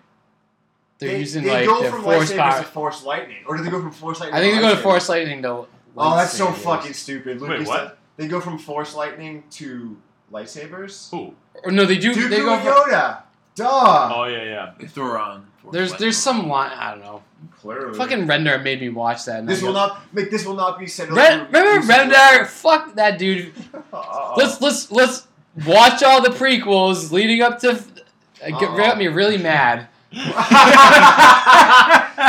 B: they're
C: They-
B: using
C: they
B: like
C: go
B: their
C: from
B: force
C: lightsabers
B: power.
C: to force lightning, or do they go from force lightning?
B: I think
C: to
B: they go to
C: lightsaber?
B: force lightning to.
C: Oh, that's so
B: lightsabers.
C: fucking stupid. Luke
B: Wait,
C: is
B: what?
C: the- They go from force lightning to lightsabers.
E: Who?
B: Or no, they do.
C: Dooku
B: they go
C: and
B: from-
C: Yoda. Duh.
E: Oh yeah, yeah.
D: If they're on.
B: There's there's some line I don't know.
C: Clearly.
B: Fucking Render made me watch that. and
C: This
B: I
C: will
B: go-
C: not make. This will not be settled.
B: Ren,
C: through-
B: remember
C: through-
B: Rendar? Fuck that dude.
C: Uh-oh.
B: Let's let's let's watch all the prequels leading up to. Uh,
C: Oh.
B: get, got me really mad.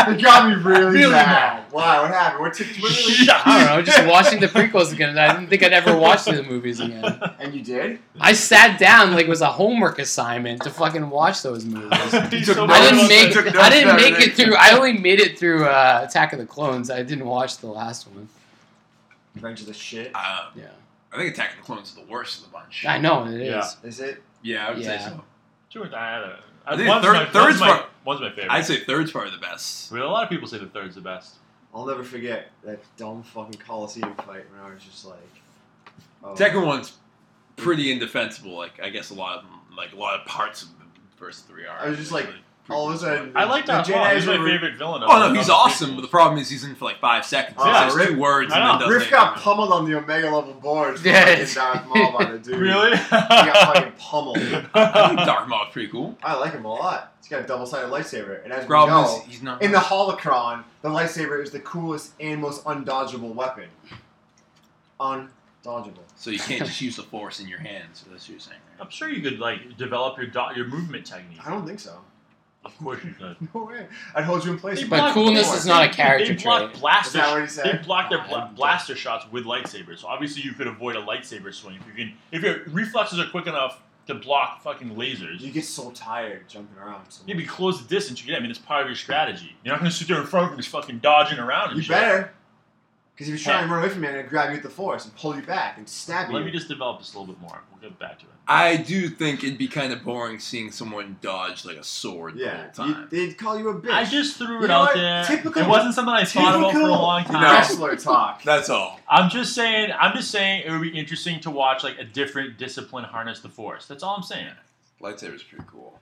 C: It got me really,
B: Really
C: mad. Wow, what happened? What took? what really-
B: I don't know. Just watching the prequels again. I didn't think I'd ever watch the movies again.
C: And you did?
B: I sat down like it was a homework assignment to fucking watch those movies. I
E: He's
C: took
E: so
C: notes.
B: didn't
C: You
B: make
C: took notes
B: I didn't
C: and
B: make it
C: everything.
B: through. I only made it through uh, Attack of the Clones. I didn't watch the last one.
C: Revenge of the shit.
D: Uh,
B: yeah.
D: I think Attack of the Clones is the worst of the bunch.
B: I know it is.
E: Yeah.
C: Is it?
D: Yeah, I would
B: Yeah.
D: say so.
E: Two or th- I don't know.
D: I
E: Uh,
D: think
E: one's
D: third-
E: my,
D: third's
E: one's my,
D: my-
E: one's my favorite.
D: I'd say third's probably the best.
E: Really, a lot of people say the third's the best.
C: I'll never forget that dumb fucking Coliseum fight when I was just like, oh.
D: Second one's pretty indefensible. Like I guess a lot of them, like a lot of parts of the first three are.
C: I was just like, all of a sudden,
E: I liked
C: the
E: Han. Han. He's
C: Jedi's
E: my
C: were-
E: favorite villain. of
D: Oh
E: the-
D: no, he's
E: of the
D: awesome.
E: prequels.
D: But the problem is he's in for like five seconds.
E: Yeah,
D: He says
C: Riff-
D: two words
E: I
D: and
E: know.
D: then
C: Ah, Riff
D: doesn't.
C: got pummeled on the Omega level boards. from
B: Yes.
C: fucking Darth Maul by the dude.
E: Really?
C: He got fucking pummeled.
D: I think Dark Maul's pretty cool.
C: I like him a lot. He's got a double sided lightsaber, and as
D: Problem
C: we
D: is,
C: know,
D: he's not-
C: in the Holocron, the lightsaber is the coolest and most undodgeable weapon. Undodgeable.
D: So you can't just use the force in your hands. So that's what you're saying.
E: I'm sure you could like develop your do- your movement technique.
C: I don't think so.
E: Of course you could.
C: No way. I'd hold you in place.
E: They
C: with
B: But
C: my
E: block-
B: coolness
E: they-
B: is not a
E: they-
B: character
E: They block
B: trait.
E: blaster.
C: Is that what he said?
E: They block their
B: I
E: bla-
B: don't-
E: blaster shots with lightsabers. So obviously you could avoid a lightsaber swing if you can. If your reflexes are quick enough to block fucking lasers,
C: You get so tired jumping around. So
E: maybe close the distance. You get. I mean, it's part of your strategy. You're not gonna sit there in front of him just fucking dodging around. And
C: You
E: shit.
C: better. Because if you try
E: Yeah.
C: and run away from me, I'm going to grab you with the force and pull you back and stab
E: Let
C: you.
E: me just develop this a little bit more. We'll get back to it.
D: I do think it'd be kind of boring seeing someone dodge like a sword
C: yeah.
D: the whole
C: You,
D: time.
C: they'd call you a bitch.
E: I just threw it
C: You know
E: out
C: what?
E: there.
C: Typical-
E: it wasn't something I thought about for a
C: typical
E: long time.
C: Wrestler talk.
D: That's all.
E: I'm just saying. I'm just saying it would be interesting to watch like a different discipline harness the force. That's all I'm saying.
D: Lightsaber's pretty cool.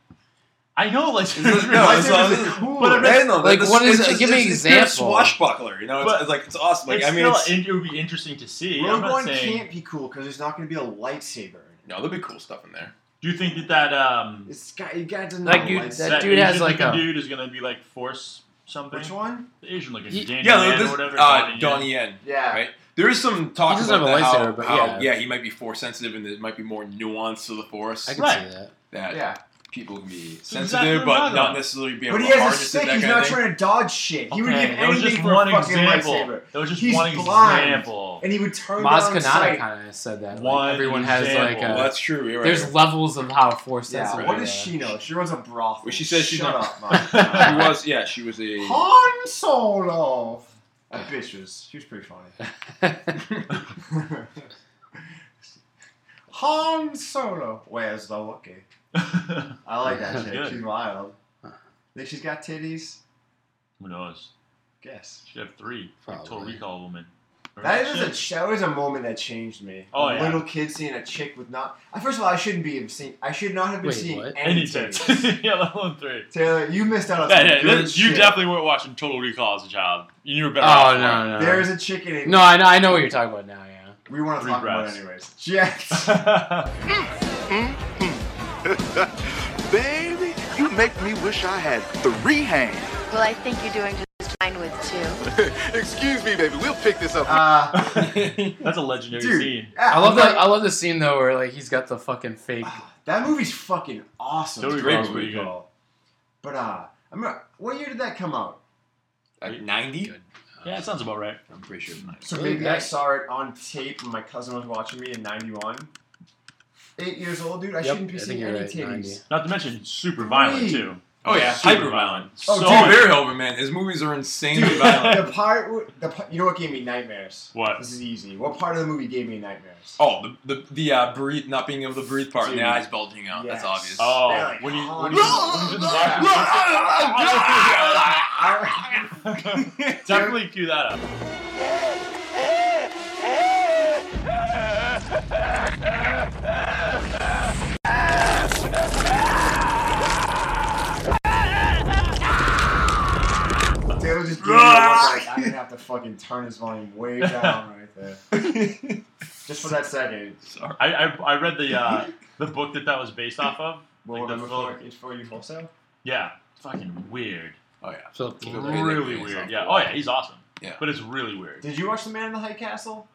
E: I know, like,
D: It's just- no, it's
E: lightsabers
D: not-
E: are cool.
D: But
E: But
D: I'm
E: I'm
D: just,
E: just-
D: no,
B: like,
D: this-
B: what is
D: it's
B: it?
D: just-
B: Give me an
D: it's- it's pure
B: example.
D: Swashbuckler, you know, it's,
E: But-
D: it's like it's awesome. Like
E: it's
D: I mean,
E: still-
D: it's,
E: it would be interesting to see. I'm
C: Rogue
E: not
C: One
E: saying
C: can't be cool because there's not going to be a lightsaber. in it.
D: no, there'll be cool stuff in there.
E: Do you think that that um
C: This guy, you guys are
B: That
C: not
B: dude-
C: like
B: that dude has,
E: Asian-looking
B: like, a-
E: dude is gonna be like force something? Which
C: one?
E: The Asian looking
D: Ye-
E: Danny
D: yeah,
E: Yen
D: this,
E: or whatever.
D: uh,
E: Donnie
D: Donnie
E: Yen.
D: Yen. Yeah. Right? There is some talk
B: He doesn't have
D: about
B: a
D: that,
B: lightsaber, but
D: how, how-
B: yeah.
D: he might be force sensitive and there might be more nuance to the force.
B: I can Right. see that.
D: That
C: Yeah.
D: people can be
C: That's
D: sensitive,
C: exactly what I'm
D: but
C: talking
D: not
C: about.
D: necessarily be able
C: But
D: to
C: he has a
D: harness it.
C: stick.
D: That
C: He's
D: kind
C: not
D: of thing.
C: trying to dodge shit. He would
D: Okay,
C: give
D: that was
C: anything
D: just
C: for
D: one
C: a fucking
D: example.
C: lightsaber.
D: That was just
C: He's
D: one
C: blind,
D: example.
C: and he would turn
B: Maz
C: down
B: Kanata
C: sight.
B: kind of said that. like,
D: One
B: everyone has like
D: example.
B: a.
D: That's true, you're right.
B: There's levels of how force
C: Yeah,
B: sensitive.
C: what
B: they
C: does
B: are.
C: she know? She runs a brothel.
D: She says she's
C: Shut
D: not.
C: up, Mike.
D: she was, yeah, she was a.
C: Han Solo. That bitch was. She was pretty funny. Han Solo. Where's the Wookiee? I like that shit.
E: Good.
C: She's wild. Think she's got titties?
E: Who knows?
C: Guess.
E: Should have three. Like total recall woman.
C: That is a ch- that was a moment that changed me.
E: Oh,
C: a
E: yeah.
C: Little kid seeing a chick with not. I- First of all, I shouldn't be seeing. I should not have been
E: Wait,
C: seeing
E: what?
C: any
E: Any tits.
C: titties.
E: yeah, level one three.
C: Taylor, you missed out on
E: Yeah,
C: some
E: yeah,
C: good
E: that- you
C: shit.
E: definitely weren't watching Total Recall as a child. You knew better.
B: Oh no no.
C: There is a chick in it.
B: No, I know. I know what you're talking about now. Yeah.
C: We want to
B: Three
C: talk about
B: breaths.
C: it anyways. Yes.
O: Baby, you make me wish I had three hands.
P: Well, I think you're doing just fine with two.
O: Excuse me, baby. We'll pick this up.
C: Uh,
E: That's a legendary
B: Dude,
E: scene.
B: I love that. I love the scene though where like he's got the fucking fake.
C: That movie's fucking awesome.
B: Total
C: It's
B: Recall's
C: Total
B: pretty good.
C: Recall. But uh, I remember, what year did that come out?
D: Like 90?
E: Yeah, that sounds about right.
D: I'm pretty sure 90.
C: So maybe I saw it on tape when my cousin was watching me in '91. Eight years old, dude. I
E: Yep,
C: shouldn't be
E: I think
C: seeing
E: you're
C: any
E: right,
C: titties.
E: Not to mention super violent
C: Three.
E: too.
D: Oh, yeah,
E: Super
D: hyper violent.
E: So
C: Oh,
D: dude, very over, man. His movies are insanely
C: Dude,
D: violent.
C: the part, w- the part, you know what gave me nightmares?
E: What?
C: This is easy. What part of the movie gave me nightmares?
D: Oh, the the, the uh, breathe, not being able to breathe part, and the
C: Dude.
D: eyes bulging out.
C: Yes.
D: That's obvious.
E: Oh,
C: They're like,
E: when you
C: "Oh,
E: when you, when you just watch it, definitely cue that up.
C: Taylor just gave me a look like I'm gonna have to fucking turn his volume way down right there. Just for that second.
E: Sorry. I, I, I read the uh, the book that that was based off of.
C: Well,
E: Like the
C: before,
E: full-
C: before you wholesale?
E: yeah, fucking weird.
D: Oh yeah,
B: so
E: really weird. Yeah. Oh yeah, he's awesome. Yeah, but it's really weird.
C: Did you watch The Man in the High Castle?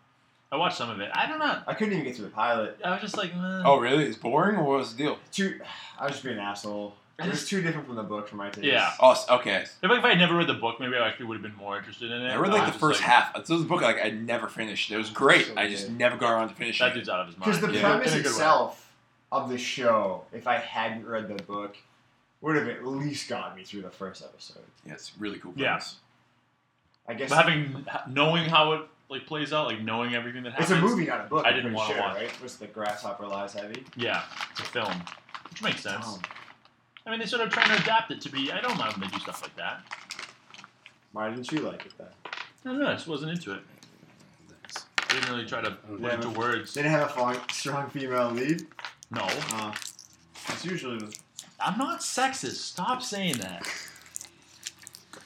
E: I watched some of it. I don't know.
C: I couldn't even get through the pilot.
E: I was just like, eh.
D: Oh, really? It's boring, or what's the deal?
C: Two, I was just being an asshole. It was too different from the book for my taste.
E: Yeah.
D: Oh, s- okay.
E: If, if I had never read the book, maybe I actually would have been more interested in it.
D: I read
E: I was
D: like the
E: just
D: first half. It's this book like I never finished. It was great. I just never got around to finishing. That
E: dude's out of his
C: Because the premise itself of the show, if I hadn't read the book, would have at least gotten me through the first episode.
D: Yeah, it's really cool.
E: Yeah.
D: premise.
C: I guess
E: But having knowing how it like plays out, like knowing everything that
C: it's
E: happens.
C: a movie, not a book.
E: I
C: I'm
E: didn't
C: pretty
E: want to
C: sure,
E: watch.
C: Right? Was the grasshopper lies heavy?
E: Yeah, it's a film, which makes sense. I mean, they sort of trying to adapt it to be. I don't mind when they do stuff like that.
C: Why didn't you like it then?
E: I don't know. I just wasn't into it. I didn't really try to
C: Oh,
E: put into words.
C: Didn't have a fong- strong female lead.
E: No.
C: Uh, it's usually. The-
E: I'm not sexist. Stop saying that.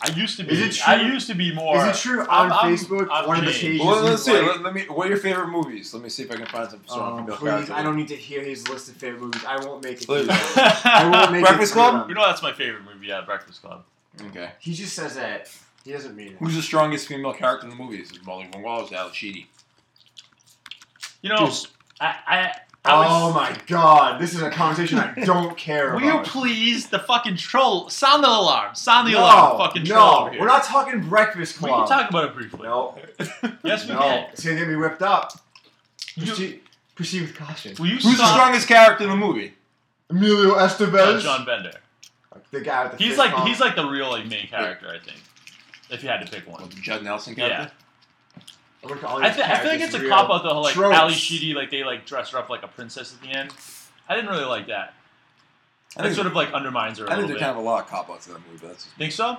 E: I used to be.
C: Is it true-
E: I used to be more.
C: is it true on
E: I'm- I'm-
C: Facebook,
E: I've
C: one of the
E: changed.
C: pages
D: Well, let's
C: you
D: see.
C: like-
D: Let, let me. What are your favorite movies? Let me see if I can find some.
C: Um,
D: strong female
C: please,
D: characters.
C: I don't need to hear his list of favorite movies. I won't make it. through
D: Please.
C: them. I won't make
D: Breakfast
C: it through
D: Club?
E: You
C: them.
E: know that's my favorite movie. Yeah, Breakfast Club.
D: Okay.
C: He just says that. He doesn't mean it.
D: Who's the strongest female character in the movies? Is it Molly Van Wallace, Al Sheedy?
E: You know, I, I, I was-
C: Oh my god, this is a conversation I don't care
E: Will you
C: about.
E: please the fucking troll? Sound the alarm! Sound the
C: no,
E: alarm! Fucking
C: no,
E: troll over here.
C: we're not talking Breakfast
E: We
C: Club.
E: can talk about it briefly.
C: No,
E: Yes, we
C: no,
E: can.
C: it's gonna get me whipped up.
E: You,
C: Proceed with caution.
E: will you
D: Who's the
E: stop?
D: strongest character in the movie?
C: Emilio
E: Uh,
C: Estevez,
E: John Bender.
C: the guy with the
E: He's
C: fist
E: like
C: pump.
E: he's like the real like main character, I think. If you had to pick one.
D: Judd Nelson
E: Yeah.
D: character.
C: I'm gonna call all
E: I,
C: these
E: thi- I feel like
C: characters
E: it's a
C: real
E: cop out the whole like
C: tropes.
E: Ali Sheedy like they like dress her up like a princess at the end. I didn't really like that.
D: I
E: That
D: think-
E: sort of like undermines her a
D: I think
E: little
D: there's
E: bit.
D: kind of a lot of cop outs in that movie. But that's just,
E: think so?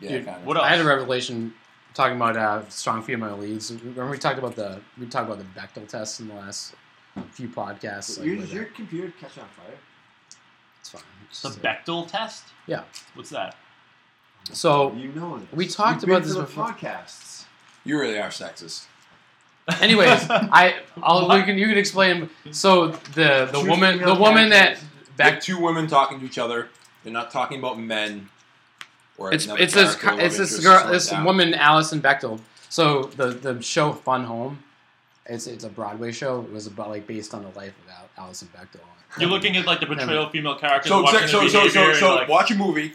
D: yeah,
B: Dude,
D: kind of.
E: what else?
B: I had a revelation talking about uh, strong female leads. Remember we talked about the we talked about the Bechtel test in the last few podcasts. like,
C: Your,
B: with
C: your
B: it.
C: computer catch on fire?
B: It's fine. It's
E: The
B: just a-
E: Bechtel test?
B: Yeah.
E: What's that?
B: So
C: You know this.
B: we talked
C: You've been
B: about
C: to
B: this
C: the
B: before.
C: Podcasts.
D: You really are sexist.
B: Anyways, I I'll, we can you can explain. So the the
D: Choose
B: woman
D: female
B: the woman that
D: characters. They're two women talking to each other. They're not talking about men. Or
B: it's
D: another
B: it's this
D: character, love
B: it's this
D: interest,
B: girl
D: something
B: this
D: like that.
B: woman Alison Bechtel. So the the show Fun Home, it's it's a Broadway show. It was about like based on the life of Al- Alison Bechtel.
E: You're looking at like the portrayal of female characters.
D: So,
E: watching
D: so,
E: their
D: so, so,
E: behavior
D: so,
E: and, like-
D: watch a movie.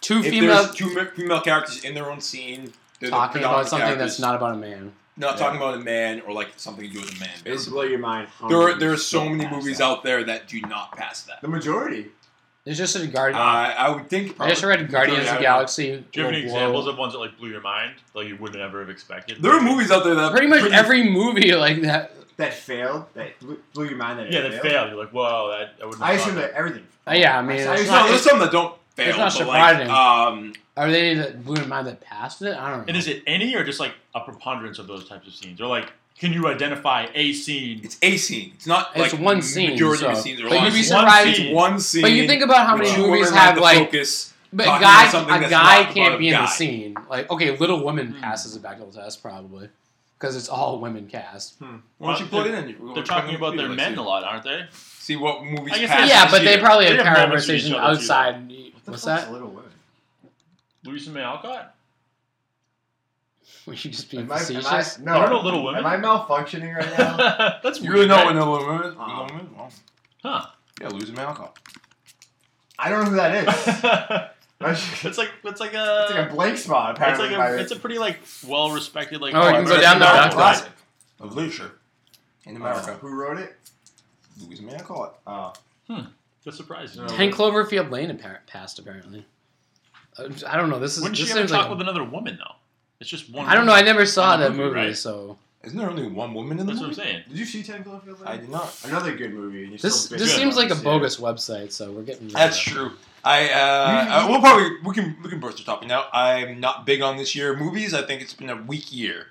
B: Two
D: If there's
B: female-
D: two ma- female characters in their own scene. they're the
B: Talking about
D: predominant
B: something
D: characters.
B: that's not about a man.
D: Not talking about a man or like something to do with a man.
C: It'll
D: basically.
C: blow your mind how
D: There are,
B: um,
C: many
D: there are so
C: don't
D: many
C: pass
D: movies
C: that.
D: out there that do not pass that.
C: The majority.
B: There's just a Guardian.
D: Uh, I would think.
B: I just read Guardians of the Galaxy.
E: Do you have any
B: will blow-
E: examples of ones that like blew your mind, like you would never have expected?
D: There are movies out there that
B: Pretty much every movie like that.
C: That failed. That blew, blew your mind. That it
E: Yeah, that failed. You're like, whoa, that I wouldn't.
C: I assume that everything.
B: Uh, yeah, I mean,
C: I
B: it's
C: assume-
B: not-
C: no,
B: it's-
C: there's some that don't
B: It's
C: fail,
B: not
C: but, like,
B: surprising.
D: um,
B: Are they that blew in mind that passed it? I don't know.
E: And is it any or just like a preponderance of those types of scenes, or like can you identify a scene?
D: It's a scene. It's not
B: It's
D: like,
B: one scene.
D: Majority
B: so.
D: of scenes are
B: but you'd be
D: one
B: surprised.
D: scene. One scene.
B: But you think about how many
D: Two
B: movies
D: women
B: have
D: the
B: like.
D: focus,
B: but a
D: talking
B: guy,
D: about something
B: a
D: that's
B: guy
D: not about
B: can't
D: a
B: be in
D: guy.
B: the scene. Like okay, Little Women
C: Hmm.
B: passes the Bechdel test probably because it's all women cast.
D: Why don't you put it in?
E: They're talking about their men a lot, aren't they?
D: See what movies
E: I guess they-
D: pass.
B: Yeah, but
E: Yeah.
B: they probably
E: They
B: had
E: have moments with
B: conversation
E: each other, too,
B: outside.
E: the
B: What's
E: fuck's
B: that? Little Women.
E: Louisa May Alcott.
B: Were you just being
C: Am I, am I,
B: facetious?
C: no, Am I malfunctioning right now?
E: That's
D: you
C: weird,
D: really know
C: right?
D: what Little Women?
C: Uh-uh.
D: Little Women? Well,
E: Huh.
D: Yeah, Louisa May Alcott.
C: I don't know who that is.
E: It's like it's like a
C: it's like a blank spot. Apparently,
E: it's like
C: by-
E: a, it's a pretty like well respected like.
B: Oh, you can go down the
E: American
B: dark
E: classic.
D: Of literature in
C: Uh,
D: America.
C: who wrote it?
D: Louisa May Alcott.
C: Oh.
E: That's surprising.
B: Ten Cloverfield Lane appa- passed apparently. Uh, I don't know. This is
E: Wouldn't
B: this
E: she ever
B: seems like
E: talk
B: a-
E: with another woman though? It's just one.
B: I don't know. I
E: woman
B: never saw
E: in the
B: that movie,
E: right?
B: so
D: Isn't there only one woman in the
E: That's what
D: movie?
E: I'm saying.
C: Did you see Ten Cloverfield Lane?
D: I did not.
C: Another good movie. and you're
B: this
C: still
B: this
C: bitching
B: seems
C: about
B: like a
C: this, yeah.
B: bogus website. So we're getting rid of
D: That's
B: that.
D: true. I uh, uh, we'll probably we can we can burst the topic now. I'm not big on this year movies. I think it's been a weak year.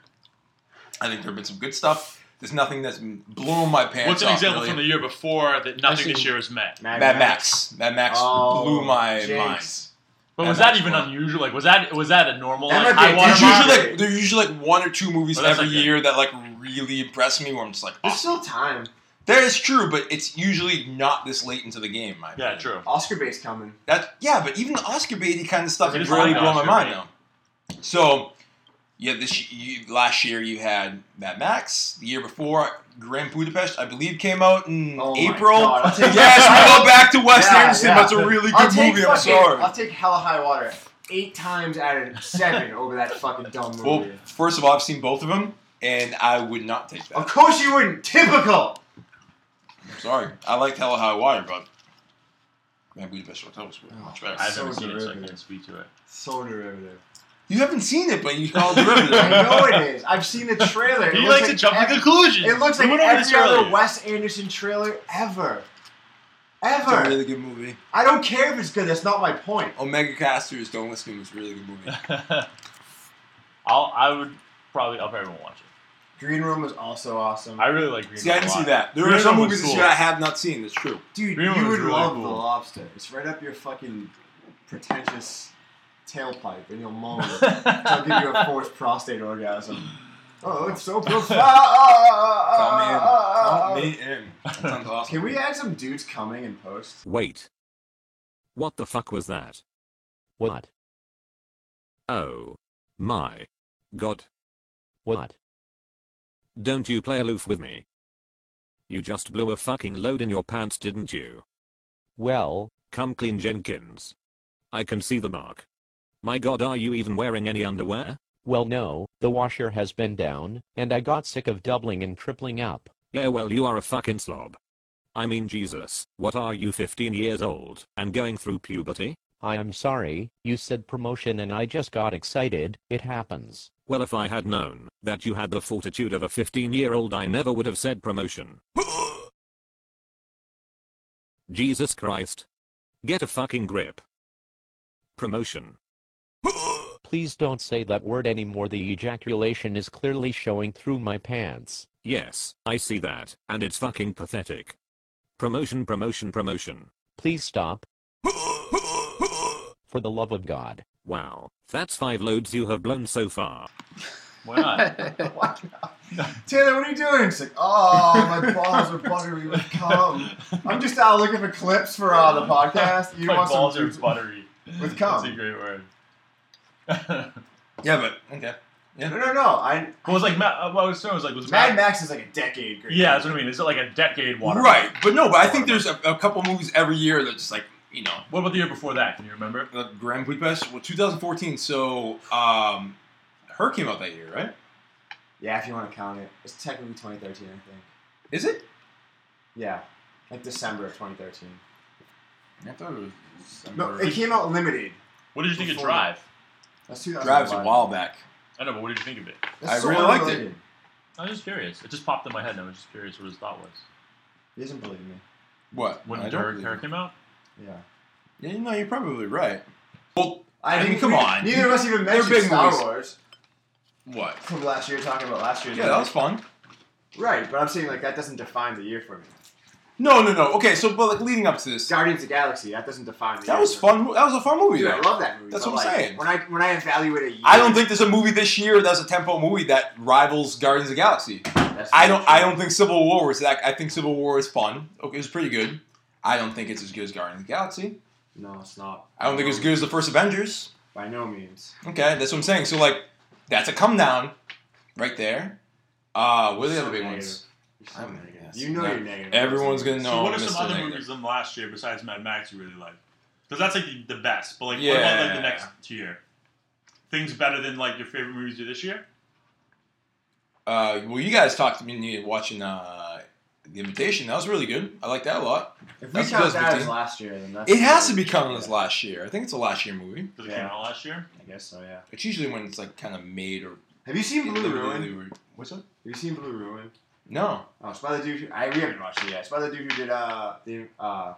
D: I think there have been some good stuff. There's nothing that's blown my pants
E: What's an
D: off,
E: example
D: really.
E: from the year before that nothing
B: Actually,
E: this year has met?
C: Mad
D: Mad Max. Mad Max
C: Oh,
D: blew my
C: jinx.
E: But
D: Mad
E: was that
D: Max
E: even
D: one.
E: unusual? Like, was that was that a normal?
C: That
E: Like,
C: might be
E: high
C: a
D: mind.
E: water
D: There's
E: mark?
D: usually like there's usually like one or two movies
E: Well, Oh, that's
D: every
E: not good.
D: year that like really impress me where I'm just like,
E: Ah.
C: There's
D: oh,
C: still time.
D: that is true, but it's usually not this late into the game. in My
E: Yeah,
D: opinion.
E: true.
C: Oscar bait's coming.
D: That yeah, but even the Oscar baity kind of stuff
E: It is
D: really
E: like
D: blow my
E: Oscar
D: mind
E: bait.
D: now. So yeah, this you, last year you had Mad Max. The year before, Grand Budapest, I believe, came out in
C: Oh my
D: April.
C: God, I'll take-
D: yes, we go back to Wes
C: Yeah,
D: Anderson.
C: yeah.
D: That's a really good
C: I'll take
D: movie. I'm
C: fucking-
D: sorry.
C: I'll take Hella High Water eight times out of seven over that fucking dumb movie.
D: Well, first of all, I've seen both of them, and I would not take
C: of
D: that.
C: course you wouldn't. Typical.
D: I'm sorry. I liked Hella High Water, but Grand Budapest Hotel was much better.
E: I've never
C: So
E: seen it, so I
C: derivative.
E: can't speak to it.
C: So derivative.
D: You haven't seen it, but you call it
C: I
D: derivative.
C: know it is. I've seen the trailer. It
E: He
C: looks
E: likes
C: like
E: to jump to
C: every-
E: conclusions.
C: It looks
E: We
C: like
E: went over this
C: every other
E: earlier.
C: Wes Anderson trailer ever.
D: it's a
C: Ever.
D: really good movie.
C: I don't care if it's good. That's not my point.
D: Omega Casters, Don't Listen to Me was a really good movie.
E: I'll I would probably I'll probably won't watch it.
C: Green Room was also awesome.
E: I really like Green.
D: See, I
E: Room
D: didn't
E: a
D: see
E: lot.
D: that. There
E: Green
D: are some
E: Room was
D: movies this
E: cool.
D: year I have not seen. That's true.
C: Dude,
E: Green Room
C: you
E: was
C: would
E: really
C: love
E: cool.
C: The Lobster. It's right up your fucking pretentious tailpipe, and you'll moan. I'll give you a forced prostate orgasm. Oh, it's so profound.
D: Ah, Count me in. Count me in. That sounds awesome.
C: Can we add some dudes coming in post?
F: Wait. What the fuck was that? What? Oh. My. God. What? Don't you play aloof with me. You just blew a fucking load in your pants, didn't you? Well, come clean, Jenkins. I can see the mark. My god, are you even wearing any underwear?
I: Well, no, the washer has been down, and I got sick of doubling and tripling up.
F: Yeah, well, you are a fucking slob. I mean, Jesus, what are you 15 years old and going through puberty?
I: I am sorry, you said promotion and I just got excited, it happens.
F: Well, if I had known that you had the fortitude of a 15 year old, I never would have said promotion. Jesus Christ. Get a fucking grip. Promotion.
I: Please don't say that word anymore, the ejaculation is clearly showing through my pants.
F: Yes, I see that, and it's fucking pathetic. Promotion, promotion, promotion.
I: Please stop. For the love of God.
F: Wow, that's five loads you have blown so far.
E: Why not?
C: Taylor, what are you doing? She's like, oh, my balls are buttery with cum. I'm just out looking for clips for uh, the podcast. You
E: My
C: want
E: balls
C: some
E: are buttery.
C: with cum?
E: That's a great word.
D: yeah, but okay. Yeah.
C: No, no, no. I
E: Well, it was like Ma- uh, what I was saying was like was
C: Mad
E: Mad-
C: Max is like a decade. Great
E: Yeah, that's what I mean. Is it like a decade water?
D: Right, but no, but I think there's a, a couple movies every year that's just like you know.
E: What about the year before that? Can you remember?
D: Uh, Grand Budapest, well, 2014. So, um, her came out that year, right?
C: Yeah, if you want to count it, it's technically 2013, I think.
D: Is it?
C: Yeah, like December of 2013.
D: I thought it was.
C: No, it came out limited.
E: What did you think of
C: Before-
E: Drive?
C: That's 2011.
D: Drives a while back.
E: I know, but what did you think of it?
C: That's
D: I
C: so
D: really liked
C: unrelated.
E: I was just curious. It just popped in my head, and I was just curious what his thought was.
C: He doesn't believe me.
D: What?
E: When
D: I don't
E: Derek
D: believe
E: Carr
D: it.
E: came out?
C: Yeah.
D: Yeah, no, you're probably right. Well,
C: I
D: I, mean,
C: didn't-
D: come
C: we-
D: on.
C: Neither of us even
D: They're
C: mentioned
D: big
C: Star
D: movies.
C: Wars
D: What?
C: from last year. Talking about last year's.
D: Yeah, that was fun.
C: Right, but I'm saying like that doesn't define the year for me.
D: No, no, no. Okay, so but like leading up to this,
C: Guardians of the Galaxy that doesn't define the year.
D: that was
C: for
D: fun. mo- That was a fun
C: me.
D: movie.
C: Dude, I
D: though.
C: love that movie.
D: That's
C: but,
D: what I'm
C: like,
D: saying.
C: When I when I evaluate a year,
D: I don't think there's a movie this year that's a tempo movie that rivals Guardians of the Galaxy.
C: that's
D: I
C: not
D: don't. I
C: true.
D: don't think Civil War was that. I think Civil War is fun. Okay, it was pretty good. I don't think it's as good as Guardians of the Galaxy.
C: No, it's not.
D: I don't think it's as good as the first Avengers.
C: By no means.
D: Okay, that's what I'm saying. So like, that's a come down, right there. Uh, what are the
C: So
D: other big
C: negative.
D: ones?
C: You're so
D: I'm
C: negative.
D: yes.
C: You know
D: No,
C: you're negative.
D: Everyone's gonna know.
E: so what are
D: Mr.
E: some other
D: Negative.
E: movies from last year besides Mad Max you really like? Because that's like the, the best. But like, what about like
D: Yeah.
E: the next tier? Things better than like your favorite movies of this year?
D: Uh, well, you guys talked to me watching uh, The Invitation. That was really good. I like that a lot.
C: If we
D: That's
C: count that as
D: 2015.
C: last year, then that's
D: It has to be
C: be
D: coming as last year. I think it's a last year movie.
E: Because it
C: Yeah.
E: came out last year.
C: I guess so. Yeah.
D: It's usually when it's like kind of made or.
C: Have you seen Blue Ruin? Have
D: What's that?
C: you seen Blue Ruin?
D: No.
C: Oh, it's by the dude. Who, I we haven't watched it yet. It's by the dude who did uh the uh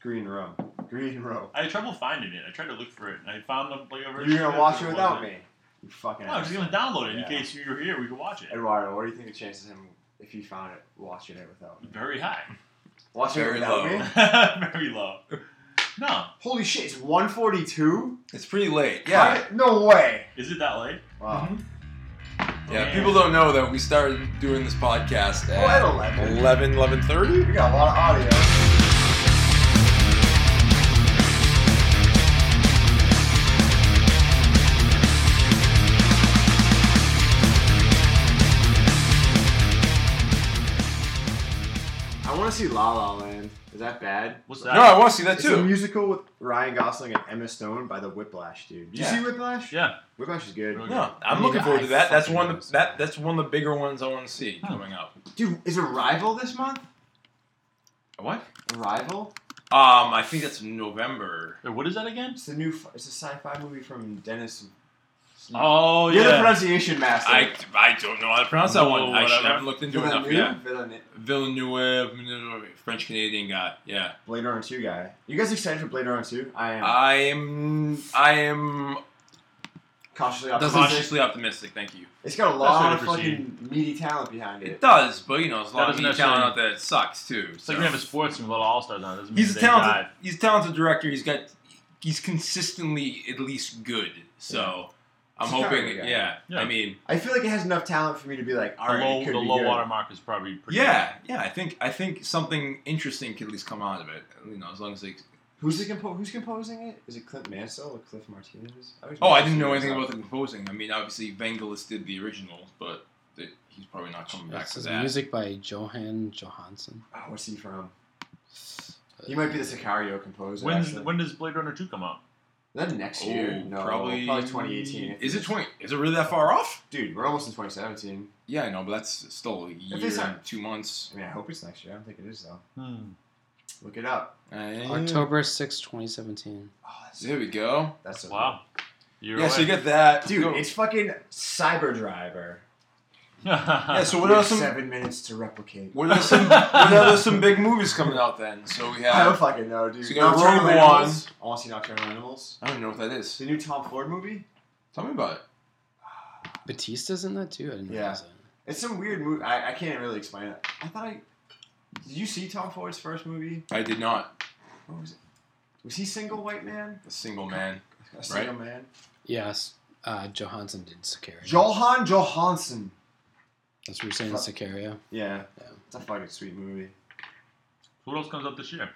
C: Green Row. Green Row.
E: I had trouble finding it. I tried to look for it, and I found the like a version
C: You're
E: of
C: gonna watch it
E: but
C: without
E: wasn't.
C: me. You fucking.
E: No, I was just
C: asshole.
E: gonna download it in
C: Yeah.
E: case you were here. We could watch it.
C: Eduardo, what do you think the chances of him if he found it watching it without me?
E: Very high.
C: Watching it
D: Very
C: without
D: low.
C: me?
E: Very low. No,
C: Holy shit! It's 142.
D: It's pretty late. Yeah. Mm-hmm.
C: No way.
E: is it that late?
C: Wow.
D: Yeah.
E: Yeah.
D: People don't know that we started doing this podcast
C: Oh, at
D: at
C: 11.
D: 11, 11.30.
C: We got a lot of audio. I want to see La La Land. Is that bad?
E: What's
D: No,
E: that?
D: I want to see that
C: It's a
D: too.
C: musical with Ryan Gosling and Emma Stone by the Whiplash dude. Did
D: Yeah.
C: you see Whiplash?
E: Yeah.
C: Whiplash is good.
E: Really
D: No,
C: I
D: I'm
C: mean,
D: looking forward to that. That's
C: fucking
D: one.
C: love
D: That that's one of the bigger ones I want to see coming up.
C: Dude, is Arrival this month?
D: What?
C: Arrival?
D: Um, I think that's November.
E: Wait, What is that again?
C: It's the new. It's a sci-fi movie from Dennis.
E: Oh
C: You're the
E: yeah.
C: pronunciation master.
D: I, I don't know how to pronounce that one.
E: Whoa,
D: I should
E: whatever.
D: have looked into it enough.
C: Villeneuve?
D: Yeah,
C: Villeneuve.
D: Villeneuve, French Canadian guy. Yeah,
C: Blade Runner Two guy. You guys excited for Blade Runner Two? I am
D: I am. I am
C: cautiously optimistic.
D: cautiously optimistic. Thank you.
C: It's got a
E: way
C: lot
E: to
C: of fucking meaty talent behind
D: It
C: it.
D: does, but you know, there's a
E: That
D: lot of
E: doesn't
D: new
E: necessarily-
D: talent out there that sucks too.
E: It's
D: So.
E: like we have a sports team with a lot of all stars on it. Doesn't mean
D: he's
E: they
D: a talented.
E: died.
D: He's a talented director. He's got. He's consistently at least good. So I'm
C: He's a
D: hoping.
C: talented guy.
D: Yeah,
E: Yeah.
D: I mean.
C: I feel like it has enough talent for me to be like, all
E: The
C: right, it
E: low,
C: could
E: the
C: be
E: low
C: good.
E: water mark is probably pretty.
D: Yeah, yeah. I think I think something interesting could at least come out of it. You know, as long as like.
C: Who's the compo- Who's composing it? Is it Clint Mansell or Cliff Martinez? always
D: Oh, I
C: confuse
D: didn't know
C: those
D: anything
C: up.
D: about the composing. I mean, obviously Vangelis did the original, but th- he's probably not coming back
B: This
D: to
B: is
D: that.
B: music by Johan Johansson.
C: Oh, where's he from?
D: Uh,
C: He might be the Sicario composer.
E: Good. When's
C: actually.
E: when does Blade Runner two come out?
C: Is that next
D: Oh,
C: year? no,
D: probably
C: probably, 2018.
D: Is it twenty? Is it really that far off?
C: Dude, we're almost in 2017.
D: Yeah, I know, but that's still a year
C: it's not-
D: and two months.
C: I mean, I hope it's next year. I don't think it is though.
E: Hmm.
C: Look it up.
D: Eh,
B: October 6, 2017.
C: Oh, that's,
D: There we go.
C: that's so
E: Wow. You're
D: yeah, so you get that,
C: cool. Dude,
D: Go-
C: it's fucking Cyber Driver.
D: yeah. So what
C: We
D: are
C: have
D: some?
C: seven minutes to replicate?
D: What are some? what are some big movies coming out then? So we
C: I don't
D: have.
C: fucking know, dude.
D: So you got Rogue
C: Animals. I want to see Nocturnal Animals.
D: I don't know what that
C: It's
D: is.
C: the new Tom Ford movie.
D: Tell me about it.
B: Batista's in that too? I didn't
C: Yeah.
B: realize that.
C: It's some weird movie. I, I can't really explain it. I thought I. Did you see Tom Ford's first movie?
D: I did not.
C: What was it? Was he single white man?
D: A single man.
C: A single man.
B: Yes, uh, Johansson did Sicario.
C: Johan Johansson.
B: That's what you're saying, Sicario.
C: Yeah. It's a fucking sweet movie.
E: Who else comes up this year?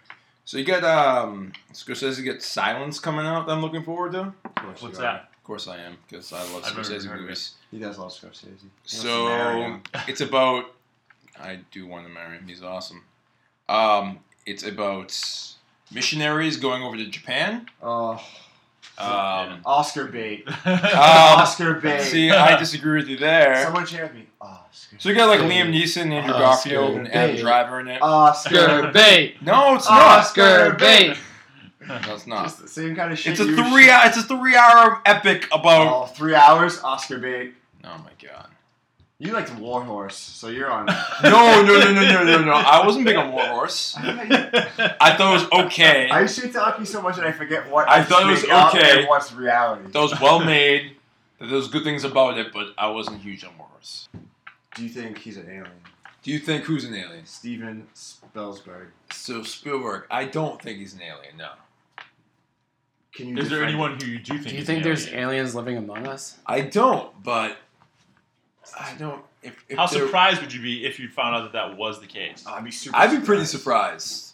D: So you got um, Scorsese gets Silence coming out. That I'm looking forward to.
E: What's you are. that?
D: Of course I am because I love
E: I've never
D: Scorsese
E: heard of
D: movies.
C: He does love Scorsese.
D: So it's about. I do want to marry him. He's awesome. Um, it's about missionaries going over to Japan.
C: Oh.
D: Um,
C: Oscar bait.
D: Oscar
C: bait.
D: See, I disagree with you there.
C: Someone chant me. Oh, Oscar.
D: So you got like Liam Neeson, Andrew
E: Oh,
C: Oscar
D: Garfield, and Adam
C: bait.
D: Driver in it.
C: Oscar
B: bait.
D: No, it's not.
B: Oscar bait.
D: No, it's not.
C: It's the same kind of shit.
D: It's a
C: you were
D: three. uh,
C: shit-
D: It's a three-hour epic
C: Oh,
D: about.
C: three hours, Oscar bait.
D: Oh my god.
C: You liked War Horse, so you're on.
D: No, no, no, no, no, no, no. I wasn't big on War Horse. I thought it was okay.
C: I used to talk you so much that I forget what
D: I thought it was
C: make up
D: okay.
C: and what's reality.
D: That was well made. That There's good things about it, but I wasn't huge on War Horse.
C: Do you think he's an alien?
D: Do you think who's an alien?
C: Steven Spelsberg.
D: So Spielberg. I don't think he's an alien. No.
C: Can you?
E: Is there
C: defend
E: anyone who you do think?
B: Do you
E: is
B: think
E: an
B: there's
E: alien?
B: aliens living among us?
D: I don't. But I don't. If, if
E: How
D: there-
E: surprised would you be if you found out that that was the case?
D: Uh,
E: Hmm.
C: I'd be super.
D: I'd be pretty surprised.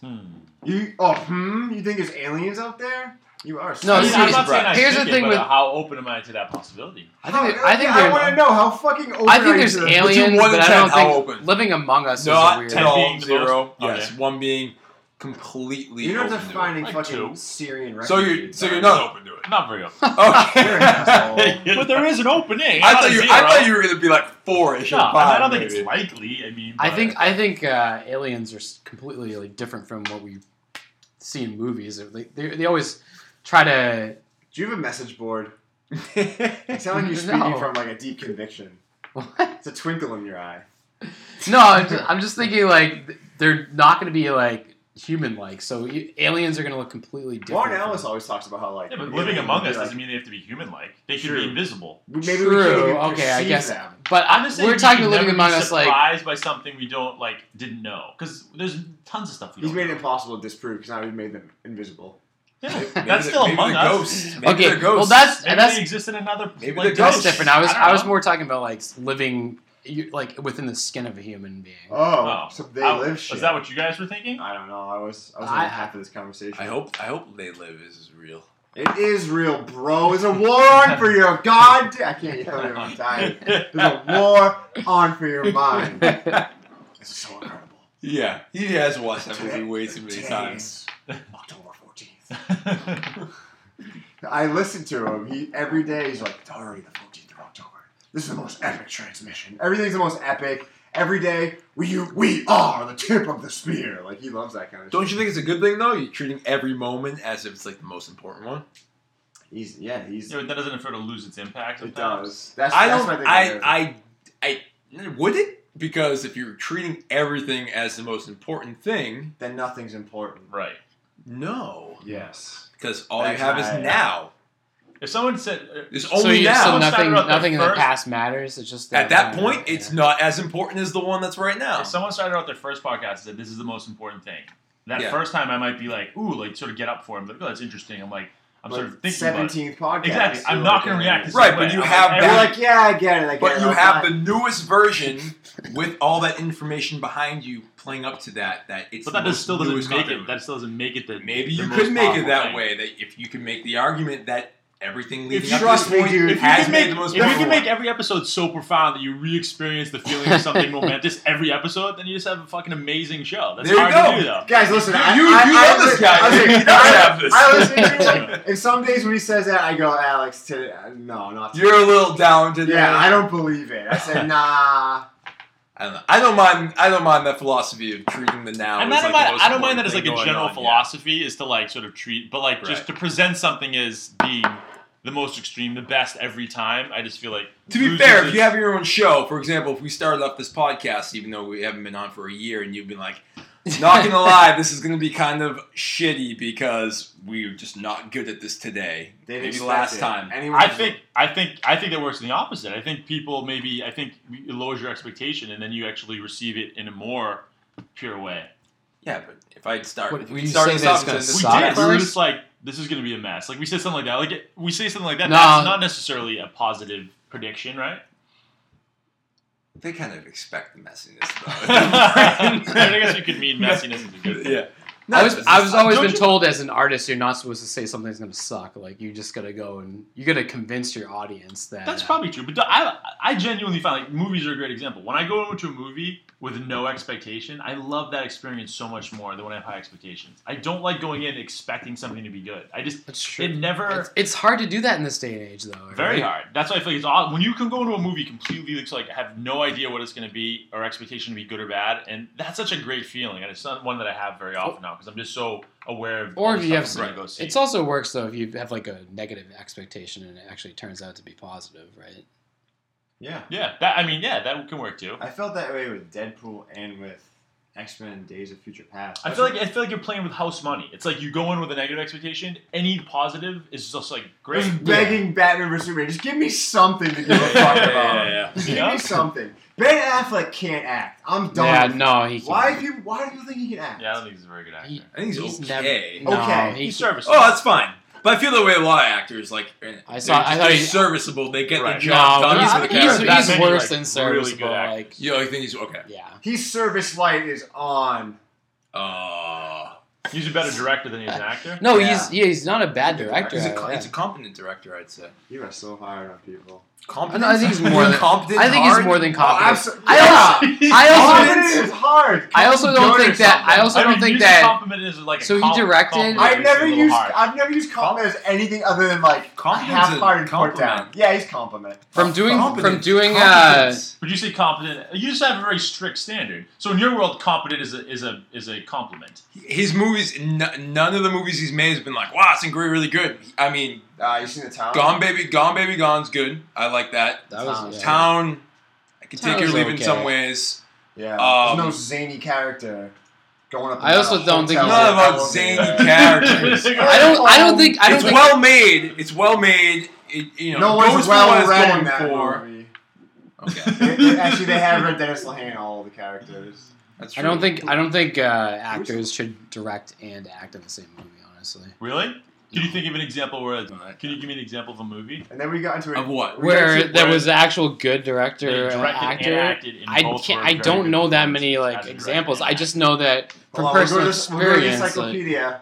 C: You? Oh, hmm. You think there's aliens out there? You are.
B: No,
E: I mean, I'm not
B: seriously,
E: saying I
B: here's
E: think
B: the
E: it,
B: thing
E: but
B: with-
E: how open am I to that possibility?
B: I think. I think.
C: I
B: there-
C: want to know how fucking open.
B: I
C: are you
B: think there's
C: to this?
D: Would you
B: aliens,
D: want
B: but
D: to
B: I don't
D: check how
B: think
D: open?
B: living among us
D: Not
B: is a
D: ten
B: weird.
E: being the
D: zero. Oh,
E: most? Okay.
D: Yes, one being completely.
C: You don't
D: open
C: have to
D: to it.
C: find any
E: Like
C: fucking
E: two.
C: Syrian
D: So you,
C: refugees,
D: so
C: are
D: you're
C: you?
D: not open to it.
E: Not very open.
C: You're an asshole.
D: Okay.
E: but there is an opening. not
D: I thought
E: a
D: you.
E: zero.
D: I thought you were gonna be like four-ish
E: No,
D: or
E: I mean,
D: five.
E: I don't think
D: maybe.
E: it's likely. I mean,
B: I
E: but-
B: think. I think uh, aliens are s- completely like different from what we see in movies. They, they, they always try to.
C: Do you have a message board? I'm telling you, you're speaking
B: No.
C: from like a deep conviction. It's a twinkle in your eye.
B: No, I'm just, I'm just thinking like th- they're not going to be like human-like. So you, aliens are going to look completely different.
C: Warren
B: from-
C: Ellis always talks about how like
E: Yeah, but
C: aliens
E: living
C: would
E: among
C: be,
E: us
C: like,
E: doesn't mean they have to be human-like. They could
C: True.
E: be invisible.
C: we- maybe
B: True.
C: we can't even
B: okay, I
C: perceive
B: guess.
C: them.
B: But
E: I'm
B: I,
E: just saying
B: we're
E: we
B: talking
E: should
B: living
E: never be
B: among us, like
E: surprised by something we don't like, didn't know, because there's tons of stuff we
C: He's
E: don't.
C: made it impossible to disprove because now we've made them invisible.
E: know. Yeah,
D: Maybe
E: that's
D: they're-
E: still
D: maybe
E: among
D: they're
E: us.
D: Ghosts. Maybe
B: okay.
D: they're ghosts.
B: Well, that's
E: Maybe
B: that's
E: they exist in another.
D: Maybe
E: like,
D: they're
B: that's
D: ghosts.
B: different. I was
E: don't
B: I, was
E: know.
B: more talking about like living you- like within the skin of a human being.
C: Oh,
E: Oh,
C: so they
E: I-
C: live
E: Is
C: shit.
E: that what you guys were thinking?
C: I don't know. I was I was
B: I-
C: on half of this conversation.
D: I hope. I hope they live is is real.
C: it is real, bro. There's a war on for your god. I can't yell it. I'm tired. There's a war on for your mind. this is so incredible.
D: Yeah, he has watched that movie way too many times.
C: October 14th. I listen to him. He every day he's like, it's already the 14th of October. This is the most epic transmission. Everything's the most epic. Every day we we are the tip of the spear. Like he loves that kind of.
D: Don't
C: shit.
D: you think it's a good thing though? You're treating every moment as if it's like the most important one.
C: He's yeah. He's
E: Yeah, but that doesn't interfere to lose its impact.
C: it
E: sometimes.
C: does. That's
D: I
C: that's
D: don't.
C: my thing with it.
D: I, I. I. Would it? Because if you're treating everything as the most important thing,
C: Then nothing's important.
E: Right.
D: no.
C: Yes.
D: Because all
C: That's
D: you have
C: right.
D: is now.
E: If someone said, uh,
D: There's
B: so,
D: only
B: you,
D: now.
B: so
E: Let's
B: nothing
E: figure out their
B: nothing in the
E: first-
B: past matters. It's just
D: At that point,
B: yeah.
D: it's not as important as the one that's right now.
E: if someone started out their first podcast and said, "This is the most important thing," that
D: Yeah.
E: first time I might be like, "Ooh," like sort of get up for him. Like, oh, that's interesting. I'm like, I'm sort of thinking about it.
C: 17th podcast.
E: Exactly. I'm
C: You're
E: not
C: like,
E: gonna
C: "Yeah."
E: react the same
D: Right, but
E: way.
D: you
E: I'm like,
D: have that-
E: everyone-
C: You're like, yeah, I get it. I get
D: But
C: it.
D: you
C: I'm
D: have
C: fine."
D: the newest version with all that information behind you playing up to that. That it's
E: But that
D: the
E: does-
D: most
E: still doesn't
D: newest
E: make
D: content.
E: it. That still doesn't make it the
D: Maybe
E: the
D: you
E: most
D: could make it
E: powerful
D: that
E: thing.
D: way. That if you can make the argument that everything leading
E: you
D: up
C: trust
D: to
C: me,
D: this point
C: dude,
E: If you
D: has
E: can
D: made
E: make,
D: the most
E: if you
D: important
E: can make
D: one.
E: every episode so profound that you re-experience the feeling of something momentous every episode, then you just have a fucking amazing show. That's
D: There you
E: hard
D: go.
E: to do, though.
C: Guys, listen. I,
D: You- you-
C: I,
D: you
C: I,
D: love this guy.
C: I,
D: You
C: I,
D: don't have this.
C: I listen to him, and some days when he says that, I go, Alex, today, no, not today.
D: You're a little down to
C: Yeah, I don't believe it. I said, nah.
D: I don't know. I don't mind. I don't mind that philosophy of treating the now.
E: I,
D: as,
E: mean, I don't
D: like, the
E: mind.
D: most
E: I don't mind that as like
D: important
E: a
D: thing
E: general
D: going on, yeah.
E: philosophy is to like sort of treat, but like just
D: Right.
E: to present something as being the most extreme, the best every time. I just feel like
D: To be
E: loses
D: fair, if
E: its-
D: you have your own show, for example, if we started off this podcast, even though we haven't been on for a year, and you've been like, not gonna lie, this is gonna be kind of shitty because we are just not good at this today.
C: They didn't
D: Maybe
C: expect
D: last
C: it.
D: time.
C: Anyone
E: I
C: who's-
E: think I think I think that works in the opposite. I think people maybe I think it lowers your expectation, and then you actually receive it in a more pure way.
D: Yeah, but if I'd start,
B: What,
D: if
B: would
D: we
B: you
D: started
B: say
D: this
B: that
D: off
B: it's gonna
D: and
E: We
D: said,
B: suck?
D: this
E: did.
D: is
E: We were
D: first-
E: just like, this is going to be a mess. Like we say something like that. Like it- we say something like that.
B: No.
E: That's not necessarily a positive prediction, right?
D: They kind of expect the messiness, though.
E: I guess you could mean messiness is a good thing.
D: Yeah.
B: I was I was always
E: Don't
B: been
E: you-
B: told as an artist you're not supposed to say something's gonna suck. Like you just gotta go and you gotta convince your audience that uh,
E: That's probably true, but I, I genuinely find like movies are a great example. When I go into a movie with no expectation, I love that experience so much more than when I have high expectations. I don't like going in expecting something to be good. I just it never
B: it's, it's hard to do that in this day and age though.
E: very
B: right?
E: hard. That's why I feel like it's odd when you can go into a movie completely like, so, like have no idea what it's going to be or expectation to be good or bad, and that's such a great feeling, and it's not one that I have very often now because I'm just so aware of all
B: Or
E: the
B: if you have
E: stuff I'm gonna go see.
B: it's also works though if you have like a negative expectation and it actually turns out to be positive, right?
C: Yeah.
E: yeah. That I mean, yeah, that can work too.
C: I felt that way with Deadpool and with X Men: Days of Future Past.
E: I feel like I feel like you're playing with house money. It's like you go in with a negative expectation. Any positive is just like
C: I was
E: great.
C: begging Batman vs Superman, just give me something to give a fuck
E: Yeah,
C: about.
E: yeah, yeah.
C: Just
E: Yeah.
C: Give me something. Ben Affleck can't act. I'm done.
B: Yeah,
C: with
B: no,
C: it.
B: he can't.
C: Why do you Why do you think he can act?
E: Yeah, I don't think he's a very good actor.
D: I think he's,
B: He's
D: okay.
B: never- no,
C: Okay.
B: he-
E: He's serviceable.
D: Oh, that's fine. But I feel the way a lot of actors like. I
B: saw- I thought
D: they're
B: he-
D: serviceable. They get
B: Right.
D: the job
B: No,
D: done.
B: he's-
D: for the
B: he's-
D: character.
B: he's
D: Batman,
B: worse
D: like,
B: than
D: Really
B: serviceable,
D: good actor.
B: like-
D: yeah, I think he's okay.
B: Yeah.
C: His service light is on.
D: Uh,
E: he's a better director than he's an actor.
B: No, he's yeah, he's not a bad
D: Good
B: director.
D: He's a,
B: uh,
D: co-
B: yeah.
D: he's a competent director, I'd say.
C: You are so hard on people.
D: Competent.
B: No, I think he's more than
D: competent.
B: I think he's
D: hard?
B: more than
D: Oh,
B: competent.
D: abso-
B: I also,
D: yeah.
B: I
C: Competent
B: also,
C: is hard.
B: I also
C: Competent
B: don't
C: good
B: think
C: or
B: that. I
C: something.
B: also
E: I
B: don't
E: mean,
B: think
E: use the
B: that.
E: compliment is like a
B: So he
E: com-
B: directed-
E: compliment
C: I've
E: is
C: never
E: a little
C: used
E: hard.
C: I've never used compliment as anything other than like
D: Competent's a
C: half-hearted port down.
D: compliment.
C: Yeah, he's compliment.
B: From doing, from
D: Competent.
B: doing, uh,
D: Competence.
E: But you say competent. You just have a very strict standard. So in your world, competent is a is a is a compliment.
D: His movies, n- none of the movies he's made has been like, wow, it's really, really good. I mean,
C: Uh, you seen the town?
D: Gone Baby, Gone Baby Gone's good. I like that.
B: That was-
D: Town. I can
B: Town
D: take it or
B: was
D: leave it in
B: okay.
D: some ways.
C: Yeah.
D: Um,
C: There's no zany character going up. and
B: I
C: down
B: also
C: a
B: don't think
C: hotel
B: he's-
D: Not
C: room.
D: about zany characters.
B: I don't, I don't think, I don't
D: it's
B: think.
D: well made. It's well made. It, you know,
C: No
D: goes
C: one's
D: for what
C: well
D: it's
C: read
D: going
C: in that
D: for.
C: movie.
D: Okay,
C: They- they- actually, they have read Dennis Lehane all the characters.
D: that's true.
B: I don't think, I don't think uh, actors should direct and act in the same movie. Honestly,
E: Really? Can you think of an example where? it's- Can you give me an example of a movie?
C: And then we got into a,
D: Of what?
C: we got into-
B: where there was an actual good director,
E: They
B: and
E: directed and
B: actor.
E: acted in
B: I
E: both
B: can't,
E: were
B: I
E: very
B: don't
E: good
B: know that
E: performances
B: many
E: as a
B: like
E: director
B: exables.
E: and
B: I just know that from
C: Hold on, we'll go
B: personal
C: to this- we'll go to the
B: experience, like,
C: encyclopedia.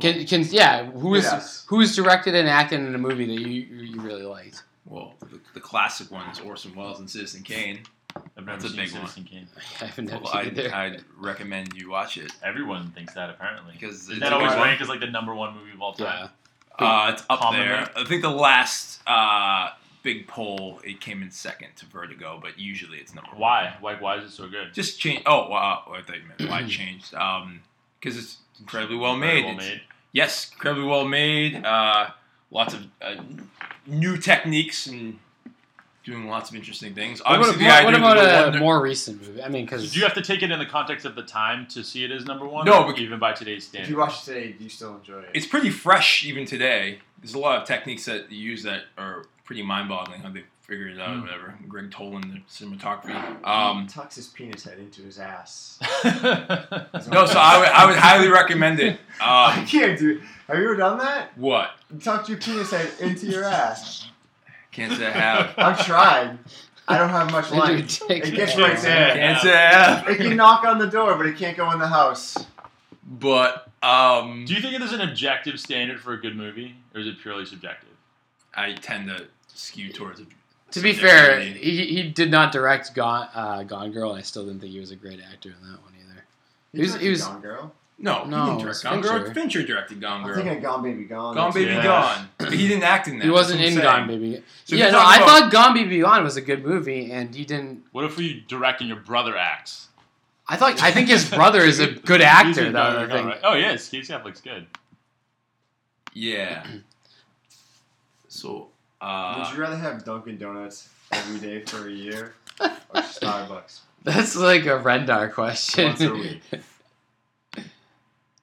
B: can, can, yeah, who is
C: Yes.
B: who is directed and acted in a movie that you you really liked?
D: Well, the, the classic one is Orson Welles and Citizen Kane.
E: I've never
D: That's a
E: seen
D: big
E: Citizen Kane.
B: I haven't
D: Well,
B: actually
D: I'd,
B: either.
D: I'd recommend you watch it
E: Everyone thinks that apparently.
D: because
E: Isn't
D: it's
E: that
D: a good
E: always
D: one.
E: ranked as like the number one movie of all time?
D: Uh, it's up
E: Commonly.
D: there. I think the last uh, big poll it came in second to Vertigo, but usually it's number one.
E: Why? Like, why is it so good?
D: Just change. Oh, wow! I thought you meant why it changed. Um, because it's incredibly well
E: Very
D: made.
E: well
D: It's-
E: made.
D: Yes, incredibly well made. Uh, lots of uh, new techniques and doing lots of interesting things.
B: What about-
D: Obviously, the
B: what,
D: idea
B: what
D: of the
B: about a
D: Wonder-
B: more recent movie? I mean, because
E: Do you have to take it in the context of the time to see it as number one?
D: No,
E: or
D: bec-
E: even by today's
C: If you
E: standard.
C: watch it today, do you still enjoy it?
D: it's pretty fresh even today. There's a lot of techniques that you use that are pretty mind-boggling how they figured it
B: Hmm.
D: out. Or whatever. Greg Tolan, the cinematography. Um,
C: he tucks his penis head into his ass.
D: no, so I would, I would highly recommend it.
C: I
D: Um,
C: can't do. Have you ever done that?
D: what?
C: You tucked your penis head into your ass.
D: Can't say I have.
C: I'm trying. I don't have much
B: Into your
C: life.
B: dick.
C: It gets right there.
D: Can't say I have.
C: It can knock on the door, but it can't go in the house.
D: But um,
E: Do you think there's an objective standard for a good movie, or is it purely subjective?
D: I tend to skew towards.
B: to be fair, he, he did not direct Gone, uh, Gone Girl, and I still didn't think he was a great actor in that one either. He was, he was
C: Gone Girl.
D: No,
B: No,
D: he didn't
B: it's
D: direct Gone
B: Fincher.
D: Girl. Fincher directed Gone
C: I'm
D: Girl.
C: thinking of Gone Baby Gone.
D: Gone Baby
E: Yeah.
D: Gone. But he didn't act in that.
B: he wasn't
D: That's
B: in
D: what I'm
B: Gone
D: saying.
B: Baby.
D: So if
B: yeah,
D: you're
B: no, I
D: talking about-
B: thought Gone Baby Gone was a good movie, and he didn't.
E: What if you direct and your brother acts?
B: I thought I think his brother is a good actor.
E: He's
B: though,
E: a-
B: I think.
E: right. Oh yeah, Casey Affleck's good.
D: Yeah. So. Uh,
C: Would you rather have Dunkin' Donuts every day for a year or Starbucks?
B: That's like a Rendar question.
C: Once a week.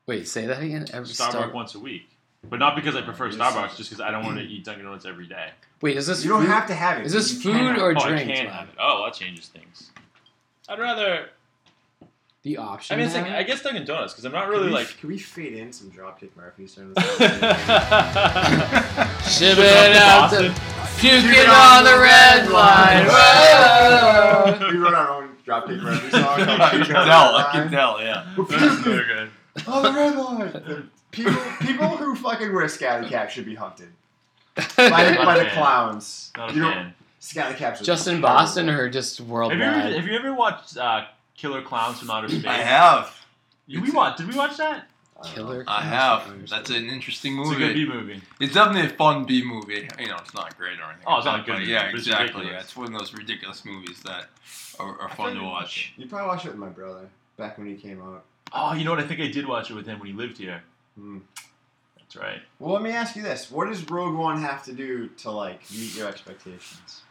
B: Wait, say that again. Every
E: Starbucks
B: Star-
E: once a week, but not because I prefer
C: Yes.
E: Starbucks, just because I don't want to eat Dunkin' Donuts every day.
B: Wait, is this
C: You don't
B: food?
C: have to have it.
B: Is
C: but
B: this
C: you
B: food
C: can have it.
B: or
E: oh, I
B: drink?
E: can't have it. Oh, that changes things. I'd rather.
B: The option.
E: I mean, it's
B: to
E: like,
B: have
E: I
B: it?
E: guess Dunkin' Donuts because I'm not
C: Can
E: really
C: we-
E: like.
C: Can we fade in some Dropkick Murphys during this?
E: Shipping
B: uh, Ship it out the, puke it on the red line. Whoa.
C: Dropkick Murphy song. called
E: I can
C: Keep Your
E: tell,
C: Eye
E: I can
C: Line.
E: tell, yeah.
C: Well,
E: That's
C: people-
E: really good.
C: Oh, the red line. People, people who fucking wear scally caps should be hunted by,
B: Not a
C: by the
B: fan.
C: clowns.
E: Not a
C: You don't-
E: fan.
C: Scally caps. are
B: Just in
C: terrible.
B: Boston or just worldwide?
E: Have you, ever, have you ever watched uh, Killer Clowns from Outer Space?
D: I have.
E: You- We watched. Did we watch that?
B: Killer.
D: I have. That's an interesting
E: It's
D: movie.
E: a good B movie.
D: It's definitely a fun B movie. You know, it's not great or anything.
E: Oh, it's
D: like
E: not
D: that,
E: good,
D: but Yeah,
E: but it's
D: exactly. Yeah,
E: ridiculous.
D: it's one of those ridiculous movies that are, are
C: I
D: fun
C: thought
D: to
C: you-
D: watch.
C: You probably watched it with my brother back when he came up.
E: Oh, you know what? I think I did watch it with him when he lived here.
C: Hmm.
E: That's right.
C: Well, let me ask you this: What does Rogue One have to do to like meet your expectations?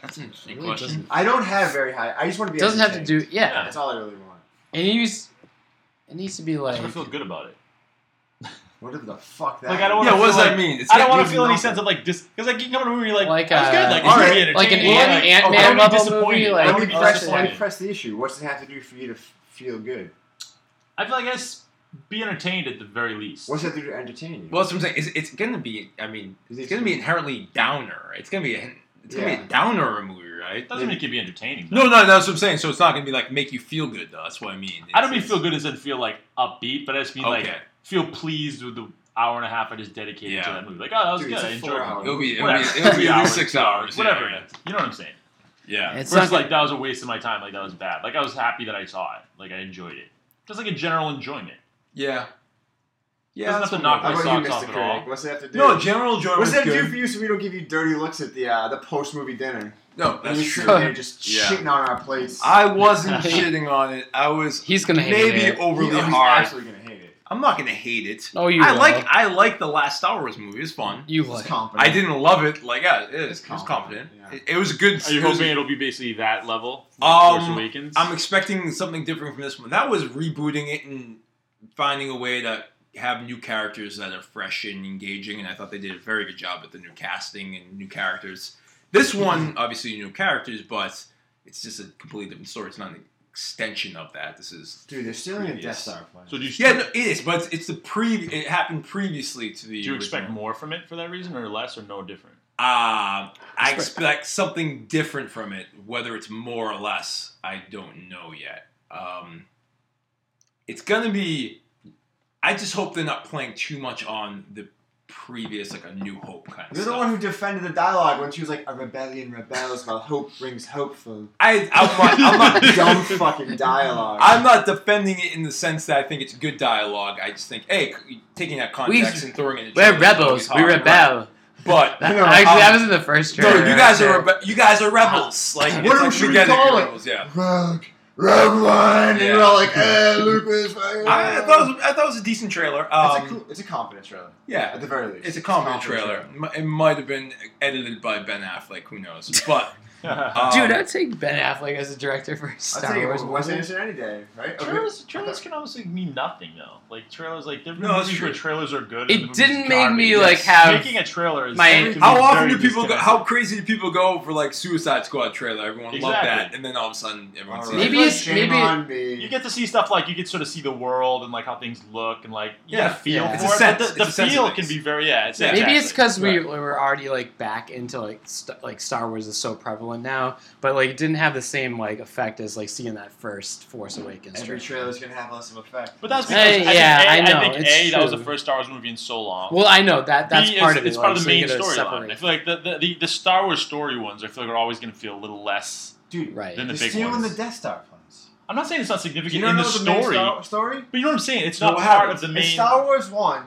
D: That's an interesting
B: It really
D: question.
B: doesn't-
C: I don't have very high. I just want to be.
B: Doesn't have to
C: entertained.
B: do- yeah.
C: that's all I really want.
B: It needs. It needs to be like.
E: I feel good about it.
C: What the fuck that?
E: Like I don't want
D: Yeah,
E: to.
D: what does that
E: like,
D: mean? It's
E: I don't
D: got
E: want to
D: good
E: feel any
D: nothing.
E: sense of like dis. Because like you come to a movie, you're like
B: Like,
E: like was
B: uh,
E: good. Like it's
C: all
E: gonna be
C: right,
B: like an
E: entertaining,
B: Ant-
E: like,
B: Ant-Man
E: I don't wanna be
B: level
E: disappointed.
B: movie,
E: I
B: like-
E: don't
C: Let me
E: wanna be
B: Oh,
C: press.
B: that's
C: Let me
E: disappointed.
C: press the issue. What's it have to do for you to f- feel good?
E: I feel like I s- be entertained at the very least.
C: What's it have to do to entertain you?
D: Well, that's what I'm saying. It's, it's going to be, I mean, it's going to be inherently downer. It's going to be a, it's gonna be
C: Yeah.
D: a downer movie, right?
E: Doesn't make it be entertaining.
D: No, no, that's what I'm saying. So it's not going to be like make you feel good, though. That's what I mean.
E: I don't mean
D: It's-
E: feel good as in feel like upbeat, but I just mean like
D: Okay.
E: feel pleased with the hour and a half I just dedicated to
D: Yeah.
E: that movie. Like, oh, that was
C: Dude,
E: good.
C: it's
E: I
C: a
E: enjoyed
C: four
E: it.
C: hour
D: It'll be, it'll be,
E: Whatever.
D: it'll be
E: Three
D: at
E: hours,
D: least six
E: two
D: hours. yeah,
E: whatever.
D: yeah.
E: it is. You know what I'm saying?
D: Yeah.
B: It's
E: Whereas
B: not-
E: like that was a waste of my time. Like that was bad. Like I was happy that I saw it. Like I enjoyed it. Just like a general enjoyment.
D: Yeah. Yeah.
E: Doesn't
D: that's
E: have to
D: what
E: knock
D: I'm-
C: How
E: my
C: about
E: socks
C: you,
E: off
C: Mr.
E: at all.
C: Critic? What's it have to do?
D: No, General Jordan
C: What's
D: was
C: that do
D: good.
C: for you so we don't give you dirty looks at the uh, the post movie dinner?
D: No,
C: And
D: that's
C: you're
D: true.
C: sitting there just
D: Yeah.
C: shitting on our plates.
D: I wasn't shitting on it. I was
B: He's gonna hate
D: maybe
B: it.
D: overly
C: He's
D: hard.
C: absolutely gonna hate it.
D: I'm not gonna hate it.
B: Oh, you
D: I
B: will.
D: like I like the last Star Wars movie. It's fun.
B: You
C: It's
B: like.
C: confident.
D: I didn't love it. Like yeah, it
C: It's
D: is. It was
C: confident,
D: confident.
C: yeah.
D: It, it was a good.
E: Are you
D: it was a-
E: hoping it'll be basically that level?
D: Um,
E: Like Force Awakens.
D: I'm expecting something different from this one. That was rebooting it and finding a way to have new characters that are fresh and engaging. And I thought they did a very good job with the new casting and new characters. This one, obviously, new characters, but it's just a completely different story. It's not an extension of that. This is
C: Dude, they're stealing a Death
D: Previous.
C: Star plane.
E: so do you,
D: yeah, no, it is, but it's, it's the pre. It happened previously to the.
E: do you expect
D: original.
E: more from it for that reason, or less, or no different?
D: Um, I expect something different from it, whether it's more or less. I don't know yet. Um, it's gonna be. I just hope they're not playing too much on the previous, like a New Hope kind of
C: You're the
D: stuff.
C: one who defended the dialogue when she was like, "A rebellion rebels while hope brings hopeful."
D: I, I'm not. I'm not
C: dumb fucking dialogue.
D: I'm not defending it in the sense that I think it's good dialogue. I just think, hey, c- taking that context and throwing it. in
B: We're rebels. We rebel.
D: But
B: That-
C: No,
B: actually, that
D: um,
B: was in the first
D: no,
B: trailer.
D: you guys
B: right
D: are rebe- you guys are rebels. Like, it's
C: What
D: like
C: should we
D: together,
C: call
D: you're
C: it?
D: Rebels, yeah.
C: Rogue, Rogue One, and you're all like, "Eh, Lucas."
D: I, I thought it was, I thought it was a decent trailer. Um,
C: it's a cool, it's a confidence trailer.
D: yeah.
C: at the very least,
D: It's a comedy
C: confidence
D: trailer. M- It might have been edited by Ben Affleck. Who knows? But um,
B: Dude, I'd take Ben Affleck as a director for a
C: I'll
B: Star
C: take it.
B: Wars
C: Wes Wes
B: movie.
C: Anderson any day, right? Okay.
E: Trailers, trailers can honestly mean nothing though. Like trailers, like there have been
D: No, that's
E: movies where
D: true.
E: trailers are good. and
B: It
E: the movie's
B: didn't make me,
E: garbage.
B: like, have
E: making a trailer. Is
B: my-
E: can be
D: how often
E: very
D: do people go?
E: disconnected.
D: How crazy do people go for like Suicide Squad trailer? Everyone loved
E: Exactly.
D: that, and then all of a sudden, everyone
C: All
D: sees
C: right.
D: it.
B: Maybe it's-
C: Shame
B: maybe-
C: on me.
E: you get to see stuff like you get sort of see the world and like how things look and like you
D: Yeah.
E: get a feel
C: Yeah. It's
E: for it.
D: a
E: but
D: sense.
E: the-
D: It's
E: the
D: a sense of
E: feel
D: things.
E: can be very yeah. It's,
D: Yeah.
B: Maybe it's
E: exactly.
B: because we we were already like back into like st- like Star Wars is so prevalent now, but like it didn't have the same like effect as like seeing that first Force Awakens trailer.
C: Every trailer's gonna have less of effect.
E: But that's because
B: Hey,
E: I
B: yeah,
E: think, a,
B: I know,
E: I think
B: it's
E: a that was
B: true.
E: the first Star Wars movie in so long.
B: Well, I know that that's
E: B,
B: part
E: it's,
B: of it.
E: It's part
B: like,
E: of the
B: so you
E: main
B: gotta
E: storyline.
B: separate.
E: I feel like the, the, the, the Star Wars story ones, I feel like are always going to feel a little less
C: Dude,
B: Right.
E: than the
C: they're
E: big
C: stealing
E: ones.
C: the Death Star plans.
E: I'm not saying it's not significant
C: You don't
E: in
C: know
E: the
C: the main
E: story,
C: Star- story?
E: but you know what I'm saying. It's
D: No,
E: not
D: what
E: part
D: happens?
E: of the
C: In
E: main.
C: Star Wars One,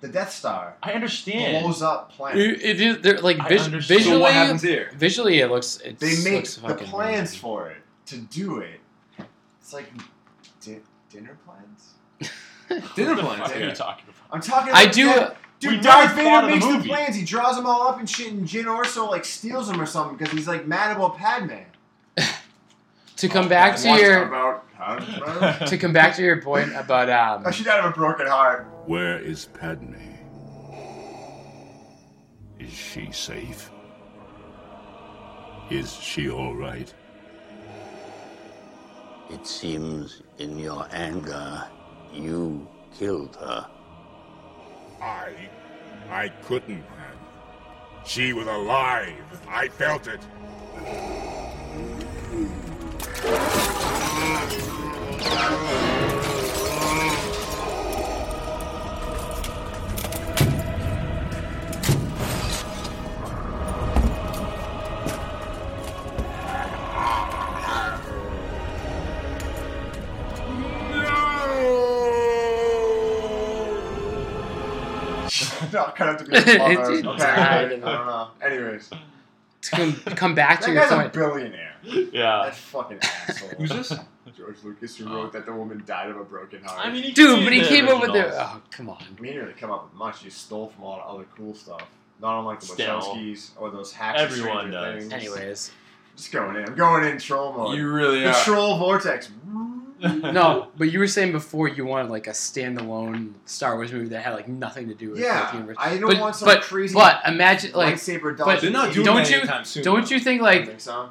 C: the Death Star
E: I understand.
C: blows up plans.
B: It, it is they're like
E: I
B: vis-
E: understand.
B: visually.
D: So what happens here?
B: Visually, it looks. It
C: They make
B: looks
C: the
B: fucking
C: plans
B: amazing.
C: for it to do it. It's like di- dinner plans.
D: Dinner
E: What the
D: plans.
E: fuck are you
D: Yeah.
E: talking about?
C: I'm talking.
B: I
C: about
B: do-
C: Death-
E: we
C: Dude,
E: know
C: Darth
E: the
C: Vader
E: plot of the
C: makes the,
E: movie.
C: plans. He draws them all up and shit, and Jin Orso like steals them or something because he's like mad about Padme.
B: To come back
C: Oh,
B: to your
C: About, how-
B: to come back to your point about
C: oh,
B: um.
C: she died of a broken heart.
N: Where is Padme? Is she safe? Is she all right?
Q: It seems in your anger you killed her.
N: I. I couldn't have. She was alive. I felt it.
C: no, I kind of have to be a plumber.
B: It didn't
C: Okay, I
B: die.
C: don't know. Anyways,
B: To come, come back to
C: that
B: your
C: guy's a
B: point.
C: billionaire.
E: Yeah.
C: That fucking asshole.
D: Who's this?
C: George Lucas, who wrote that the woman died of a broken heart.
E: Oh. I mean, he
B: Dude,
E: can
B: but
E: do
B: he
E: the
B: came up with the.
E: originals.
B: Oh, come on.
C: I mean, he didn't really come up with much. He stole from all the other cool stuff. Not unlike the
E: Still.
C: Wachowskis or those hacks. of Stranger
E: Everyone does.
C: Things.
B: Anyways,
C: Just going in. I'm going in troll mode.
D: You really
C: the
D: are.
C: troll vortex.
B: no, but you were saying before you wanted like a standalone Star Wars movie that had like nothing to do with
C: Yeah,
B: the universe.
C: I don't
B: but,
C: want some
B: but,
C: crazy
B: But imagine like,
C: lightsaber
B: but
D: They're not doing
B: don't
D: that
B: you
D: anytime soon,
B: don't
D: though.
B: you think
C: I
B: like
C: think so.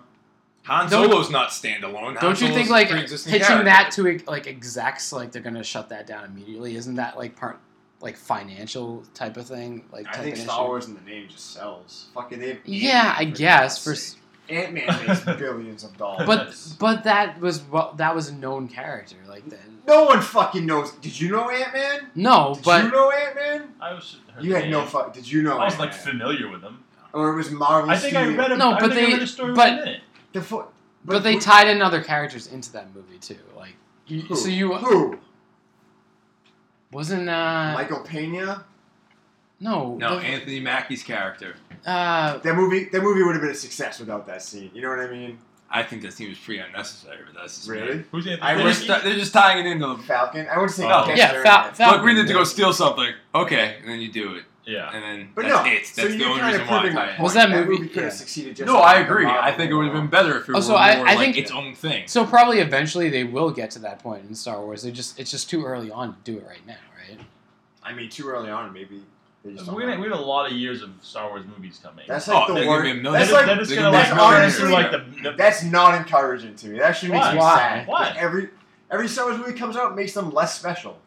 D: Han
B: Don't-
D: Solo's not standalone. Han
B: don't you
D: Solo's
B: think
D: a
B: like
D: pre-existing
B: pitching
D: character.
B: that to like execs like they're gonna shut that down immediately? Isn't that like part like financial type of thing? Like
C: I
B: type
C: think
B: of
C: Star
B: issue?
C: Wars in the name just sells. Fucking they.
B: Yeah, I guess for. s-
C: Ant Man makes billions of dollars.
B: But but that was well, that was a known character like that.
C: no one fucking knows. Did you know Ant Man?
B: No,
C: Did
B: but
C: you know Ant Man?
E: I was. heard
C: You
E: the
C: had no
E: name.
C: fuck. Did you
E: I
C: know?
E: was like
C: Ant-Man?
E: familiar with them.
C: or it was Marvel.
E: I think I
C: Studios.
E: read a,
B: No,
E: I
B: but
E: think I
B: they-
E: read a story
B: but-
E: within it.
C: The fo-
B: but, they
C: who-
B: tied in other characters into that movie too. Like you,
C: who?
B: so you
C: who?
B: wasn't uh
C: Michael Pena.
B: no
D: No,
B: the-
D: Anthony Mackie's character.
B: uh
C: That movie. That movie would have been a success without that scene. You know what I mean?
D: I think that seems pretty unnecessary, but that's just me.
C: Really?
E: Who's Anthony?
C: I
D: They're
C: was-
E: Mackie?
D: just, they're just tying it into the
C: Falcon. I would say.
D: Oh.
C: Captain
B: yeah
C: America.
B: Fal-
D: Look, we
B: Falcon.
D: need to go steal something. Okay, and then you do it,
E: Yeah.
D: and then
C: But
D: that's
C: no,
D: it. That's
C: so
D: the
C: you're
D: only
C: kind
D: reason
C: of
D: why. I
C: proving my
D: tie it.
C: point.
B: Was that movie-
C: could
B: yeah.
C: have succeeded just.
D: No,
C: like
D: I
C: the
D: agree.
C: Marvel
D: I think it would have been
C: world.
D: better if it
B: Also,
D: were
B: Oh, I-
D: more
B: I
D: like
B: think-
D: its own thing.
B: So probably eventually they will get to that point in Star Wars. They just it's just too early on to do it right now, right?
C: I mean, too early on, maybe. They just don't
E: We're gonna
C: know.
E: we had a lot of years of Star Wars movies coming.
C: That's
D: oh,
C: like
D: they're
C: the
D: gonna be a
C: worst.
D: million.
C: That's
E: They're-
C: like
E: they're just
D: they're
E: gonna
D: be
E: like
C: that's
D: a million
C: honestly
E: through
D: years.
E: like the, the
C: That's not encouraging to me. That should make
E: Why?
C: me
B: Why?
C: sad.
E: Why?
C: Every every Star Wars movie comes out makes them less special.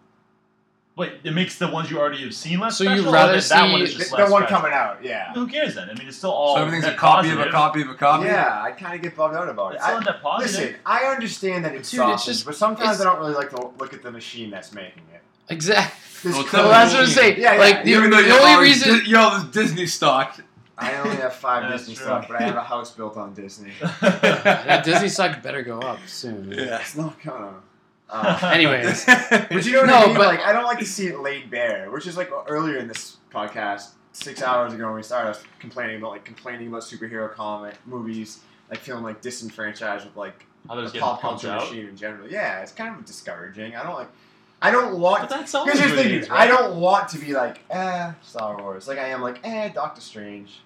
E: wait. It makes the ones you already have seen less.
B: So you'd
E: special, or
B: rather
E: that, that one
B: see
E: is
C: The,
E: just
C: the
E: less
C: one
E: special?
C: coming out, yeah,
E: Who cares then? I mean, it's still all.
D: So everything's a
E: net
D: copy of a
E: positive.
D: copy of a copy.
C: yeah. I kind of get bummed out about it.
E: It's still a
C: I,
E: net positive.
C: listen, I understand that it's
B: Dude, it's
C: sausage,
B: just-
C: but
B: it's-
C: sometimes I don't really like to look at the machine that's making it.
B: Exactly.
C: This
D: Well, it's
C: crazy-
B: Well, that's what I'm saying.
C: Yeah, yeah.
B: Like the,
D: Even though
B: the
D: you
B: only reason
D: you all this Disney stock.
C: I only have five
E: That's
C: Disney
E: true.
C: stuff, but I have a house built on Disney.
B: that Disney stock better go up soon.
C: It's not gonna. Uh,
B: Anyways,
C: But you know what
B: No,
C: I mean?
B: but-
C: like, I don't like to see it laid bare, which is like earlier in this podcast, six hours ago when we started, I was complaining about like complaining about superhero comic movies, like feeling like disenfranchised with like
E: Others
C: the
E: get
C: pop
E: pumped
C: culture
E: out.
C: machine in general. Yeah, it's kind of discouraging. I don't like. I don't want.
E: But that's all.
C: Here's the
E: it
C: thing:
E: is,
C: dude.
E: right?
C: I don't want to be like, eh, Star Wars. Like I am, like, eh, Doctor Strange,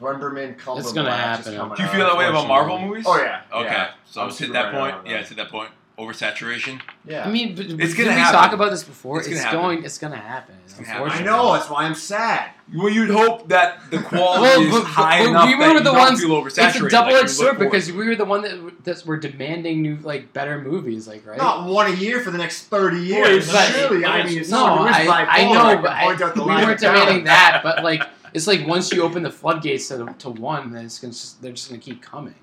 C: Wonderman, Cumberbatch.
B: It's gonna
C: is
B: happen.
C: coming
D: Do you
C: out,
D: feel that way about
C: unfortunately.
D: Marvel movies?
C: Oh yeah.
D: Okay,
C: yeah,
D: so
C: I'm
D: it's
C: super
D: at that
C: right on
D: point,
C: that.
D: yeah, it's at that point. Oversaturation.
C: Yeah.
B: I mean, but, but
D: It's
B: did
D: gonna
B: we
D: happen.
B: talk about this before?
D: It's
B: It's,
D: gonna happen.
B: going. It's gonna happen.
D: gonna happen.
C: I
B: unfortunately.
C: know. That's why I'm sad.
D: Well, you'd hope that the quality
B: Well,
D: is
B: but-
D: high
B: but
D: enough
B: we were
D: that you
B: the
D: don't
B: ones-
D: feel oversaturated.
B: It's a
D: like
B: double-edged
D: you
B: sword
D: look forward
B: because
D: to.
B: we were the one that that's were demanding new, like, better movies, like, right?
C: Not one a year for the next 30 years.
B: but-
C: Surely, I
E: but-
C: mean, if
B: no,
C: someone who is
B: I,
C: bipolar,
B: I know,
C: can
B: but I,
C: point out the
B: we
C: line
B: weren't
C: of doubt.
B: demanding that. But like, it's like once you open the floodgates to, to one, then it's gonna just, they're just gonna keep coming.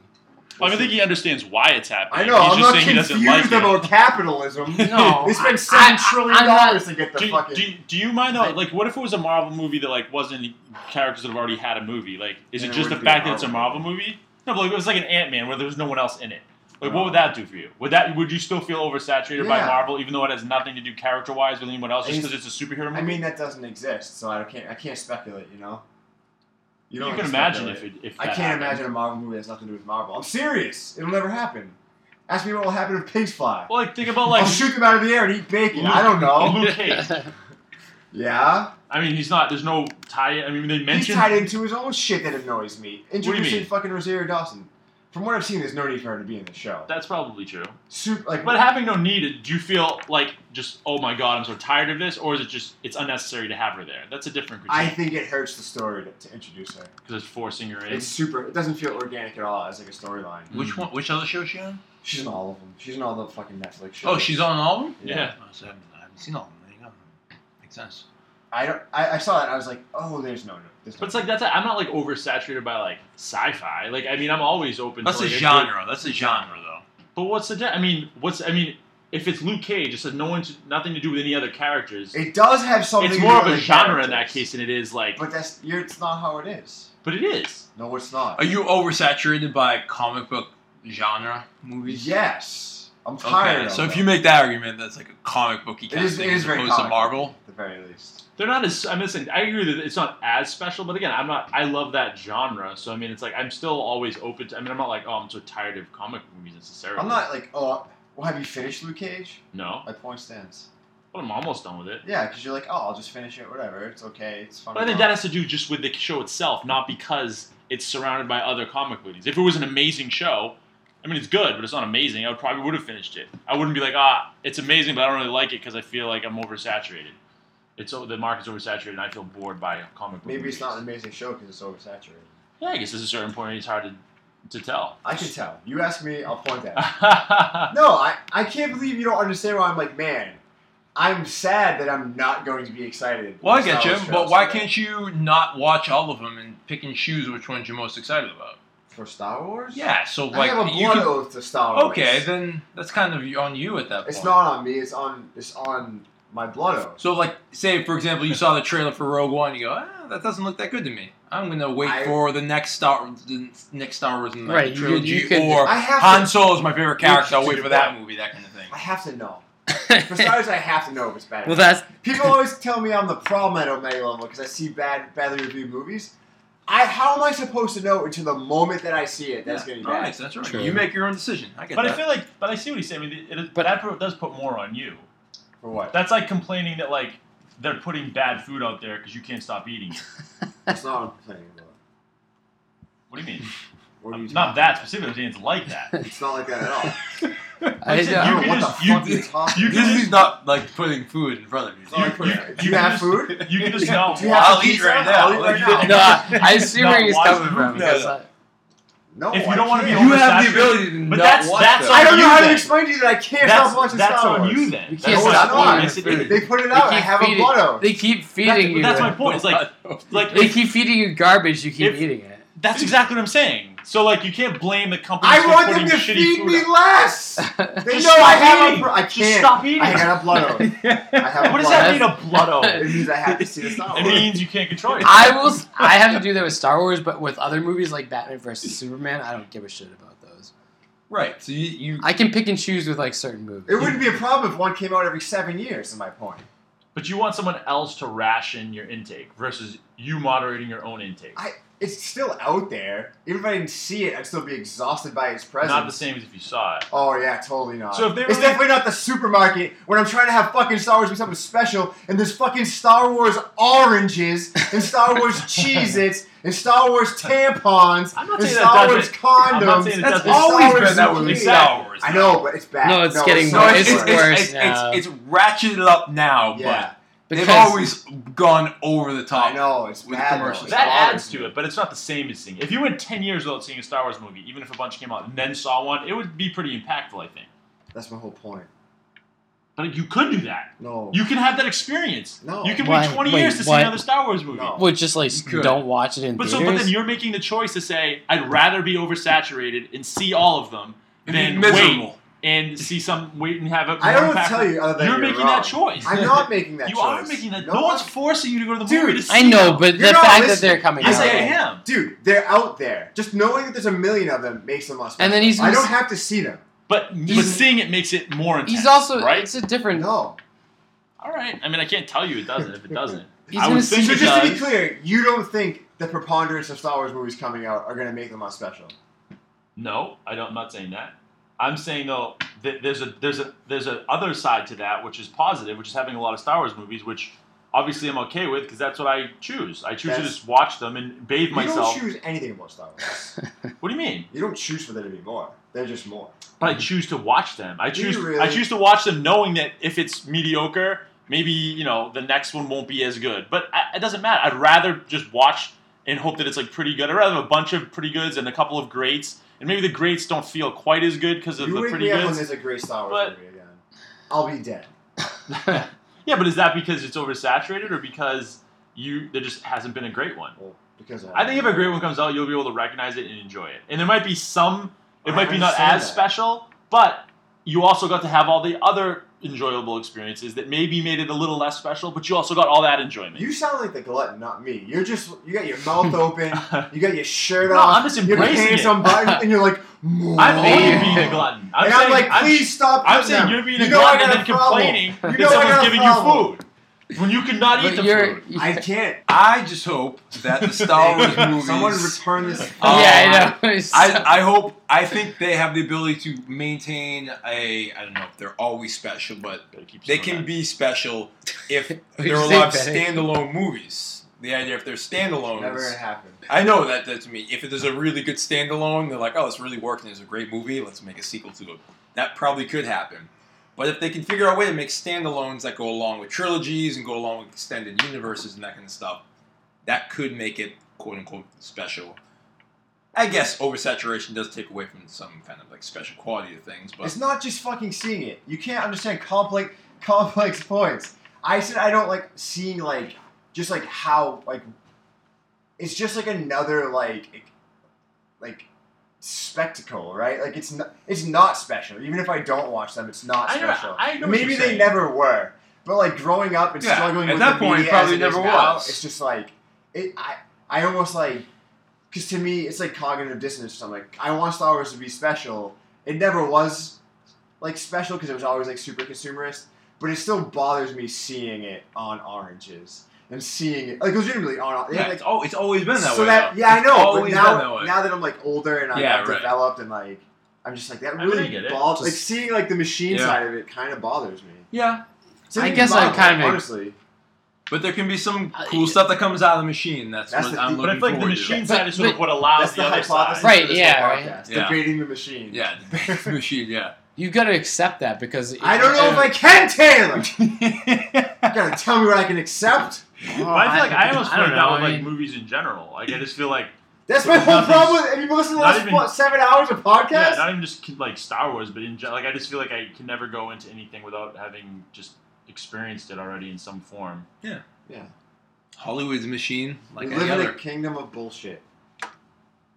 E: I don't think he understands why it's
C: I
E: happening.
C: know,
E: He's
C: I'm
E: just
C: not
E: saying he
C: confused
E: doesn't like it.
C: about capitalism.
B: No,
C: They
B: I-
C: spent seven
B: I-
C: trillion
B: I'm not-
C: dollars to get the
E: do,
C: fucking.
E: do, do you mind though? Like, what if it was a Marvel movie that like wasn't characters that have already had a movie? Like, is
C: Then
E: it
C: it
E: just the
C: wouldn't be a
E: fact that it's a
C: Marvel
E: Marvel movie? No, but like, it was like an Ant Man where there was no one else in it. Like, what would that do for you? Would that would you still feel oversaturated by
C: Yeah.
E: Marvel, even though it has nothing to do character wise with anyone else, just because it's a superhero movie?
C: I mean, that doesn't exist, so I can't. I can't speculate. You know.
E: you,
C: don't
E: can
C: have to
E: imagine if
C: speculate.
E: it, if
C: I
E: that
C: can't
E: happened.
C: imagine a Marvel movie that has nothing to do with Marvel. I'm serious. It'll never happen. Ask me what will happen if pigs fly.
E: Well, like think about like
C: I'll Oh, shoot them out of the air and eat bacon. I don't know.
E: Luke Cage.
C: yeah.
E: I mean, he's not. There's no tie. I mean, they
C: He's
E: mentioned
C: tied into his own shit that annoys me.
E: do you
C: Introducing
E: mean?
C: fucking Rosario Dawson. From what I've seen, there's no need for her to be in the show.
E: that's probably true.
C: Super, like,
E: But having no need, do you feel like just oh my god, I'm so tired of this, or is it just it's unnecessary to have her there? That's a different
C: I
E: critique
C: think it hurts the story to, to introduce her.
E: because it's forcing her in.
C: It's super. It doesn't feel organic at all as like a storyline.
D: Which one? Which other show is she on?
C: She's in all of them. She's in all the fucking Netflix shows.
D: Oh, she's on all of them.
E: Yeah.
D: Oh, so I, haven't, I haven't seen all of them. There you go. Makes sense.
C: I don't. I, I saw that. and I was like, oh, there's no. There's no
E: But it's like that's I'm not like oversaturated by like sci-fi. Like I mean, I'm always open.
D: That's
E: to,
D: a
E: like, good-
D: genre. That's a genre, though.
E: But what's the? di- I mean, what's? I mean, if it's Luke Cage, it's has no one, to, nothing to do with any other characters.
C: It does have something
E: It's
C: to do
E: more of
C: with
E: a
C: the
E: genre in that case than it is like.
C: But that's you're, it's not how it is.
E: But it is.
C: No, it's not.
D: Are you oversaturated by comic book genre movies?
C: Yes, I'm tired.
D: Okay,
C: of
D: so if
C: them.
D: you make that argument, that's like a comic booky
C: It is-
D: casting
C: it is
D: as
C: very
D: opposed to
C: comic
D: Marvel.
C: at the very least,
E: They're not as. I'm listening. I agree that it's not as special, but again, I'm not. I love that genre, so I mean, it's like I'm still always open to. I mean, I'm not like, oh, I'm so tired of comic movies necessarily.
C: I'm not like oh. Well, have you finished Luke Cage?
E: No,
C: My point stands.
E: but I'm almost done with it.
C: Yeah, because you're like, oh, I'll just finish it, whatever. It's okay, it's fun.
E: But I think that has to do just with the show itself, not because it's surrounded by other comic movies. If it was an amazing show, I mean, it's good, but it's not amazing. I would probably would have finished it. I wouldn't be like, ah, it's amazing, but I don't really like it because I feel like I'm oversaturated. It's o- the market's oversaturated, and I feel bored by comic book
C: Maybe
E: movies.
C: it's not an amazing show because it's oversaturated.
E: Yeah, I guess there's a certain point it's hard to, to tell.
C: I can tell. You ask me, I'll point that. out. no, I, I can't believe you don't understand why I'm like, man, I'm sad that I'm not going to be excited.
D: Well, I
C: when
D: get
C: Star
D: you,
C: Wars
D: but
C: drops
D: why
C: today.
D: can't you not watch all of them and pick and choose which ones you're most excited about?
C: For Star Wars?
D: Yeah, so
C: I
D: like
C: have a
D: you
C: blood
D: could-
C: oath to Star Wars.
D: Okay, then that's kind of on you at that point.
C: It's not on me. It's on. It's on my blood oath.
D: So, like, say for example, you saw the trailer for Rogue One, you go, ah, that doesn't look that good to me. I'm gonna wait
C: I-
D: for the next Star, the next Star Wars in the
B: Right, you could-
D: trilogy,
B: you could-
D: or
C: I have
D: Han
C: to-
D: Solo is my favorite character. I'll wait for that
C: Yeah.
D: movie, that kind of thing.
C: I have to know. For Star Wars, I have to know if it's bad. or
B: Well,
C: not.
B: that's
C: people always tell me I'm the problem at Omega level because I see bad, badly reviewed movies. I how am I supposed to know until the moment that I see it? That's
D: Yeah.
C: gonna be
D: All
C: bad.
D: right, that's right.
B: True.
D: You make your own decision. I get
E: But
D: that.
E: I feel like, but I see what he's saying. I mean, it, it,
B: But-
E: that pro- does put more on you.
C: For what?
E: That's like complaining that like they're putting bad food out there because you can't stop eating. it.
C: That's not what I'm complaining about.
E: What do you mean?
C: What are you
E: Not
C: talking
E: that specific. I'm saying it's like that.
C: about? It's not like that at all.
B: I,
E: Like I said,
B: don't-
E: you
C: I don't know
E: can
C: what the
E: just-
C: fuck
E: you
C: you're talking
E: did- you
C: about.
E: did-
D: this is not like putting food in front of you.
C: It's not like
E: you-
C: we're- Do
E: you
C: you
E: can
C: have
E: just-
C: food?
E: You can just not.
C: Do you have
D: I'll
C: pizza?
D: eat right now.
C: I'll eat right
D: You
C: now.
D: did-
B: no, I see
E: Not
B: where he's
E: watch
B: coming
E: the
B: from.
E: movie.
B: because
D: No, no.
B: I-
C: No,
E: If you
C: I
E: don't wanna be
C: can't.
E: over-
D: You have the
E: oversaturated.
D: ability to
E: But
D: not
E: that's-
D: watch
E: that's
D: that.
C: I don't know how to
E: then.
C: explain to you that I can't
E: That's,
C: stop watching
E: that's
C: Star
E: on
C: Wars.
E: you then.
B: You
E: That's
B: can't
E: on
B: stop
E: you.
B: watching
E: It's-
B: it.
E: it-
C: They put it
B: They
C: out. I
B: keep
C: have a
B: feeding-
C: blood oath.
B: They keep
E: that-
B: feeding you.
E: That's my
B: it.
E: point. It's like, like
B: They keep feeding you garbage. You keep
E: If-
B: eating it.
E: that's exactly what I'm saying. So like, you can't blame the company.
C: I
E: for
C: want
E: putting
C: them to
E: shitty
C: feed
E: food
C: me
E: out.
C: less. They
E: Just
C: know I
E: stop
C: have
E: eating.
C: a. Pro- I can't.
E: Just stop eating.
C: I have a blood oath. I have a
E: What does
C: blood
E: that
C: oath.
E: mean? A blood oath?
C: It means I have to see the Star
E: It
C: Wars.
E: means you can't control it.
B: I will. s- I have to do that with Star Wars, but with other movies like Batman versus Superman, I don't give a shit about those.
D: Right. So you, you
B: I can pick and choose with like certain movies.
C: It wouldn't be a problem if one came out every seven years. Is my point.
E: But you want someone else to ration your intake versus you moderating your own intake.
C: I- It's still out there. Even if I didn't see it, I'd still be exhausted by its presence.
E: Not the same as if you saw it.
C: Oh yeah, totally not.
E: So if they
C: it's
E: were-
C: definitely not the supermarket when I'm trying to have fucking Star Wars be something special, and there's fucking Star Wars oranges and Star Wars Cheez-Its and Star Wars tampons
E: I'm not
C: and
E: saying that
C: Star Wars
E: doesn't-
C: condoms.
E: I'm not saying
C: and
E: it doesn't-
C: Star
D: always
C: Wars
D: been that way with
C: cookies.
D: Star Wars.
C: I know, but it's bad.
B: No, it's getting
C: so
D: No,
B: worse.
D: it's, it's,
C: bad.
B: worse
D: it's, it's,
B: now.
D: it's, ratcheted up now,
C: Yeah.
D: but
B: because
D: they've always gone over the top.
C: I know it's
D: With
C: bad. though.
D: commercials.
C: It
E: That
C: bothers
E: adds to
C: me.
E: it, but it's not the same as seeing. If you went ten years without seeing a Star Wars movie, even if a bunch came out and then saw one, it would be pretty impactful, I think.
C: That's my whole point.
E: But you could do that.
C: No,
E: You can have that experience.
C: No.
E: You can
B: Why-
E: wait twenty
B: wait,
E: years to
B: why-
E: see another Star Wars movie.
C: No.
B: Well, just like
D: You could.
B: don't watch it in
E: But so,
B: theaters.
E: but then you're making the choice to say, I'd rather be oversaturated and see all of them
D: And
E: than
D: be
E: wait
D: miserable.
E: and see some wait and have it.
C: I
E: more
C: don't
E: impactful.
C: tell you other than
E: you're,
C: you're
E: making
C: wrong.
E: that choice.
C: I'm not making that
E: you
C: choice.
E: are making that.
C: No,
E: No, one's forcing you to go to the
C: Dude,
E: movie to see
B: I know,
E: them.
B: but the
C: You're not
B: fact that
C: listening.
B: they're coming
E: I
B: out.
E: say I am.
C: Dude, they're out there. Just knowing that there's a million of them makes them less.
B: And then he's
C: I
B: gonna
C: don't
B: s-
C: have to see them.
E: But, but
B: He's-
E: seeing it makes it more intense.
B: He's also
E: right.
B: it's a different.
C: No.
E: All right. I mean, I can't tell you it doesn't if it doesn't.
B: He's
E: I
B: gonna
E: would
B: see-
E: think
C: So
E: it
C: just to be
E: does.
C: clear, you don't think the preponderance of Star Wars movies coming out are going to make them less special?
E: No, I don't. I'm not saying that. I'm saying though that there's a there's a there's a other side to that which is positive, which is having a lot of Star Wars movies, which obviously I'm okay with because that's what I choose. I choose to
C: That's-
E: just watch them and bathe
C: You
E: myself.
C: don't choose anything about Star Wars.
E: What do you mean?
C: you don't choose for there to be more. They're just more.
E: But I choose to watch them. I
C: Mm-hmm. Do
E: choose
C: you really?
E: I choose to watch them knowing that if it's mediocre, maybe you know the next one won't be as good. But I, it doesn't matter. I'd rather just watch and hope that it's like pretty good. I'd rather have a bunch of pretty goods and a couple of greats. And maybe the greats don't feel quite as good because of
C: you
E: the
C: wake
E: pretty
C: me up when
E: goods.
C: there's a great Star Wars
E: But-
C: movie again. I'll be dead.
E: Yeah, but is that because it's oversaturated or because you there just hasn't been a great one?
C: Well, because
E: I think if a great one comes out, you'll be able to recognize it and enjoy it. And there might be some, it
C: I
E: might be not
C: understand
E: as
C: that.
E: special, But you also got to have all the other enjoyable experiences that maybe made it a little less special, but you also got all that enjoyment.
C: You sound like the glutton, not me. You're just you got your mouth open, you got your shirt
E: No,
C: off,
E: I'm just
C: your
E: embracing
C: pants
E: it.
C: unbuttoned, and you're like,
E: I'm only being a glutton. I'm
C: and
E: saying,
C: I'm like, please
E: I'm,
C: stop.
E: I'm
C: cutting
E: saying
C: them.
E: you're being a
C: know I
E: glutton
C: got
E: and then
C: problem.
E: complaining
C: You
E: that
C: know I
E: someone's
C: got a
E: giving
C: problem.
E: you food when you could not eat
D: But
E: the
D: you're-
E: food.
C: I can't.
D: I just hope that the Star Wars movies.
C: Someone return this.
B: Yeah, I know.
D: I, I hope. I think they have the ability to maintain a. I don't know if they're always special, but they can be special if they're
B: you
D: a
B: say,
D: lot of
B: Benny?
D: standalone movies. The idea if they're standalones.
C: Never gonna happen.
D: I know that that's me. If there's a really good standalone, they're like, oh, it's really working. It's a great movie. Let's make a sequel to it. That probably could happen. But if they can figure out a way to make standalones that go along with trilogies and go along with extended universes and that kind of stuff, that could make it quote unquote special. I guess oversaturation does take away from some kind of like special quality of things, but
C: It's not just fucking seeing it. You can't understand complex complex points. I said I don't like seeing like just like how like it's just like another like e, like spectacle, right? Like it's not it's not special. Even if I don't watch them, it's not
E: I know-
C: special.
E: I know what
C: Maybe
E: you're
C: they
E: saying.
C: never were, but like growing up and
D: Yeah,
C: struggling
D: at
C: with
D: that
C: the
D: point,
C: media
D: probably
C: as it is
D: never
C: now,
D: was.
C: It's just like it. I I almost like because to me it's like cognitive dissonance. or something. like I want Star Wars to be special. It never was like special because it was always like super consumerist. But it still bothers me seeing it on oranges and seeing it like legitimately on. they
D: yeah,
C: had, like,
D: it's, al- it's always been that
C: so
D: way.
C: that
D: though.
C: yeah, I
D: It's
C: know. But
D: always
C: now,
D: been that way.
C: now that I'm like older and I'm
D: Yeah,
C: like,
D: right.
C: developed and like, I'm just like that
E: mean, I
C: really
E: get it.
C: bothers. Like
E: Just-
C: seeing like the machine
D: Yeah.
C: side of it kind of bothers me.
D: yeah,
C: It's not
B: I
C: even
B: guess I
C: Marvel,
B: kind of-
C: honestly.
D: but there can be some cool stuff that comes out of the machine. That's,
C: That's
D: what
C: the
D: I'm
C: deep-
E: Uh, But I
D: looking
E: feel like the
D: forward
E: machine
D: to.
E: side is sort of what allows
C: That's
E: the,
C: the
E: other
C: hypothesis
E: side.
C: for
B: Right,
C: this
B: yeah,
C: whole
B: right.
C: podcast,
D: Yeah.
C: Debating the machine.
D: Yeah, the machine. Yeah.
B: You gotta accept that because
C: I don't know if I can, Taylor. you gotta tell me what I can accept.
E: But I feel like I almost
B: I
E: feel
B: don't
E: like that
B: know,
E: with
B: I
E: like
B: mean-
E: movies in general. Like I just feel like
C: That's my whole problem. With, have you listened to the
E: Not
C: last
E: even-
C: what, seven hours of podcast?
E: yeah, not even just like Star Wars, but in gen- like I just feel like I can never go into anything without having just experienced it already in some form.
D: Yeah.
C: Yeah.
D: Hollywood's machine, like
C: we
D: any
C: live in a
D: other.
C: kingdom of bullshit.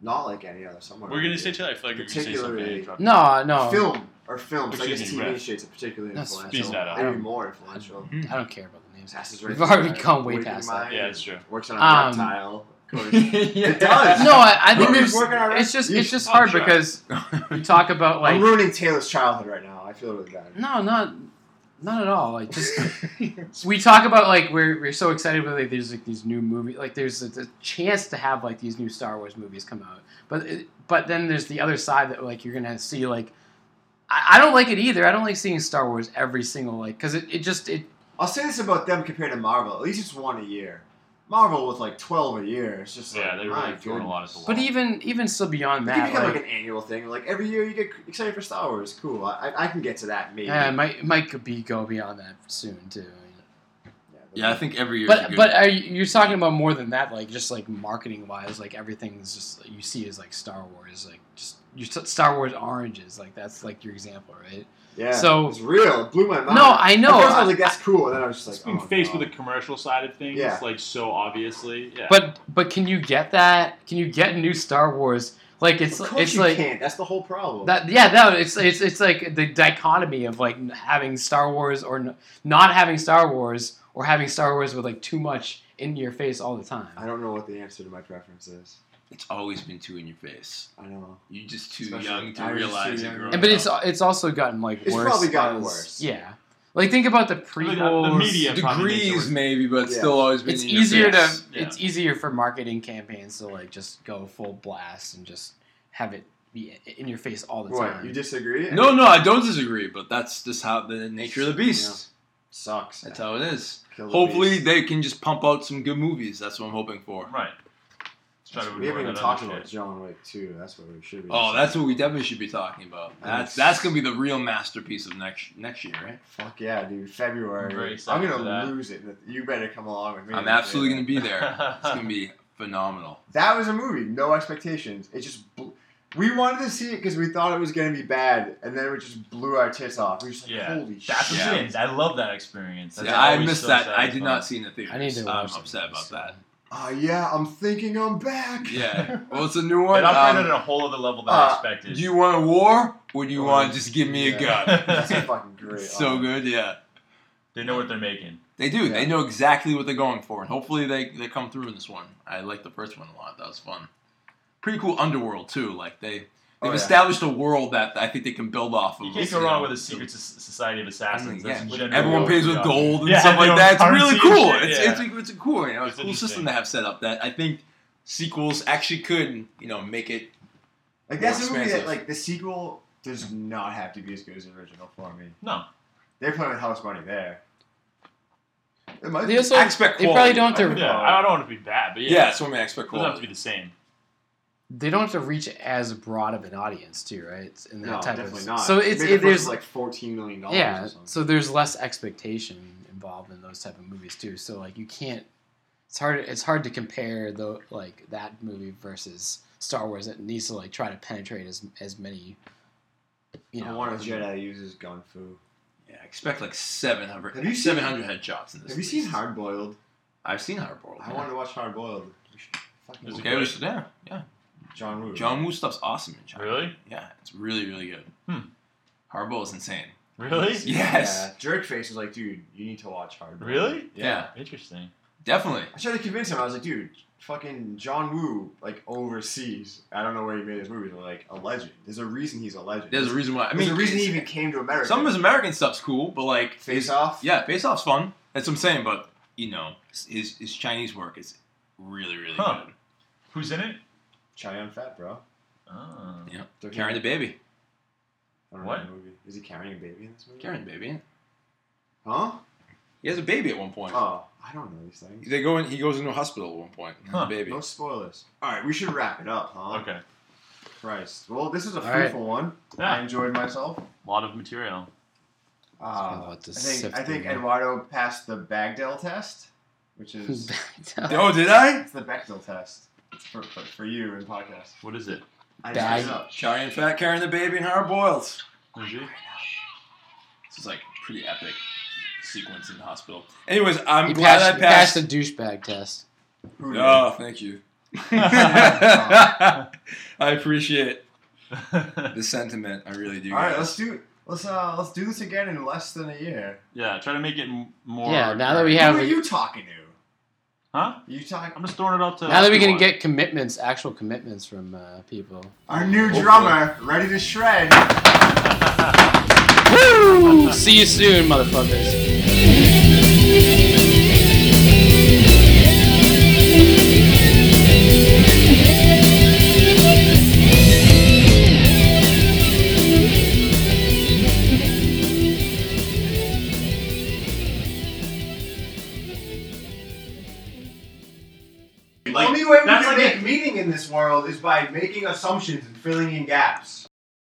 C: Not like any other. Somewhere.
E: We're gonna
C: say
E: say too. I feel like you're gonna say
C: Particularly-
E: something.
B: No, no.
C: Film or films. I
E: Excuse
C: guess
E: me,
C: TV
E: Brett.
C: shit's particularly
B: Oh. That's-
C: influential.
E: He's not out.
C: Maybe more influential.
B: I don't care about the names.
C: Passes
B: We've
C: right
B: already
C: through
B: gone
C: that.
B: way
C: Waking
B: past that.
C: Mind.
E: Yeah, that's true.
C: Works on a
B: Um,
C: reptile. Of course.
D: it
C: It does.
B: No, I, I think
C: We've been
B: it's,
C: working on it.
B: it's just
C: You
B: it's just
E: should-
B: hard
E: oh, sure.
B: because you talk about like
C: I'm ruining Taylor's childhood right now. I feel really bad.
B: no, not not at all. Like just we talk about like we're we're so excited about like there's like these new movies like there's a, a chance to have like these new Star Wars movies come out, but it, but then there's the other side that like you're gonna see like I, I don't like it either. I don't like seeing Star Wars every single like because it, it just it
C: I'll say this about them compared to Marvel. At least it's one a year. Marvel with like twelve a year. It's just
E: Yeah,
C: like,
E: they
C: my
E: really throwing a lot at the wall.
B: but even even still beyond
C: It can
B: that
C: become
B: like,
C: like, an annual thing. Like every year, you get excited for Star Wars. Cool. I, I- I can get to that maybe.
B: yeah, it might it might could be go beyond that soon too.
D: Yeah, I think every year.
B: But uh, but are you, you're talking about more than that, like just like marketing wise, like everything's just you see is like Star Wars, like just you Star Wars oranges, like that's like your example, right?
C: yeah.
B: so-
C: it's real. It blew my mind.
B: No, I know. uh,
C: At first I was like, that's cool, and then I was just like,
E: Just being
C: oh,
E: faced
C: no.
E: with the commercial side of things,
C: Yeah.
E: like so obviously. Yeah.
B: But but can you get that? Can you get new Star Wars? Like it's
C: Of course
B: it's
C: you
B: like
C: can't. That's the whole problem.
B: that yeah no it's it's it's like the dichotomy of like having Star Wars or n- not having Star Wars or having Star Wars with like too much in your face all the time.
C: I don't know what the answer to my preference is.
D: it's always been two in your face.
C: I know.
D: You're just too
C: Especially-
D: young to
C: I was just too
D: realize it.
C: young.
D: growing
B: And but it's
D: up.
B: it's also gotten like
C: It's
B: worse.
C: probably gotten
B: as-
C: worse.
B: Yeah. Like think about the prequels.
E: media probably makes it
D: degrees
E: worse.
D: maybe, but it's
C: Yeah.
D: still always been.
B: It's
D: in your
B: easier to
D: face.
E: Yeah.
B: it's easier for marketing campaigns to like just go full blast and just have it be in your face all the
C: What?
B: time.
C: You disagree?
D: No, no, I don't disagree, but that's just how the nature of the beast.
C: Sucks.
D: That's how it is.
C: Kill the
D: Hopefully,
C: beast.
D: they can just pump out some good movies. That's what I'm hoping for.
E: right. Let's try to
C: we haven't
E: avoid
C: even
E: that
C: talked
E: other
C: about
E: shit.
C: John Wick too. That's what we should be.
D: Oh,
C: discussing.
D: that's what we definitely should be talking about. That's that's gonna be the real masterpiece of next next year, right?
C: Fuck yeah, dude! February.
E: I'm very
C: I'm
E: excited for
C: gonna
E: that.
C: lose it. You better come along with me.
D: I'm absolutely gonna be there. It's gonna be phenomenal.
C: That was a movie. No expectations. It just. Bl- we wanted to see it because we thought it was gonna be bad, and then it just blew our tits off. We were just like,
E: Yeah.
C: holy
E: That's
C: shit!
E: what it is. I love that experience. That's
D: yeah, I
E: always
D: missed
E: so
D: that. I did
E: satisfying.
D: not see it in the theaters.
B: I need to
D: I'm
B: watch it.
D: upset about that.
C: Oh yeah, I'm thinking I'm back.
D: Yeah. Well, it's a new one.
E: It Oh, operated
D: Um,
E: at a whole other level than
C: uh,
E: I expected.
D: do you want a war Would you want to just give me a gun?
E: That's fucking great.
C: Oh,
D: So good, yeah.
E: They know what they're making.
D: They do. They know exactly what they're going for, and hopefully they, they come through in this one. I like the first one a lot. That was fun. Pretty cool underworld too. Like they they've
E: Oh, yeah.
D: established a world that I think they can build off of.
E: You can't go wrong with a secret so- society of assassins.
D: Yeah,
E: That's generally
D: everyone
E: what
D: pays
E: we
D: with
E: are.
D: gold and
E: Yeah,
D: stuff
E: they
D: like
E: own
D: that. It's
E: currency
D: really
E: and
D: cool.
E: shit,
D: It's,
E: yeah.
D: it's, it's cool. You know, it's a cool system to have set up that I think sequels actually could you know make it.
C: Like that's
D: more
C: the movie that
D: expansive.
C: like the sequel does not have to be as good as the original for me.
E: No.
C: They're playing with house money there. It might
B: They
C: be-
B: also- they probably don't have to-
E: Yeah, I don't want it to be bad, but yeah.
D: Yeah, that's what I mean, I expect
E: It doesn't have
D: quality.
E: to be the same.
B: They don't have to reach as broad of an audience too, right? In that
C: No,
B: type
C: definitely
B: of
C: not.
B: so
C: They
B: it's
C: made the
B: it,
C: first
B: there's
C: like $14 million or
B: Yeah,
C: something.
B: so there's less expectation involved in those type of movies too. So like you can't. It's hard. It's hard to compare the like that movie versus Star Wars. It needs to like try to penetrate as as many. You
C: I
B: know,
C: want a Jedi uses gun fu.
D: Yeah, expect like seven hundred.
C: Have you seen-
D: 700 headshots in this?
C: Have you seen Hard Boiled?
D: I've seen Hard Boiled.
C: I wanted to watch Hard Boiled. Fucking
D: Okay, we should, yeah, yeah.
C: John Woo.
D: John Woo stuff's awesome in China.
E: Really?
D: Yeah, it's really really good.
E: Hmm.
D: Harbo is insane.
C: Yeah.
D: Yes.
C: Jerkface was like, dude, you need to watch Hard Boiled.
E: Really?
C: Yeah.
E: Interesting.
D: Definitely.
C: I tried to convince him. I was like, dude, fucking John Woo, like overseas. I don't know where he made his movies. but, Like a legend. There's a reason he's a legend.
D: There's a reason why- I
C: There's
D: mean,
C: a reason he
D: it's-
C: even came to America.
D: Some of his American stuff's cool, but like
C: Face
D: his-
C: Off?
D: Yeah, Face Off's fun. That's what I'm saying. But you know, his his Chinese work is really really
E: Huh.
D: good.
E: Who's in it?
C: Cheyenne Fat, bro.
E: Oh.
D: Yeah,
C: They're
D: carrying the baby.
C: I don't know
D: What?
C: the movie. Is he carrying a baby in this movie?
D: Carrying the baby.
C: Huh?
D: He has a baby at one point.
C: Oh, I don't know these things.
D: They go in. He goes into a hospital at one point. and has a baby.
C: No spoilers. All right, we should wrap it up, huh?
E: Okay.
C: Christ. Well, this is a
E: All right.
C: fruitful one.
E: Yeah.
C: I enjoyed myself.
E: A lot of material.
C: Uh, I
E: to
C: think
E: sift
C: I think
E: through.
C: Eduardo passed the Bagdell test, which is.
B: Bagdell.
D: Oh, did I?
C: It's the Bechdel test for, for, for you in podcast.
E: What is it?
C: I just made it
D: Bag.
C: up.
D: Charlie and Fat carrying the baby and hard boils.
E: This
D: is like pretty epic sequence in the hospital. Anyways, I'm
B: you
D: glad
B: passed,
D: I
B: you passed
D: passed.
B: the douchebag test.
D: oh, thank you. I appreciate the sentiment. I really do.
C: All right,
D: guys.
C: let's do let's uh let's do this again in less than a year.
E: Yeah, try to make it m- more.
B: Yeah, now that we have-
C: Who are you talking to?
E: Huh?
C: You talking?
E: I'm just throwing it out to.
B: Now that we can
E: everyone.
B: get commitments, actual commitments from uh, people.
C: Our new drummer, ready to shred.
B: Woo! See you soon, motherfuckers.
C: the only way we
E: that's
C: can
E: like
C: make meaning in this world is by making assumptions and filling in gaps.